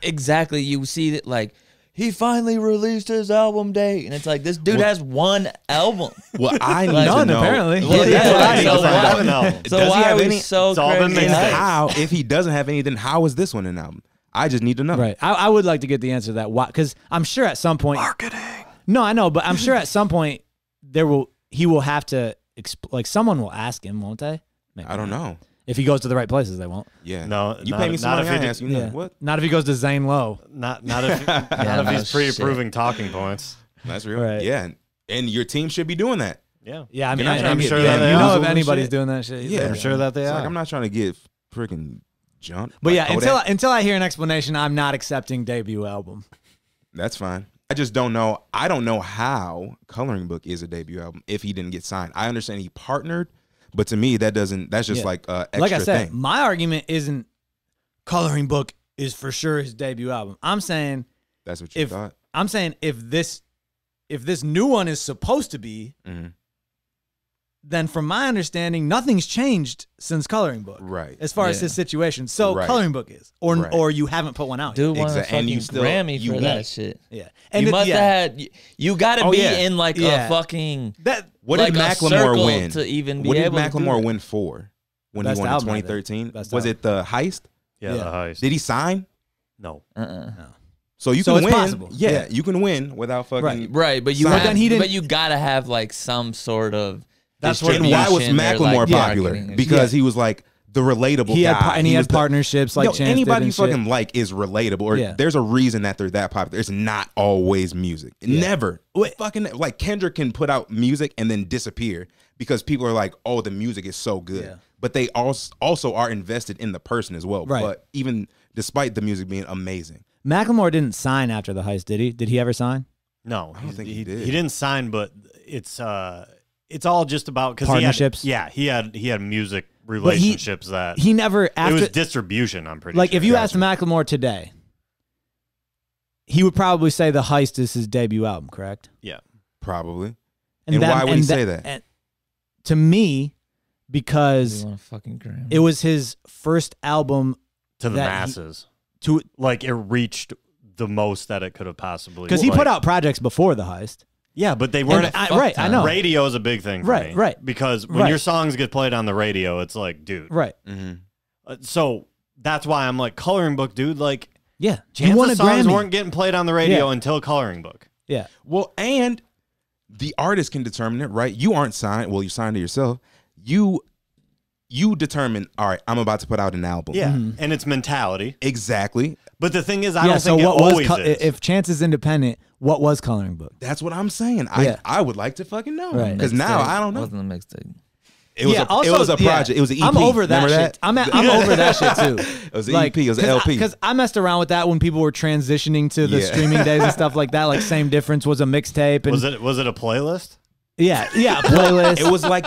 Speaker 3: exactly. You see that like he finally released his album date and it's like this dude has one album.
Speaker 2: Well, I need to
Speaker 1: None
Speaker 2: know
Speaker 1: apparently.
Speaker 3: Well,
Speaker 1: <laughs> Yeah,
Speaker 3: yeah,
Speaker 1: that's what I need to find out.
Speaker 3: like, so why-
Speaker 4: an album.
Speaker 3: So
Speaker 2: Does he
Speaker 3: why
Speaker 2: have
Speaker 3: are we
Speaker 2: any-
Speaker 3: so
Speaker 4: It's all been
Speaker 3: crazy?
Speaker 2: And
Speaker 4: mixed Nice.
Speaker 2: how if he doesn't have any, then how is this one an album? I just need to know.
Speaker 1: Right. I, I would like to get the answer to that. Why? Because I'm sure at some point. Marketing. No, I know, but I'm sure at some point there will he will have to exp- like someone will ask him, won't they? Maybe
Speaker 2: I don't know.
Speaker 1: If he goes to the right places, they won't.
Speaker 2: Yeah.
Speaker 4: No,
Speaker 2: You
Speaker 4: not-
Speaker 2: pay me some
Speaker 4: not
Speaker 2: money,
Speaker 4: if
Speaker 2: I
Speaker 4: it-
Speaker 2: ask you.
Speaker 1: Yeah.
Speaker 2: know What?
Speaker 1: Not if he goes to Zane Lowe.
Speaker 4: Not not <laughs> if not
Speaker 3: no
Speaker 4: if he's
Speaker 3: shit.
Speaker 4: pre-approving talking points.
Speaker 2: That's real.
Speaker 1: Right.
Speaker 2: Yeah. and- And your team should be doing that.
Speaker 4: Yeah,
Speaker 1: Yeah, I mean,
Speaker 2: I'm
Speaker 1: I,
Speaker 2: sure- I'm
Speaker 1: mean,
Speaker 2: sure
Speaker 1: yeah,
Speaker 2: that they
Speaker 1: you
Speaker 2: are.
Speaker 1: know if
Speaker 2: Google
Speaker 1: anybody's
Speaker 2: shit.
Speaker 1: doing that shit.
Speaker 2: Yeah.
Speaker 1: either.
Speaker 4: I'm sure that they
Speaker 2: It's
Speaker 4: are.
Speaker 2: like I'm not trying to get freaking junk.
Speaker 1: But
Speaker 2: like
Speaker 1: yeah, until
Speaker 2: Kodak.
Speaker 1: I, until I hear an explanation, I'm not accepting debut album.
Speaker 2: That's fine. I just don't know. I don't know how Coloring Book is a debut album if he didn't get signed. I understand he partnered, but to me that doesn't. That's just
Speaker 1: Yeah.
Speaker 2: like uh, extra
Speaker 1: like I said,
Speaker 2: thing.
Speaker 1: my argument isn't Coloring Book is for sure his debut album. I'm saying
Speaker 2: That's what you
Speaker 1: if
Speaker 2: thought.
Speaker 1: I'm saying if this if this new one is supposed to be,
Speaker 2: Mhm.
Speaker 1: then from my understanding, nothing's changed since Coloring Book,
Speaker 2: Right.
Speaker 1: As far as
Speaker 3: Yeah.
Speaker 1: his situation, so
Speaker 2: Right.
Speaker 1: Coloring Book is, or
Speaker 2: Right.
Speaker 1: or you haven't put one out. yet.
Speaker 3: Dude won a
Speaker 2: Exact-
Speaker 3: fucking
Speaker 2: and you still-
Speaker 3: Grammy
Speaker 2: you
Speaker 3: for
Speaker 2: won't.
Speaker 3: that shit.
Speaker 1: Yeah,
Speaker 3: And
Speaker 1: and
Speaker 3: you
Speaker 1: it-
Speaker 3: must
Speaker 1: yeah,
Speaker 3: have had. You, you got to
Speaker 2: Oh,
Speaker 3: be
Speaker 2: yeah.
Speaker 3: in like
Speaker 1: Yeah.
Speaker 3: a fucking
Speaker 1: that.
Speaker 2: What
Speaker 3: like
Speaker 2: did
Speaker 3: a
Speaker 2: Macklemore
Speaker 3: circle
Speaker 2: win?
Speaker 3: to even be
Speaker 2: what did
Speaker 3: able to do
Speaker 2: Macklemore
Speaker 3: that.
Speaker 2: win for when
Speaker 1: Best
Speaker 2: he won in
Speaker 1: album, I think.
Speaker 2: 2013?
Speaker 1: Best
Speaker 2: Was
Speaker 1: album.
Speaker 2: it the heist?
Speaker 4: yeah,
Speaker 1: Yeah.
Speaker 4: the heist.
Speaker 2: Did he sign?
Speaker 4: no,
Speaker 3: Uh-uh.
Speaker 2: So you
Speaker 1: So
Speaker 2: can
Speaker 1: it's
Speaker 2: win.
Speaker 1: possible.
Speaker 2: Yeah,
Speaker 1: Yeah.
Speaker 2: you can win without fucking.
Speaker 1: Right.
Speaker 3: Right, but you
Speaker 2: But
Speaker 3: have,
Speaker 1: then he didn't-
Speaker 3: but you gotta have like some sort of
Speaker 1: That's what-
Speaker 2: And
Speaker 3: distribution
Speaker 2: why was
Speaker 3: or,
Speaker 2: Macklemore
Speaker 3: like,
Speaker 2: popular?
Speaker 3: marketing.
Speaker 2: Because he was like the relatable
Speaker 1: He
Speaker 2: guy.
Speaker 1: had par- and he,
Speaker 2: was
Speaker 1: had
Speaker 2: the-
Speaker 1: partnerships like
Speaker 2: no,
Speaker 1: Chance did
Speaker 2: anybody you
Speaker 1: and shit.
Speaker 2: fucking like is relatable. Or
Speaker 1: Yeah.
Speaker 2: there's a reason that they're that popular. It's not always music. Never. Fucking like Kendrick can put out music and then disappear because people are like, oh, the music is so good.
Speaker 1: Yeah.
Speaker 2: But they also also are invested in the person as well.
Speaker 1: Right.
Speaker 2: But even despite the music being amazing,
Speaker 1: Macklemore didn't sign after the heist, did he? Did he ever sign?
Speaker 4: no,
Speaker 2: don't think he did.
Speaker 4: He didn't sign, but it's uh, it's all just about because
Speaker 1: Partnerships?
Speaker 4: He had, yeah, he had he had music
Speaker 1: he-
Speaker 4: relationships that
Speaker 1: He never after
Speaker 4: it was distribution. I'm pretty
Speaker 1: like
Speaker 4: sure.
Speaker 1: if you asked Macklemore today, he would probably say the heist is his debut album, correct?
Speaker 4: yeah,
Speaker 2: probably. And why would he say that?
Speaker 1: and- to me, because
Speaker 3: He won a fucking Grammy.
Speaker 1: it was his first album
Speaker 4: to the
Speaker 1: That he-
Speaker 4: masses,
Speaker 1: to
Speaker 4: like it reached the most that it could have possibly
Speaker 1: because he
Speaker 4: like-
Speaker 1: put out projects before the heist.
Speaker 4: yeah, but they weren't.
Speaker 1: And I- right, I know.
Speaker 4: Radio is a big thing, for
Speaker 1: Right,
Speaker 4: me,
Speaker 1: right.
Speaker 4: Because when
Speaker 1: Right.
Speaker 4: your songs get played on the radio, it's like, dude.
Speaker 1: Right.
Speaker 2: Mm.
Speaker 4: Uh, so that's why I'm like coloring book, dude. Like
Speaker 1: Yeah.
Speaker 4: Chance's
Speaker 1: you won a
Speaker 4: songs
Speaker 1: Grammy.
Speaker 4: weren't getting played on the radio
Speaker 1: Yeah.
Speaker 4: until Coloring Book.
Speaker 1: yeah.
Speaker 2: Well, and the artist can determine it, right? You aren't signed. Well, you signed to yourself. You you determine. All right, I'm about to put out an album. Mm-hmm.
Speaker 4: Yeah,
Speaker 1: Mm-hmm.
Speaker 4: and it's mentality.
Speaker 2: exactly.
Speaker 4: But the thing is, I
Speaker 1: yeah.
Speaker 4: don't
Speaker 1: So
Speaker 4: think
Speaker 1: what
Speaker 4: it
Speaker 1: was
Speaker 4: always
Speaker 1: co-
Speaker 4: is.
Speaker 1: if Chance is independent? What was Coloring Book?
Speaker 2: That's what I'm saying. I
Speaker 1: Yeah.
Speaker 2: I would like to fucking know
Speaker 1: Right.
Speaker 2: because now
Speaker 3: Mixtape.
Speaker 2: I don't know.
Speaker 3: Wasn't a mixtape.
Speaker 2: It was
Speaker 1: Yeah,
Speaker 2: a,
Speaker 1: also,
Speaker 2: it was a
Speaker 1: yeah,
Speaker 2: project. It was an EP.
Speaker 1: I'm over that,
Speaker 2: Remember
Speaker 1: shit. I'm, at, I'm over that shit too.
Speaker 2: <laughs> It was an EP. It was an LP.
Speaker 1: Because I, messed around with that when people were transitioning to the
Speaker 2: Yeah.
Speaker 1: streaming days and stuff like that.
Speaker 2: <laughs>
Speaker 1: Like same difference was a mixtape and
Speaker 4: Was it was it a playlist?
Speaker 1: yeah,
Speaker 2: <laughs>
Speaker 1: yeah, playlist. <laughs>
Speaker 2: it was like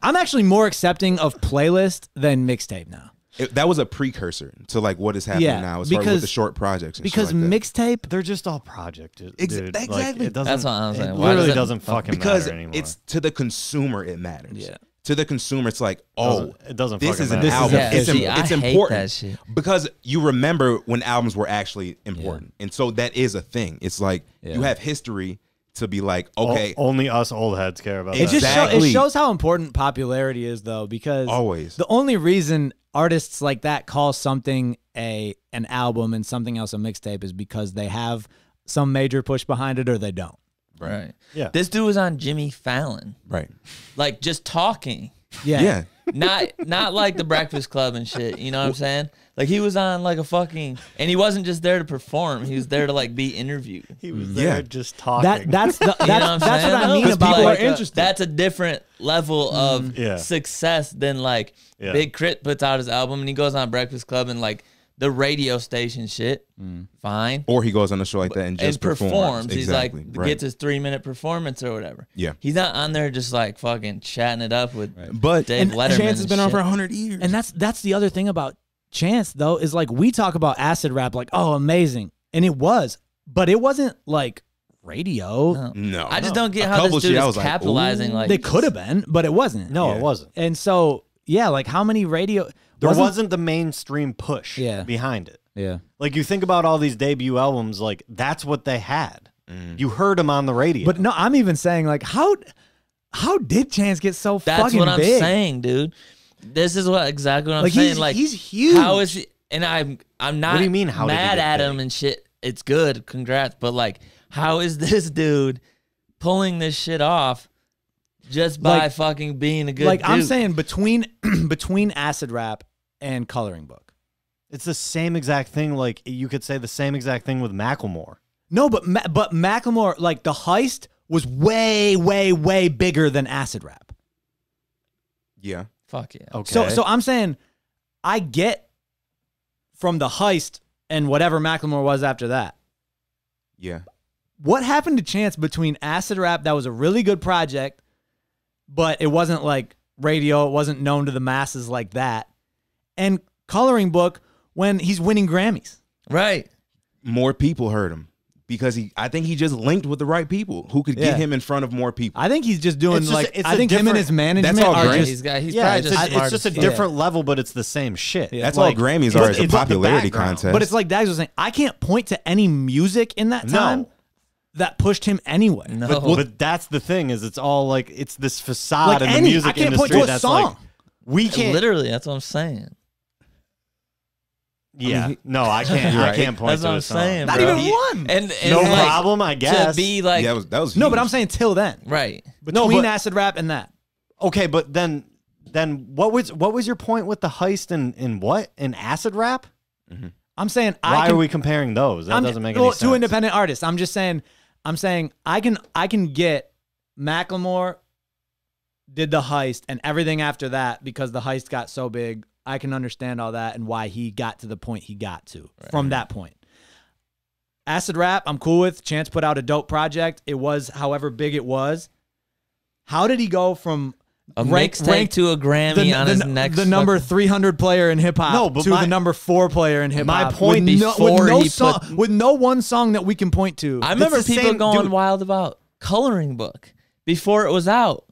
Speaker 1: I'm actually more accepting of playlist than mixtape now
Speaker 2: it- that was a precursor to like what is happening
Speaker 1: Yeah,
Speaker 2: now as far as with the
Speaker 1: because-
Speaker 2: short projects. And shit
Speaker 1: because
Speaker 2: like that.
Speaker 1: mixtape.
Speaker 4: They're just all project. dude.
Speaker 2: Ex-
Speaker 4: Dude, like,
Speaker 2: exactly.
Speaker 4: it doesn't,
Speaker 3: That's what I'm saying.
Speaker 4: It
Speaker 3: Why
Speaker 4: literally
Speaker 3: does it-
Speaker 4: doesn't fucking
Speaker 2: because
Speaker 4: matter anymore.
Speaker 2: it's to the consumer it matters.
Speaker 1: Yeah.
Speaker 2: To the consumer, it's like, oh,
Speaker 4: Doesn't- it doesn't
Speaker 2: this
Speaker 4: fucking
Speaker 2: is an
Speaker 4: matter.
Speaker 2: album.
Speaker 1: Yeah,
Speaker 2: it's im-
Speaker 3: see, I
Speaker 2: it's
Speaker 3: hate
Speaker 2: important
Speaker 3: that shit.
Speaker 2: because you remember when albums were actually important, and so that is a thing. It's like you have history to be like,
Speaker 4: O-
Speaker 2: okay,
Speaker 4: only us old heads care about
Speaker 1: It
Speaker 4: that.
Speaker 1: just show,
Speaker 2: Exactly.
Speaker 1: it shows how important popularity is though because
Speaker 2: always.
Speaker 1: The only reason artists like that call something a an album and something else a mixtape is because they have some major push behind it or they don't.
Speaker 3: Right.
Speaker 4: Yeah.
Speaker 3: This dude was on Jimmy Fallon,
Speaker 2: right.
Speaker 3: like just talking,
Speaker 1: Yeah.
Speaker 2: Yeah.
Speaker 3: not not like the Breakfast Club and shit. You know what I'm saying? Like he was on like a fucking, and he wasn't just there to perform. He was there to like be interviewed.
Speaker 4: he was
Speaker 2: Yeah.
Speaker 4: there just talking.
Speaker 1: That that's the, that's
Speaker 3: <laughs> You know what I'm
Speaker 1: that's
Speaker 3: saying?
Speaker 1: what I mean
Speaker 3: Because
Speaker 1: about
Speaker 3: people
Speaker 1: like uh, Mm.
Speaker 3: are
Speaker 1: a-
Speaker 3: interested. That's a different level of
Speaker 4: Yeah.
Speaker 3: success than like
Speaker 4: Yeah.
Speaker 3: Big Crit puts out his album and he goes on Breakfast Club and like the radio station shit.
Speaker 1: Mm.
Speaker 3: Fine.
Speaker 2: Or he goes on a show like that and just
Speaker 3: and performs. He's like
Speaker 2: Exactly. right.
Speaker 3: gets his three minute performance or whatever.
Speaker 2: Yeah.
Speaker 3: He's not on there just like fucking chatting it up with
Speaker 2: but
Speaker 3: Dave
Speaker 1: And
Speaker 3: Letterman.
Speaker 2: Chance has
Speaker 3: and
Speaker 2: been on
Speaker 3: shit.
Speaker 2: for hundred years.
Speaker 1: and that's that's the other thing about Chance though is like we talk about acid rap like oh amazing and it was but it wasn't like radio.
Speaker 3: No.
Speaker 2: no,
Speaker 3: I just
Speaker 2: no.
Speaker 3: don't
Speaker 2: A
Speaker 3: get how
Speaker 2: couple
Speaker 3: this dude
Speaker 2: shit, I
Speaker 3: is
Speaker 2: was like,
Speaker 3: capitalizing.
Speaker 2: ooh.
Speaker 3: Like,
Speaker 1: They could have been, but it wasn't.
Speaker 4: no,
Speaker 2: Yeah.
Speaker 4: it wasn't.
Speaker 1: And so yeah, like how many radio
Speaker 4: There wasn't,
Speaker 1: wasn't-
Speaker 4: the mainstream push
Speaker 1: Yeah.
Speaker 4: behind it.
Speaker 1: Yeah.
Speaker 4: Like you think about all these debut albums, like that's what they had. You heard them on the radio.
Speaker 1: But no, I'm even saying like how how did Chance get so
Speaker 3: That's
Speaker 1: fucking
Speaker 3: what I'm
Speaker 1: big?
Speaker 3: saying, dude. This is what exactly what I'm
Speaker 1: Like,
Speaker 3: saying.
Speaker 1: he's-
Speaker 3: like
Speaker 1: he's huge.
Speaker 3: How is he? And I'm I'm not.
Speaker 4: What do you mean, how did he
Speaker 3: mad
Speaker 4: get
Speaker 3: at
Speaker 4: big?
Speaker 3: him and shit? It's good. Congrats. But like, how is <laughs> this dude pulling this shit off just by
Speaker 1: Like-
Speaker 3: fucking being a good?
Speaker 1: like I'm
Speaker 3: dude?
Speaker 1: saying between <clears throat> between acid rap and coloring book.
Speaker 4: it's the same exact thing. Like you could say the same exact thing with Macklemore.
Speaker 1: No, but Ma- but Macklemore like the heist was way way way bigger than acid rap.
Speaker 2: Yeah,
Speaker 3: fuck yeah.
Speaker 4: Okay.
Speaker 1: So so I'm saying I get from the heist and whatever Macklemore was after that.
Speaker 2: yeah.
Speaker 1: What happened to Chance between acid rap that was a really good project but it wasn't like radio, it wasn't known to the masses like that and coloring book when he's winning Grammys.
Speaker 3: Right.
Speaker 2: More people heard him because he. I think he just linked with the right people who could
Speaker 1: Yeah.
Speaker 2: get him in front of more people.
Speaker 1: I think he's just doing
Speaker 4: It's just-
Speaker 1: like
Speaker 4: it's
Speaker 1: I
Speaker 4: a
Speaker 1: think him and
Speaker 4: different-
Speaker 1: his management
Speaker 2: all
Speaker 1: are
Speaker 2: Grammy.
Speaker 1: just
Speaker 3: He's got. He's
Speaker 4: yeah,
Speaker 3: probably
Speaker 4: it's,
Speaker 3: just.
Speaker 4: a,
Speaker 3: smart
Speaker 4: it's just a
Speaker 3: as fuck.
Speaker 4: different level, but it's the same shit.
Speaker 1: Yeah.
Speaker 2: That's
Speaker 4: Like,
Speaker 2: all Grammys
Speaker 4: it's-
Speaker 2: are is a
Speaker 4: it's the
Speaker 2: popularity
Speaker 4: background.
Speaker 2: contest.
Speaker 1: But it's like Dags was saying, I can't point to any music in that
Speaker 4: No.
Speaker 1: time that pushed him anyway.
Speaker 3: No.
Speaker 4: But,
Speaker 3: <laughs>
Speaker 4: but that's the thing is it's all like it's this facade
Speaker 1: Like
Speaker 4: in the
Speaker 1: any-
Speaker 4: music
Speaker 1: I can't point
Speaker 4: industry
Speaker 1: to a
Speaker 4: that's like
Speaker 1: song.
Speaker 4: we can't
Speaker 3: Literally, that's what I'm saying.
Speaker 4: Yeah, no, I can't.
Speaker 2: You're
Speaker 4: I
Speaker 2: right.
Speaker 4: can't point
Speaker 3: That's
Speaker 4: to
Speaker 3: what
Speaker 4: a
Speaker 3: I'm
Speaker 4: song.
Speaker 3: saying.
Speaker 1: Not
Speaker 3: bro.
Speaker 1: even
Speaker 3: He-
Speaker 1: one.
Speaker 3: And, and
Speaker 4: No
Speaker 3: like,
Speaker 4: problem, I
Speaker 3: To
Speaker 4: guess.
Speaker 3: be like,
Speaker 2: yeah, that was that was
Speaker 1: No,
Speaker 2: huge.
Speaker 1: but I'm saying till then.
Speaker 3: right.
Speaker 1: Between
Speaker 4: but-
Speaker 1: acid rap and that.
Speaker 4: Okay, but then, then what was what was your point with the heist and in what in acid rap?
Speaker 1: I'm saying I
Speaker 4: Why
Speaker 1: can,
Speaker 4: are we comparing those? That
Speaker 1: I'm,
Speaker 4: doesn't make
Speaker 1: well,
Speaker 4: any sense.
Speaker 1: Two independent artists. I'm just saying I'm saying I can I can get Macklemore did the heist and everything after that because the heist got so big. I can understand all that and why he got to the point he got to from that point. Acid Rap, I'm cool with. Chance put out a dope project. It was however big it was. How did he go from
Speaker 3: A
Speaker 1: rank-
Speaker 3: mixtape to a Grammy
Speaker 1: the,
Speaker 3: on
Speaker 1: the-
Speaker 3: his next.
Speaker 1: the number
Speaker 3: fucking-
Speaker 1: 300 player in hip hop
Speaker 4: No, but
Speaker 1: to
Speaker 4: my-
Speaker 1: the number 4 player in hip hop
Speaker 4: My point
Speaker 1: with no, with
Speaker 3: before
Speaker 1: no
Speaker 3: he
Speaker 1: song
Speaker 3: put-
Speaker 1: with no one song that we can point to
Speaker 3: I remember
Speaker 4: It's the
Speaker 3: people
Speaker 4: same-
Speaker 3: going
Speaker 4: dude.
Speaker 3: wild about coloring book before it was out.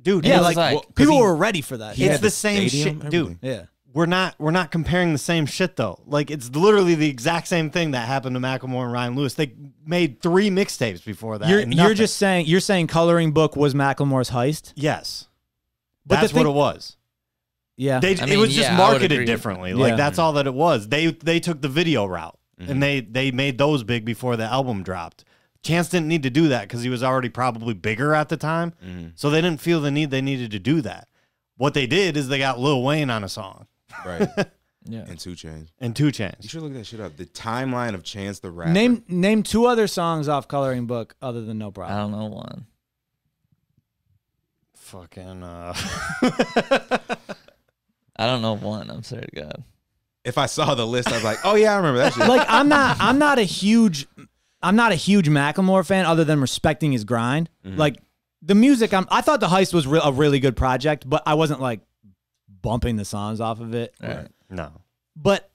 Speaker 4: dude.
Speaker 3: Yeah,
Speaker 4: it's
Speaker 3: like,
Speaker 4: like,
Speaker 3: well,
Speaker 1: people
Speaker 2: he-
Speaker 1: were ready for that
Speaker 4: it's
Speaker 2: had
Speaker 4: the
Speaker 2: the
Speaker 4: same
Speaker 2: stadium,
Speaker 4: shit, dude.
Speaker 2: everything.
Speaker 1: yeah
Speaker 4: We're not we're not comparing the same shit though. Like it's literally the exact same thing that happened to Macklemore and Ryan Lewis. They made three mixtapes before that.
Speaker 1: you're,
Speaker 4: and
Speaker 1: you're
Speaker 4: nothing.
Speaker 1: just saying you're saying coloring book was Macklemore's heist
Speaker 4: yes,
Speaker 1: But the
Speaker 4: that's
Speaker 1: thing-
Speaker 4: what it was.
Speaker 1: yeah
Speaker 4: They,
Speaker 3: I
Speaker 4: it
Speaker 3: mean,
Speaker 4: was just
Speaker 3: yeah, I would
Speaker 4: marketed
Speaker 3: agree. Mm-hmm.
Speaker 4: differently.
Speaker 1: Yeah.
Speaker 4: Like that's all that it was. They they took the video route and they they made those big before the album dropped. Chance didn't need to do that because he was already probably bigger at the time,
Speaker 3: Mm-hmm.
Speaker 4: so they didn't feel the need they needed to do that. What they did is they got Lil Wayne on a song
Speaker 2: right.
Speaker 3: Yeah.
Speaker 2: And two chains.
Speaker 4: and Two
Speaker 2: You
Speaker 4: Chainz.
Speaker 2: should look that shit up. The timeline of Chance the Rapper.
Speaker 1: name name two other songs off coloring book other than no
Speaker 3: I
Speaker 1: problem
Speaker 3: don't know one.
Speaker 4: fucking. Uh,
Speaker 3: I don't know one. I'm sorry to God.
Speaker 2: If I saw the list, I was like, oh yeah, I remember that shit.
Speaker 1: <laughs> like I'm not I'm not a huge I'm not a huge Macklemore fan other than respecting his grind. Like the music I'm I thought the heist was re- a really good project, but I wasn't like bumping the songs off of it.
Speaker 3: All right.
Speaker 4: <laughs> no.
Speaker 1: But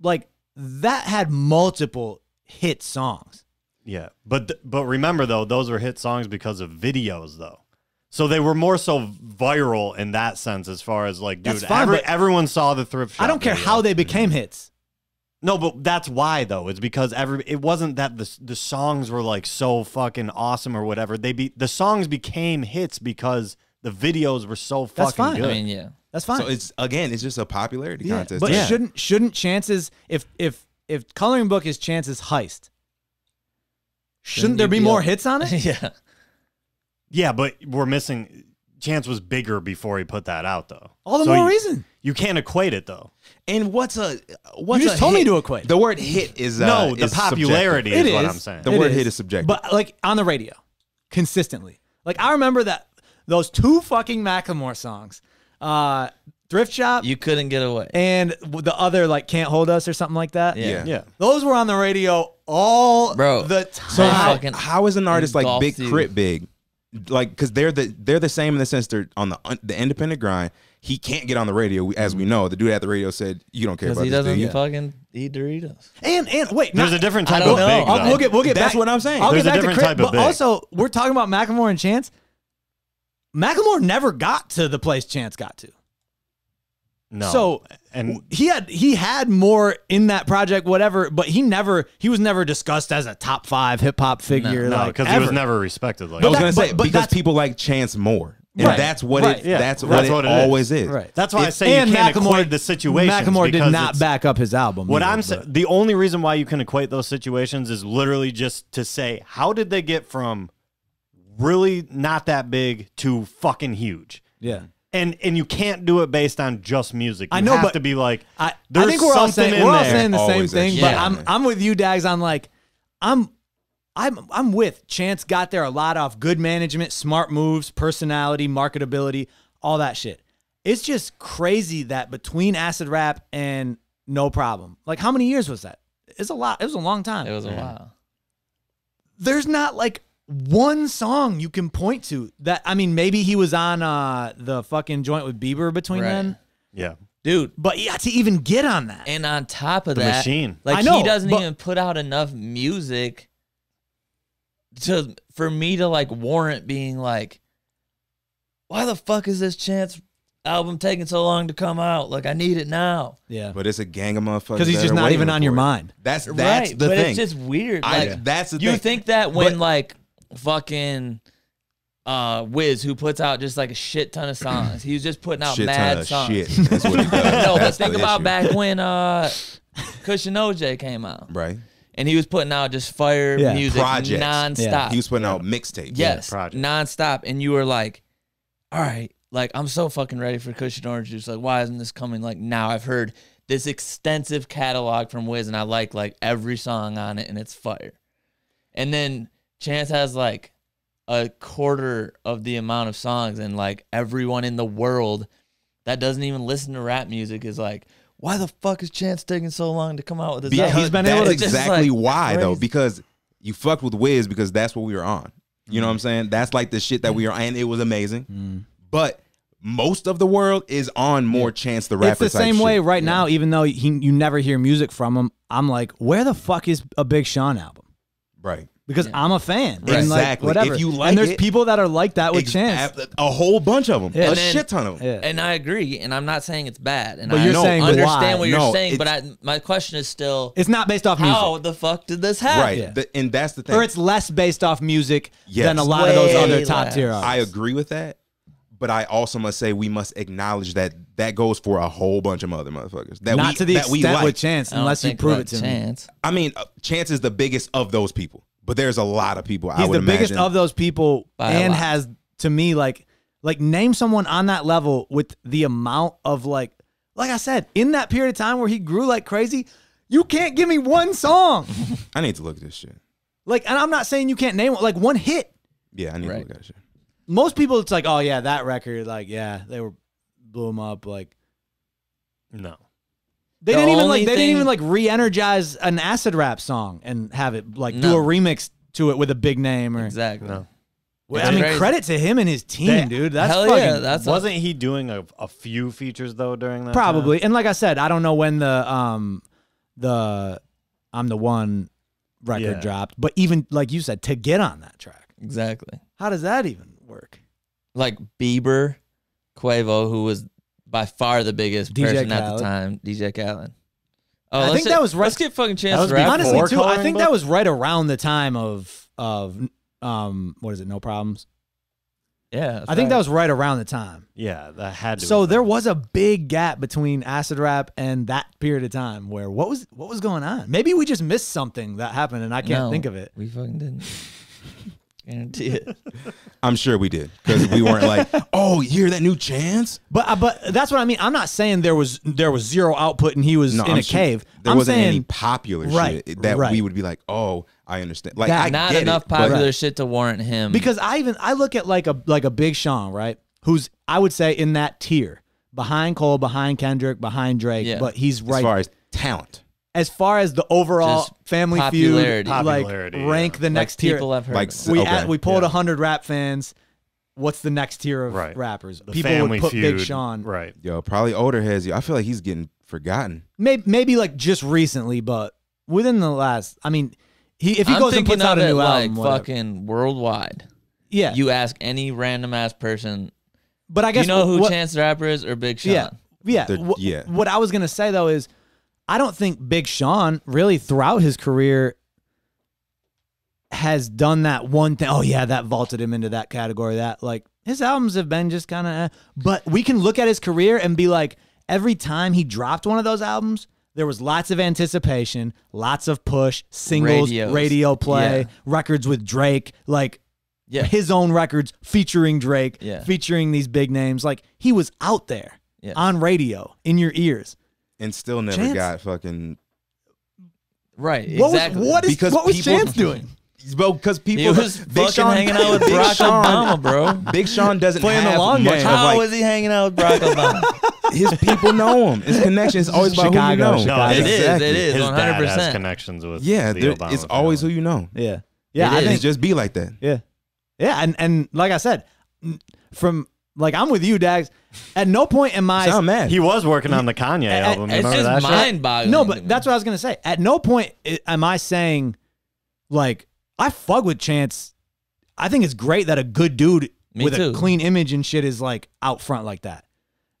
Speaker 1: like that had multiple hit songs.
Speaker 4: Yeah, but th- but remember though, those were hit songs because of videos though. So they were more so viral in that sense, as far as like, dude,
Speaker 1: That's fine,
Speaker 4: every-
Speaker 1: but-
Speaker 4: everyone saw the thrift shop.
Speaker 1: I don't care
Speaker 4: video. Mm-hmm.
Speaker 1: how they became hits.
Speaker 4: No, but that's why though. It's because every. It wasn't that the the songs were like so fucking awesome or whatever. They be the songs became hits because the videos were so fucking
Speaker 1: That's fine.
Speaker 4: good.
Speaker 3: I mean, yeah. <laughs>
Speaker 1: That's fine.
Speaker 2: So it's again, it's just a popularity
Speaker 1: Yeah,
Speaker 2: contest.
Speaker 1: But
Speaker 2: too.
Speaker 1: shouldn't shouldn't chances if if if coloring book is chances heist, shouldn't
Speaker 3: Shouldn't
Speaker 1: there
Speaker 3: you
Speaker 1: be
Speaker 3: be
Speaker 1: more
Speaker 3: up-
Speaker 1: hits on it?
Speaker 3: yeah.
Speaker 4: yeah, but we're missing. Chance was bigger before he put that out though.
Speaker 1: All the
Speaker 4: So
Speaker 1: more
Speaker 4: you-
Speaker 1: reason.
Speaker 4: You can't equate it though.
Speaker 2: And what's a what's
Speaker 1: just
Speaker 2: a
Speaker 1: told me
Speaker 2: hit?
Speaker 1: to equate.
Speaker 2: The word hit is uh,
Speaker 4: no, the
Speaker 2: is subjective.
Speaker 4: popularity
Speaker 1: It
Speaker 4: is, what
Speaker 1: is.
Speaker 4: I'm saying.
Speaker 2: The
Speaker 1: It
Speaker 2: word hit is subjective.
Speaker 1: But like on the radio, consistently. Like I remember that those two fucking Macklemore songs, uh, Thrift Shop
Speaker 3: You couldn't get away.
Speaker 1: and the other like Can't Hold Us or something like that.
Speaker 3: Yeah.
Speaker 2: yeah.
Speaker 4: yeah.
Speaker 1: Those were on the radio all
Speaker 3: Bro,
Speaker 1: the time.
Speaker 3: So
Speaker 2: How,
Speaker 3: fucking
Speaker 2: how is an artist like
Speaker 3: engulfed
Speaker 2: Big
Speaker 3: you.
Speaker 2: Crit Big, like because they're the they're the same in the sense they're on the un- the independent grind. He can't get on the radio, as
Speaker 1: Mm.
Speaker 2: we know. The dude at the radio said, "You don't care
Speaker 3: Because
Speaker 2: about
Speaker 3: he
Speaker 2: this."
Speaker 3: doesn't
Speaker 2: dude."
Speaker 3: fucking eat Doritos.
Speaker 1: and and wait,
Speaker 4: There's
Speaker 1: not-
Speaker 4: a different
Speaker 3: I
Speaker 4: type
Speaker 3: don't
Speaker 4: of
Speaker 3: know.
Speaker 4: big.
Speaker 1: I'll-
Speaker 4: though.
Speaker 1: we'll get we'll get
Speaker 2: That's
Speaker 1: back-
Speaker 2: what I'm saying.
Speaker 1: I'll
Speaker 4: There's
Speaker 1: get
Speaker 4: a
Speaker 1: back
Speaker 4: different
Speaker 1: to Chris,
Speaker 4: type of
Speaker 1: but
Speaker 4: big.
Speaker 1: also we're talking about Macklemore and Chance. Macklemore never got to the place Chance got to.
Speaker 4: no.
Speaker 1: So
Speaker 4: and
Speaker 1: he had he had more in that project, whatever, but he never he was never discussed as a top five hip hop figure.
Speaker 4: no,
Speaker 1: like,
Speaker 4: because he was
Speaker 1: ever.
Speaker 4: never respected. Like
Speaker 2: I was
Speaker 1: that-
Speaker 2: gonna say
Speaker 1: but- but
Speaker 2: because
Speaker 1: that's-
Speaker 2: people like Chance more, and
Speaker 1: Right.
Speaker 2: that's what
Speaker 1: Right,
Speaker 2: it
Speaker 4: yeah.
Speaker 2: that's,
Speaker 4: That's
Speaker 2: what
Speaker 4: what
Speaker 2: it
Speaker 4: it is.
Speaker 2: always is.
Speaker 1: Right.
Speaker 4: That's why I say you can't equate the situation.
Speaker 1: Macklemore did not back up his album.
Speaker 4: What
Speaker 1: either,
Speaker 4: I'm
Speaker 1: but-
Speaker 4: saying, the only reason why you can equate those situations is literally just to say, how did they get from really not that big to fucking huge?
Speaker 1: yeah,
Speaker 4: And and you can't do it based on just music. You
Speaker 1: I know,
Speaker 4: have
Speaker 1: but
Speaker 4: to be like,
Speaker 1: I, I
Speaker 4: There's
Speaker 1: think we're all
Speaker 4: something
Speaker 1: saying
Speaker 4: in
Speaker 1: we're all
Speaker 4: there.
Speaker 1: saying the same
Speaker 2: Always
Speaker 1: thing,
Speaker 2: is.
Speaker 1: but
Speaker 3: Yeah.
Speaker 1: I'm I'm with you, Dags. On like I'm. I'm I'm with Chance got there a lot off good management, smart moves, personality, marketability, all that shit. It's just crazy that between acid rap and no problem. Like how many years was that? It's a lot. It was a long time.
Speaker 3: It was a while.
Speaker 1: there's not like one song you can point to that I mean maybe he was on uh the fucking joint with Bieber between
Speaker 3: Right.
Speaker 1: then
Speaker 4: yeah,
Speaker 3: Dude.
Speaker 1: but yeah to even get on that
Speaker 3: And on top of
Speaker 4: The
Speaker 3: that,
Speaker 4: machine.
Speaker 3: like
Speaker 1: I know,
Speaker 3: he doesn't
Speaker 1: but-
Speaker 3: even put out enough music to for me to like warrant being like, why the fuck is this Chance album taking so long to come out? Like I need it now.
Speaker 1: yeah
Speaker 2: <laughs> But it's a gang of motherfuckers
Speaker 1: because he's
Speaker 2: that
Speaker 1: just
Speaker 2: are
Speaker 1: not even
Speaker 2: waiting
Speaker 1: on your
Speaker 2: for it.
Speaker 1: mind
Speaker 2: That's that's
Speaker 3: right,
Speaker 2: the
Speaker 3: but
Speaker 2: thing.
Speaker 3: it's just weird.
Speaker 2: I-
Speaker 3: Like
Speaker 2: that's the
Speaker 3: you
Speaker 2: thing.
Speaker 3: think that when
Speaker 2: But-
Speaker 3: like fucking uh Wiz, who puts out just like a shit ton of songs, he was just putting out
Speaker 2: shit
Speaker 3: mad
Speaker 2: ton of
Speaker 1: <laughs>
Speaker 3: songs.
Speaker 2: shit. That's what he does.
Speaker 3: No,
Speaker 2: <laughs>
Speaker 3: but
Speaker 2: That's
Speaker 3: think
Speaker 2: the
Speaker 3: about
Speaker 2: issue.
Speaker 3: back when uh Cushion OJ came out.
Speaker 2: right.
Speaker 3: and he was putting out just fire
Speaker 1: Yeah.
Speaker 3: music
Speaker 2: Projects.
Speaker 3: nonstop.
Speaker 1: Yeah.
Speaker 2: He was putting out mixtapes.
Speaker 3: yes,
Speaker 4: projects.
Speaker 3: nonstop, and you were like, "All right, like I'm so fucking ready for Cushion Orange Juice. Like, why isn't this coming? Like now, I've heard this extensive catalog from Wiz, and I like like every song on it, and it's fire. And then Chance has like a quarter of the amount of songs, and like everyone in the world that doesn't even listen to rap music is like. Why the fuck is Chance taking so long to come out with this?
Speaker 2: Because
Speaker 3: album?"
Speaker 1: he's been
Speaker 2: that's
Speaker 1: able to-
Speaker 3: Just, like,
Speaker 2: exactly why though,
Speaker 3: crazy.
Speaker 2: because you fucked with Wiz because that's what we were on. You know what I'm saying? That's like the shit that we are, and it was amazing.
Speaker 1: Mm.
Speaker 2: But most of the world is on more Chance the Rapper.
Speaker 1: it's the
Speaker 2: type
Speaker 1: same
Speaker 2: shit.
Speaker 1: way right now even though he you never hear music from him I'm like where the fuck is a Big Sean album
Speaker 2: right?
Speaker 1: because I'm a fan and like
Speaker 2: Exactly. If
Speaker 1: whatever
Speaker 2: you like
Speaker 1: and there's
Speaker 2: it-
Speaker 1: people that are like that with
Speaker 2: Ex-
Speaker 1: Chance
Speaker 2: A, a whole bunch of them,
Speaker 1: Yeah.
Speaker 2: a
Speaker 1: And
Speaker 3: then-
Speaker 2: shit ton of them.
Speaker 1: yeah
Speaker 3: And I agree, and I'm not saying it's bad, and
Speaker 1: But
Speaker 3: I
Speaker 1: you're saying why.
Speaker 3: understand what you're
Speaker 2: No,
Speaker 3: saying. But I, my question is still,
Speaker 1: it's not based off music
Speaker 3: how the fuck did this happen?
Speaker 2: Right,
Speaker 1: Yeah.
Speaker 2: The- and that's the thing.
Speaker 1: or it's less based off music
Speaker 2: Yes.
Speaker 1: than a lot of those
Speaker 3: Way
Speaker 1: other top
Speaker 3: less.
Speaker 1: tier artists.
Speaker 2: I agree with that, but I also must say we must acknowledge that that goes for a whole bunch of other motherfuckers. That
Speaker 1: Not
Speaker 2: we,
Speaker 1: to the
Speaker 2: that we
Speaker 1: extent
Speaker 2: like.
Speaker 1: with Chance,
Speaker 3: I don't
Speaker 1: unless you
Speaker 3: think
Speaker 1: prove
Speaker 3: about
Speaker 1: it to me.
Speaker 3: chance.
Speaker 2: I mean, uh, Chance is the biggest of those people, but there's a lot of people. I
Speaker 1: He's
Speaker 2: would
Speaker 1: the biggest
Speaker 2: imagine.
Speaker 1: of those people,
Speaker 3: By a
Speaker 1: and
Speaker 3: lot.
Speaker 1: has to me like like name someone on that level with the amount of like like I said in that period of time where he grew like crazy. You can't give me one
Speaker 2: <laughs>
Speaker 1: song,
Speaker 2: I need to look at this shit.
Speaker 1: like, and I'm not saying you can't name one, like one hit.
Speaker 2: Yeah, I need
Speaker 3: Right.
Speaker 2: to look at that shit.
Speaker 1: most people it's like, oh yeah, that record, like yeah, they were blew them up. Like
Speaker 4: No.
Speaker 1: they
Speaker 3: The
Speaker 1: didn't even like
Speaker 3: only
Speaker 1: they didn't even
Speaker 3: thing-
Speaker 1: like re-energize an acid rap song and have it like do
Speaker 3: No.
Speaker 1: a remix to it with a big name or.
Speaker 3: Exactly.
Speaker 4: No.
Speaker 1: I mean,
Speaker 3: Crazy.
Speaker 1: credit to him and his team,
Speaker 4: They-
Speaker 1: dude. That's
Speaker 3: Hell
Speaker 1: fucking
Speaker 3: yeah, that's a,
Speaker 4: Wasn't he doing a, a few features though during that?
Speaker 1: probably. And like I said, I don't know when the um the I'm the one record
Speaker 4: Yeah.
Speaker 1: dropped, but even like you said, to get on that track,
Speaker 3: exactly
Speaker 1: how does that even work?
Speaker 3: like Bieber, Quavo, who was by far the biggest
Speaker 1: DJ
Speaker 3: person at
Speaker 1: Khaled.
Speaker 3: the time, DJ Khaled. Oh,
Speaker 1: I
Speaker 3: let's
Speaker 1: think
Speaker 3: ju-
Speaker 1: that was right-
Speaker 3: Let's get fucking
Speaker 4: That
Speaker 3: chance
Speaker 4: was
Speaker 3: to rap.
Speaker 4: before-
Speaker 1: honestly
Speaker 3: Honestly,
Speaker 1: too i
Speaker 4: coloring
Speaker 1: think
Speaker 4: book?
Speaker 1: that was right around the time of of um what is it no problems
Speaker 3: yeah,
Speaker 1: i think that was right around the time
Speaker 4: Yeah, that had to.
Speaker 1: so
Speaker 4: have
Speaker 1: there
Speaker 4: been.
Speaker 1: was a big gap between acid rap and that period of time where what was what was going on maybe we just missed something that happened and i can't
Speaker 3: No.
Speaker 1: think of it
Speaker 3: we fucking didn't.
Speaker 1: <laughs>
Speaker 3: Guarantee it.
Speaker 2: I'm sure we did because we
Speaker 1: <laughs>
Speaker 2: weren't like, oh, you hear that new chance?
Speaker 1: but uh, but that's what i mean i'm not saying there was there was zero output and he was in
Speaker 2: I'm
Speaker 1: a
Speaker 2: sure
Speaker 1: cave
Speaker 2: There
Speaker 1: i'm
Speaker 2: wasn't
Speaker 1: saying
Speaker 2: any popular
Speaker 1: Right,
Speaker 2: shit that we
Speaker 1: right.
Speaker 2: would be like, oh, I understand. Like,
Speaker 1: That-
Speaker 2: I
Speaker 3: Not
Speaker 2: get
Speaker 3: enough
Speaker 2: it, but-
Speaker 3: popular shit to warrant him.
Speaker 1: because I even I look at like a like a Big Sean, right? Who's I would say in that tier behind Cole, behind Kendrick, behind Drake,
Speaker 3: Yeah.
Speaker 1: but he's right
Speaker 2: as far as talent,
Speaker 1: as far as the overall
Speaker 3: Just
Speaker 1: family
Speaker 3: popularity.
Speaker 1: feud, like
Speaker 4: Popularity,
Speaker 1: rank
Speaker 4: yeah.
Speaker 1: the
Speaker 3: like,
Speaker 1: next tier.
Speaker 3: people I've heard.
Speaker 2: like
Speaker 3: of.
Speaker 2: s-
Speaker 1: we
Speaker 2: okay.
Speaker 1: at, we pulled
Speaker 4: Yeah.
Speaker 1: hundred rap fans. What's the next tier of
Speaker 4: Right.
Speaker 1: rappers?
Speaker 4: The
Speaker 1: people
Speaker 4: family
Speaker 1: would put
Speaker 4: feud.
Speaker 1: Big Sean.
Speaker 4: Right.
Speaker 2: yo, probably older has you. I feel like he's getting forgotten.
Speaker 1: Maybe maybe like just recently, but within the last, I mean, he if he
Speaker 3: I'm
Speaker 1: goes and
Speaker 3: thinking
Speaker 1: puts out
Speaker 3: of
Speaker 1: a
Speaker 3: it
Speaker 1: new
Speaker 3: like
Speaker 1: album, whatever.
Speaker 3: fucking worldwide.
Speaker 1: yeah.
Speaker 3: You ask any random ass person,
Speaker 1: but I
Speaker 3: do
Speaker 1: guess
Speaker 3: you know who
Speaker 1: what,
Speaker 3: Chance the Rapper is or Big Sean?
Speaker 1: Yeah. Yeah.
Speaker 2: They're-
Speaker 1: Wh-
Speaker 2: yeah.
Speaker 1: What I was going to say, though, is I don't think Big Sean really throughout his career has done that one thing. Oh, yeah, that vaulted him into that category. That, like, his albums have been just kind of, eh. but we can look at his career and be like, every time he dropped one of those albums, there was lots of anticipation, lots of push, singles,
Speaker 3: Radios.
Speaker 1: radio play,
Speaker 3: Yeah.
Speaker 1: records with Drake. Like,
Speaker 3: Yeah.
Speaker 1: his own records featuring Drake,
Speaker 3: Yeah.
Speaker 1: featuring these big names. Like he was out there
Speaker 3: Yeah.
Speaker 1: on radio in your ears.
Speaker 2: And still never
Speaker 1: Chance-
Speaker 2: got fucking.
Speaker 3: Right.
Speaker 1: What
Speaker 3: exactly.
Speaker 1: was what is
Speaker 2: Because
Speaker 1: what was
Speaker 2: people-
Speaker 1: Chance doing?
Speaker 2: Because
Speaker 3: He
Speaker 2: people,
Speaker 3: was
Speaker 2: Big
Speaker 3: fucking
Speaker 2: Sean
Speaker 3: hanging out with
Speaker 2: Big
Speaker 3: Barack
Speaker 2: Sean-
Speaker 3: Obama,
Speaker 1: <laughs>
Speaker 3: bro.
Speaker 2: Big Sean doesn't
Speaker 1: Playing the
Speaker 2: have
Speaker 1: long
Speaker 2: much
Speaker 1: game.
Speaker 2: of
Speaker 1: How
Speaker 2: like
Speaker 3: How was he hanging out
Speaker 1: <laughs>
Speaker 3: with Barack Obama?
Speaker 2: his people know him. His connections always about who you
Speaker 1: Chicago,
Speaker 2: know.
Speaker 1: Chicago.
Speaker 3: It is,
Speaker 2: Exactly.
Speaker 3: it is.
Speaker 4: His dad has
Speaker 3: 100%.
Speaker 4: connections with.
Speaker 2: Yeah,
Speaker 4: the
Speaker 2: there-
Speaker 4: Obama
Speaker 2: it's always who
Speaker 4: family.
Speaker 2: you know.
Speaker 1: Yeah, yeah,
Speaker 3: It
Speaker 1: I
Speaker 3: is.
Speaker 1: think
Speaker 2: It's just be like that.
Speaker 1: yeah, yeah, and and like I said, n- from like I'm with you, Dags. At no point in my
Speaker 2: Sound mad.
Speaker 4: He was working on the Kanye album. You
Speaker 3: It's
Speaker 4: remember that
Speaker 3: just
Speaker 4: shit?
Speaker 3: mind boggling.
Speaker 1: no, but that's what I was gonna say. At no point i- am I saying like I fuck with Chance. I think it's great that a good dude
Speaker 3: Me
Speaker 1: with
Speaker 3: too.
Speaker 1: a clean image and shit is like out front like that.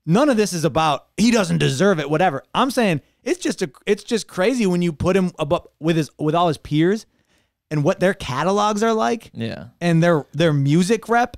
Speaker 1: None of this is about he doesn't deserve it. Whatever. I'm saying it's just a it's just crazy when you put him above with his with all his peers and what their catalogs are like
Speaker 3: Yeah.
Speaker 1: and their their music rep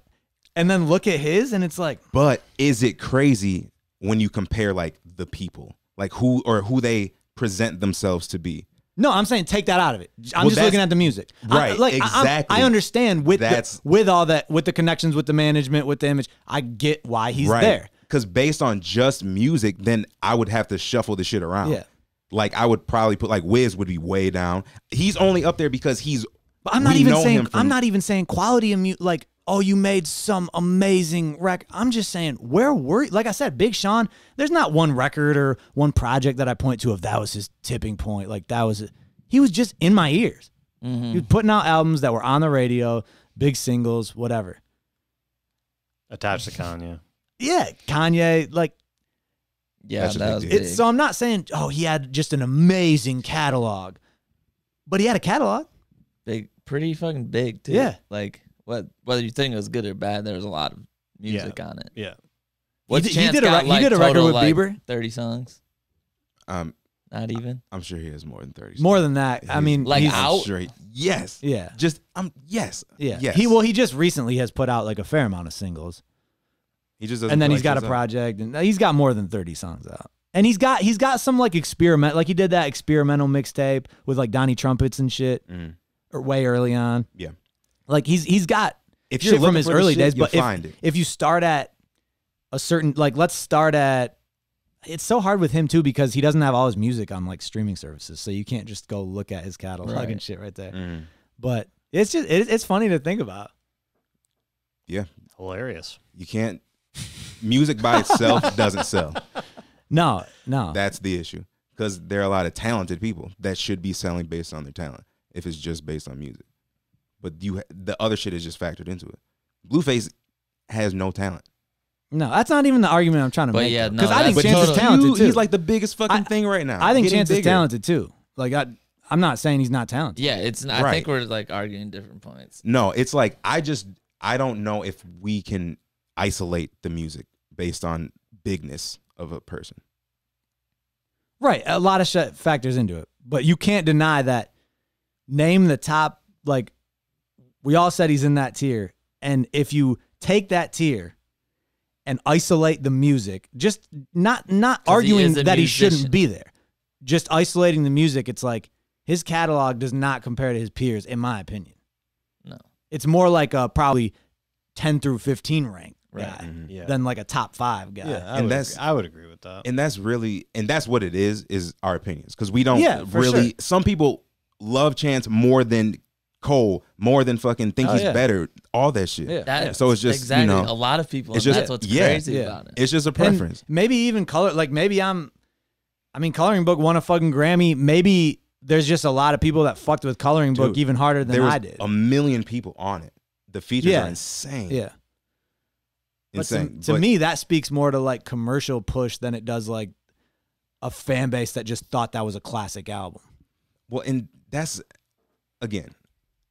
Speaker 1: and then look at his and it's like
Speaker 2: But is it crazy when you compare like the people, like who or who they present themselves to be?
Speaker 1: No, I'm saying take that out of it. I'm
Speaker 2: Well,
Speaker 1: just looking
Speaker 2: that's-
Speaker 1: at the music. I-
Speaker 2: right,
Speaker 1: like, I- I'm-
Speaker 2: exactly.
Speaker 1: I, understand with the,
Speaker 2: That's-
Speaker 1: with all that, with the connections, with the management, with the image. I get why he's there.
Speaker 2: Because based on just music, then I would have to shuffle the shit around.
Speaker 1: Yeah.
Speaker 2: Like I would probably put like Wiz would be way down. He's only up there because he's.
Speaker 1: But I'm not
Speaker 2: we
Speaker 1: even
Speaker 2: know
Speaker 1: saying
Speaker 2: him from-
Speaker 1: I'm not even saying quality of mu- like oh you made some amazing record. I'm just saying where were you? like I said Big Sean. There's not one record or one project that I point to of that was his tipping point. Like that was he was just in my ears.
Speaker 2: Mm-hmm.
Speaker 1: He was putting out albums that were on the radio, big singles, whatever.
Speaker 4: attached to Kanye.
Speaker 1: Yeah, Kanye like
Speaker 3: Yeah,
Speaker 2: That's a
Speaker 3: that
Speaker 2: big
Speaker 3: was
Speaker 2: deal.
Speaker 3: big.
Speaker 1: It's, so I'm not saying, oh, he had just an amazing catalog, but he had a catalog.
Speaker 3: big, pretty fucking big too.
Speaker 1: Yeah.
Speaker 3: Like what? Whether you think it was good or bad, there was a lot of music on it.
Speaker 4: Yeah.
Speaker 3: What's
Speaker 1: did- he
Speaker 3: Chance
Speaker 1: did a
Speaker 3: got,
Speaker 1: re- he
Speaker 3: like,
Speaker 1: did a record
Speaker 3: total,
Speaker 1: with
Speaker 3: like,
Speaker 1: Bieber?
Speaker 3: Thirty songs,
Speaker 2: Um,
Speaker 3: not even.
Speaker 2: I'm sure he has more than thirty.
Speaker 1: More than that, I
Speaker 2: He's-
Speaker 1: mean,
Speaker 3: Like,
Speaker 1: he's-
Speaker 3: out?
Speaker 2: Sure he- yes.
Speaker 1: yeah,
Speaker 2: Just um. Yes.
Speaker 1: yeah.
Speaker 2: Yes.
Speaker 1: He well, he just recently has put out like a fair amount of singles,
Speaker 2: He just doesn't.
Speaker 1: and then
Speaker 2: feel
Speaker 1: he's
Speaker 2: like
Speaker 1: got a
Speaker 2: he's up.
Speaker 1: project, and he's got more than 30 songs out, and he's got he's got some like experiment, like he did that experimental mixtape with like Donnie Trumpets and shit,
Speaker 2: Mm.
Speaker 1: or way early on.
Speaker 2: Yeah.
Speaker 1: like he's he's got
Speaker 2: If
Speaker 1: shit from
Speaker 2: looking
Speaker 1: his
Speaker 2: for the
Speaker 1: early
Speaker 2: shit,
Speaker 1: days.
Speaker 2: you'll
Speaker 1: But if,
Speaker 2: find it.
Speaker 1: if you start at a certain, like, let's start at. It's so hard with him too because he doesn't have all his music on like streaming services, so you can't just go look at his catalog
Speaker 3: Right.
Speaker 2: Mm.
Speaker 1: and shit right there. But it's just it, it's funny to think about.
Speaker 2: Yeah,
Speaker 4: Hilarious.
Speaker 2: you can't. Music by
Speaker 1: <laughs>
Speaker 2: itself doesn't sell.
Speaker 1: No, no.
Speaker 2: That's the issue because there are a lot of talented people that should be selling based on their talent if it's just based on music. But you, ha- the other shit is just factored into it. Blueface has no talent.
Speaker 1: no, that's not even the argument I'm trying to
Speaker 3: But
Speaker 1: make.
Speaker 3: yeah,
Speaker 1: though.
Speaker 3: no,
Speaker 1: I think
Speaker 3: that's
Speaker 1: Chance is
Speaker 3: totally-
Speaker 1: talented
Speaker 2: Dude,
Speaker 1: too.
Speaker 2: He's like the biggest fucking
Speaker 1: I-
Speaker 2: thing right now.
Speaker 1: I think
Speaker 2: Getting
Speaker 1: Chance is
Speaker 2: bigger.
Speaker 1: talented too. Like I, I'm not saying he's not talented.
Speaker 3: Yeah, it's. Not, I
Speaker 2: Right.
Speaker 3: think we're like arguing different points.
Speaker 2: No, it's like I just I don't know if we can isolate the music based on bigness of a person.
Speaker 1: Right, a lot of shit factors into it, but you can't deny that. Name the top. Like we all said, he's in that tier, and if you take that tier and isolate the music, just not not
Speaker 3: 'Cause he
Speaker 1: arguing
Speaker 3: is a
Speaker 1: that he
Speaker 3: musician.
Speaker 1: shouldn't be there, just isolating the music. It's like his catalog does not compare to his peers, in my opinion.
Speaker 3: No.
Speaker 1: it's more like a probably ten through fifteen rank
Speaker 3: Right.
Speaker 1: guy
Speaker 4: Yeah.
Speaker 1: than like a top five guy.
Speaker 4: yeah, I
Speaker 2: And
Speaker 4: would
Speaker 2: that's-
Speaker 4: agree. I would agree with that.
Speaker 2: And that's really and that's what it is is our opinions cuz we don't
Speaker 1: Yeah, for
Speaker 2: really
Speaker 1: sure.
Speaker 2: some people love Chance more than Cole, more than fucking think
Speaker 1: Oh,
Speaker 2: he's
Speaker 1: yeah.
Speaker 2: better, all that shit.
Speaker 1: Yeah.
Speaker 3: That,
Speaker 2: So it's just, you
Speaker 3: exactly
Speaker 2: know,
Speaker 3: a lot of people.
Speaker 2: it's
Speaker 3: and
Speaker 2: just-
Speaker 3: that's what's
Speaker 2: yeah,
Speaker 3: crazy
Speaker 1: yeah.
Speaker 3: about it.
Speaker 2: It's just a
Speaker 1: And
Speaker 2: preference.
Speaker 1: maybe even color. Like maybe I'm. I mean, Coloring Book won a fucking Grammy. Maybe there's just a lot of people that fucked with Coloring Book
Speaker 2: Dude,
Speaker 1: even harder than
Speaker 2: there was
Speaker 1: I did.
Speaker 2: a million people on it. The features
Speaker 1: Yeah.
Speaker 2: are insane.
Speaker 1: yeah. But to,
Speaker 2: Insane.
Speaker 1: to
Speaker 2: But-
Speaker 1: me, that speaks more to like commercial push than it does like a fan base that just thought that was a classic album.
Speaker 2: well and that's again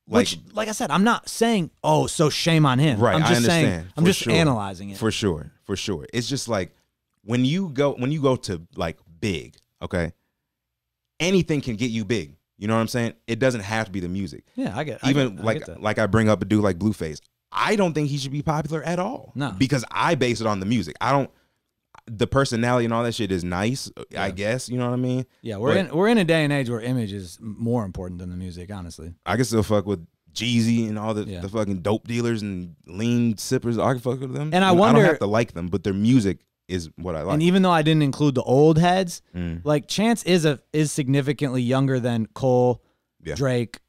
Speaker 1: Which, like I said, I'm not saying oh, so shame on him.
Speaker 2: Right,
Speaker 1: I'm
Speaker 2: I
Speaker 1: just saying
Speaker 2: understand,
Speaker 1: I'm
Speaker 2: for
Speaker 1: just
Speaker 2: sure.
Speaker 1: analyzing it.
Speaker 2: For sure, for sure. It's just like when you go when you go to like big, okay? Anything can get you big. You know what I'm saying? It doesn't have to be the music.
Speaker 1: yeah, I get I
Speaker 2: Even
Speaker 1: get- I
Speaker 2: like
Speaker 1: get that.
Speaker 2: like I bring up a dude like Blueface. I don't think he should be popular at all.
Speaker 1: No.
Speaker 2: Because I base it on the music. I don't the personality and all that shit is nice, I guess. You know what I mean?
Speaker 1: yeah, we're
Speaker 2: but-
Speaker 1: in we're in a day and age where image is more important than the music. Honestly,
Speaker 2: I can still fuck with Jeezy and all the,
Speaker 1: Yeah.
Speaker 2: the fucking dope dealers and lean sippers. I can fuck with them.
Speaker 1: And I
Speaker 2: I
Speaker 1: wonder-
Speaker 2: don't have to like them, but their music is what I like.
Speaker 1: and even though I didn't include the old heads,
Speaker 2: Mm.
Speaker 1: like Chance is a is significantly younger than Cole,
Speaker 2: Yeah.
Speaker 1: Drake,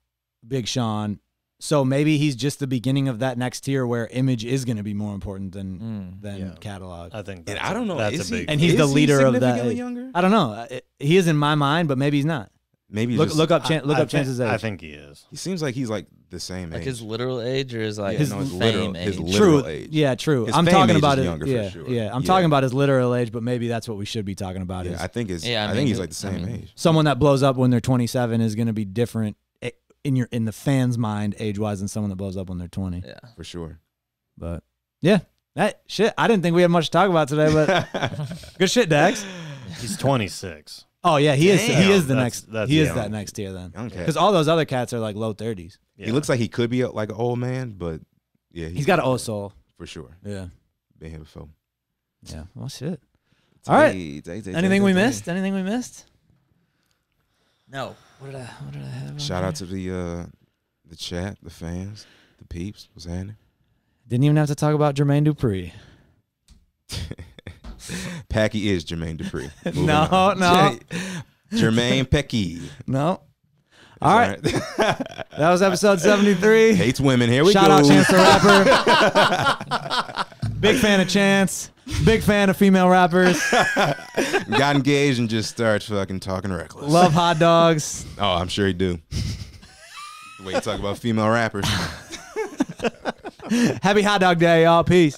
Speaker 1: Big Sean. So maybe he's just the beginning of that next tier where image is going to be more important than
Speaker 3: Mm.
Speaker 1: than
Speaker 4: Yeah.
Speaker 1: catalog.
Speaker 4: I think
Speaker 2: And
Speaker 4: that's
Speaker 2: I don't
Speaker 4: a,
Speaker 2: know.
Speaker 4: That's
Speaker 2: is
Speaker 4: a big.
Speaker 2: he,
Speaker 1: And he's the
Speaker 2: is he
Speaker 1: leader of that
Speaker 2: significantly
Speaker 1: age.
Speaker 2: Younger?
Speaker 1: I don't know. I- He is in my mind, but maybe he's not.
Speaker 2: Maybe he's
Speaker 1: look
Speaker 2: just,
Speaker 1: look up Chan-
Speaker 4: I-
Speaker 1: look
Speaker 4: I
Speaker 1: up Chance's
Speaker 4: think,
Speaker 1: age.
Speaker 4: I think he is.
Speaker 2: <laughs> He seems like he's like the same
Speaker 3: Like
Speaker 2: age.
Speaker 3: his literal age or his like
Speaker 2: Yeah,
Speaker 3: his
Speaker 2: no, his
Speaker 3: fame
Speaker 2: literal-
Speaker 3: age.
Speaker 2: his literal-
Speaker 1: True.
Speaker 2: age.
Speaker 1: Yeah, true.
Speaker 2: His
Speaker 1: I'm
Speaker 2: fame
Speaker 1: talking
Speaker 2: age
Speaker 1: about
Speaker 2: is
Speaker 1: it.
Speaker 2: younger for
Speaker 1: yeah,
Speaker 2: sure.
Speaker 1: yeah. I'm
Speaker 2: Yeah.
Speaker 1: talking about his literal age, but maybe that's what we should be talking about.
Speaker 2: yeah,
Speaker 1: is
Speaker 2: I think is.
Speaker 3: Yeah,
Speaker 2: Yeah,
Speaker 3: I
Speaker 2: I,
Speaker 3: mean,
Speaker 2: think he's
Speaker 3: it-
Speaker 2: like the
Speaker 3: I
Speaker 2: same
Speaker 3: mean-
Speaker 2: age.
Speaker 1: someone that blows up when they're 27 is going to be different eh, in your in the fans' mind age wise than someone that blows up when they're 20.
Speaker 3: yeah.
Speaker 2: For sure.
Speaker 1: But yeah, that shit. I didn't think we had much to talk about today, but good shit, Dax.
Speaker 4: He's 26.
Speaker 1: Oh yeah, he is. He
Speaker 4: Damn,
Speaker 1: is the
Speaker 4: that's-
Speaker 1: next.
Speaker 4: that's
Speaker 1: he is
Speaker 4: young.
Speaker 1: that next tier then,
Speaker 2: Young cat.
Speaker 1: because all those other cats are like low 30s.
Speaker 4: Yeah.
Speaker 2: He looks like he could be a, like an old man, but yeah,
Speaker 1: He's got an old soul.
Speaker 2: for sure.
Speaker 1: Yeah,
Speaker 2: Been here before.
Speaker 1: yeah. Well, shit. All right.
Speaker 2: Tay, tay, tay,
Speaker 1: Anything
Speaker 2: tay,
Speaker 1: we
Speaker 2: tay.
Speaker 1: missed? Anything we missed?
Speaker 3: No. What did I? What did I have? on
Speaker 2: Shout out
Speaker 3: there?
Speaker 2: to the uh, the chat, the fans, the peeps. What's happening?
Speaker 1: Didn't even have to talk about Jermaine Dupree.
Speaker 2: Packy is Jermaine
Speaker 1: <laughs>
Speaker 2: Dupree. Moving
Speaker 1: No,
Speaker 2: on.
Speaker 1: no.
Speaker 2: <laughs> Jermaine Pecky.
Speaker 1: No. <laughs> All right. That was episode 73.
Speaker 2: <laughs> Hates women. <laughs> Here we
Speaker 1: Shout
Speaker 2: go.
Speaker 1: out Chance the Rapper. Big fan of Chance. Big fan of female rappers.
Speaker 2: <laughs> Got engaged and just starts fucking talking reckless.
Speaker 1: Love hot dogs.
Speaker 2: Oh, I'm sure he do. <laughs> the way you talk about female rappers.
Speaker 1: Happy Hot Dog Day, y'all. Peace.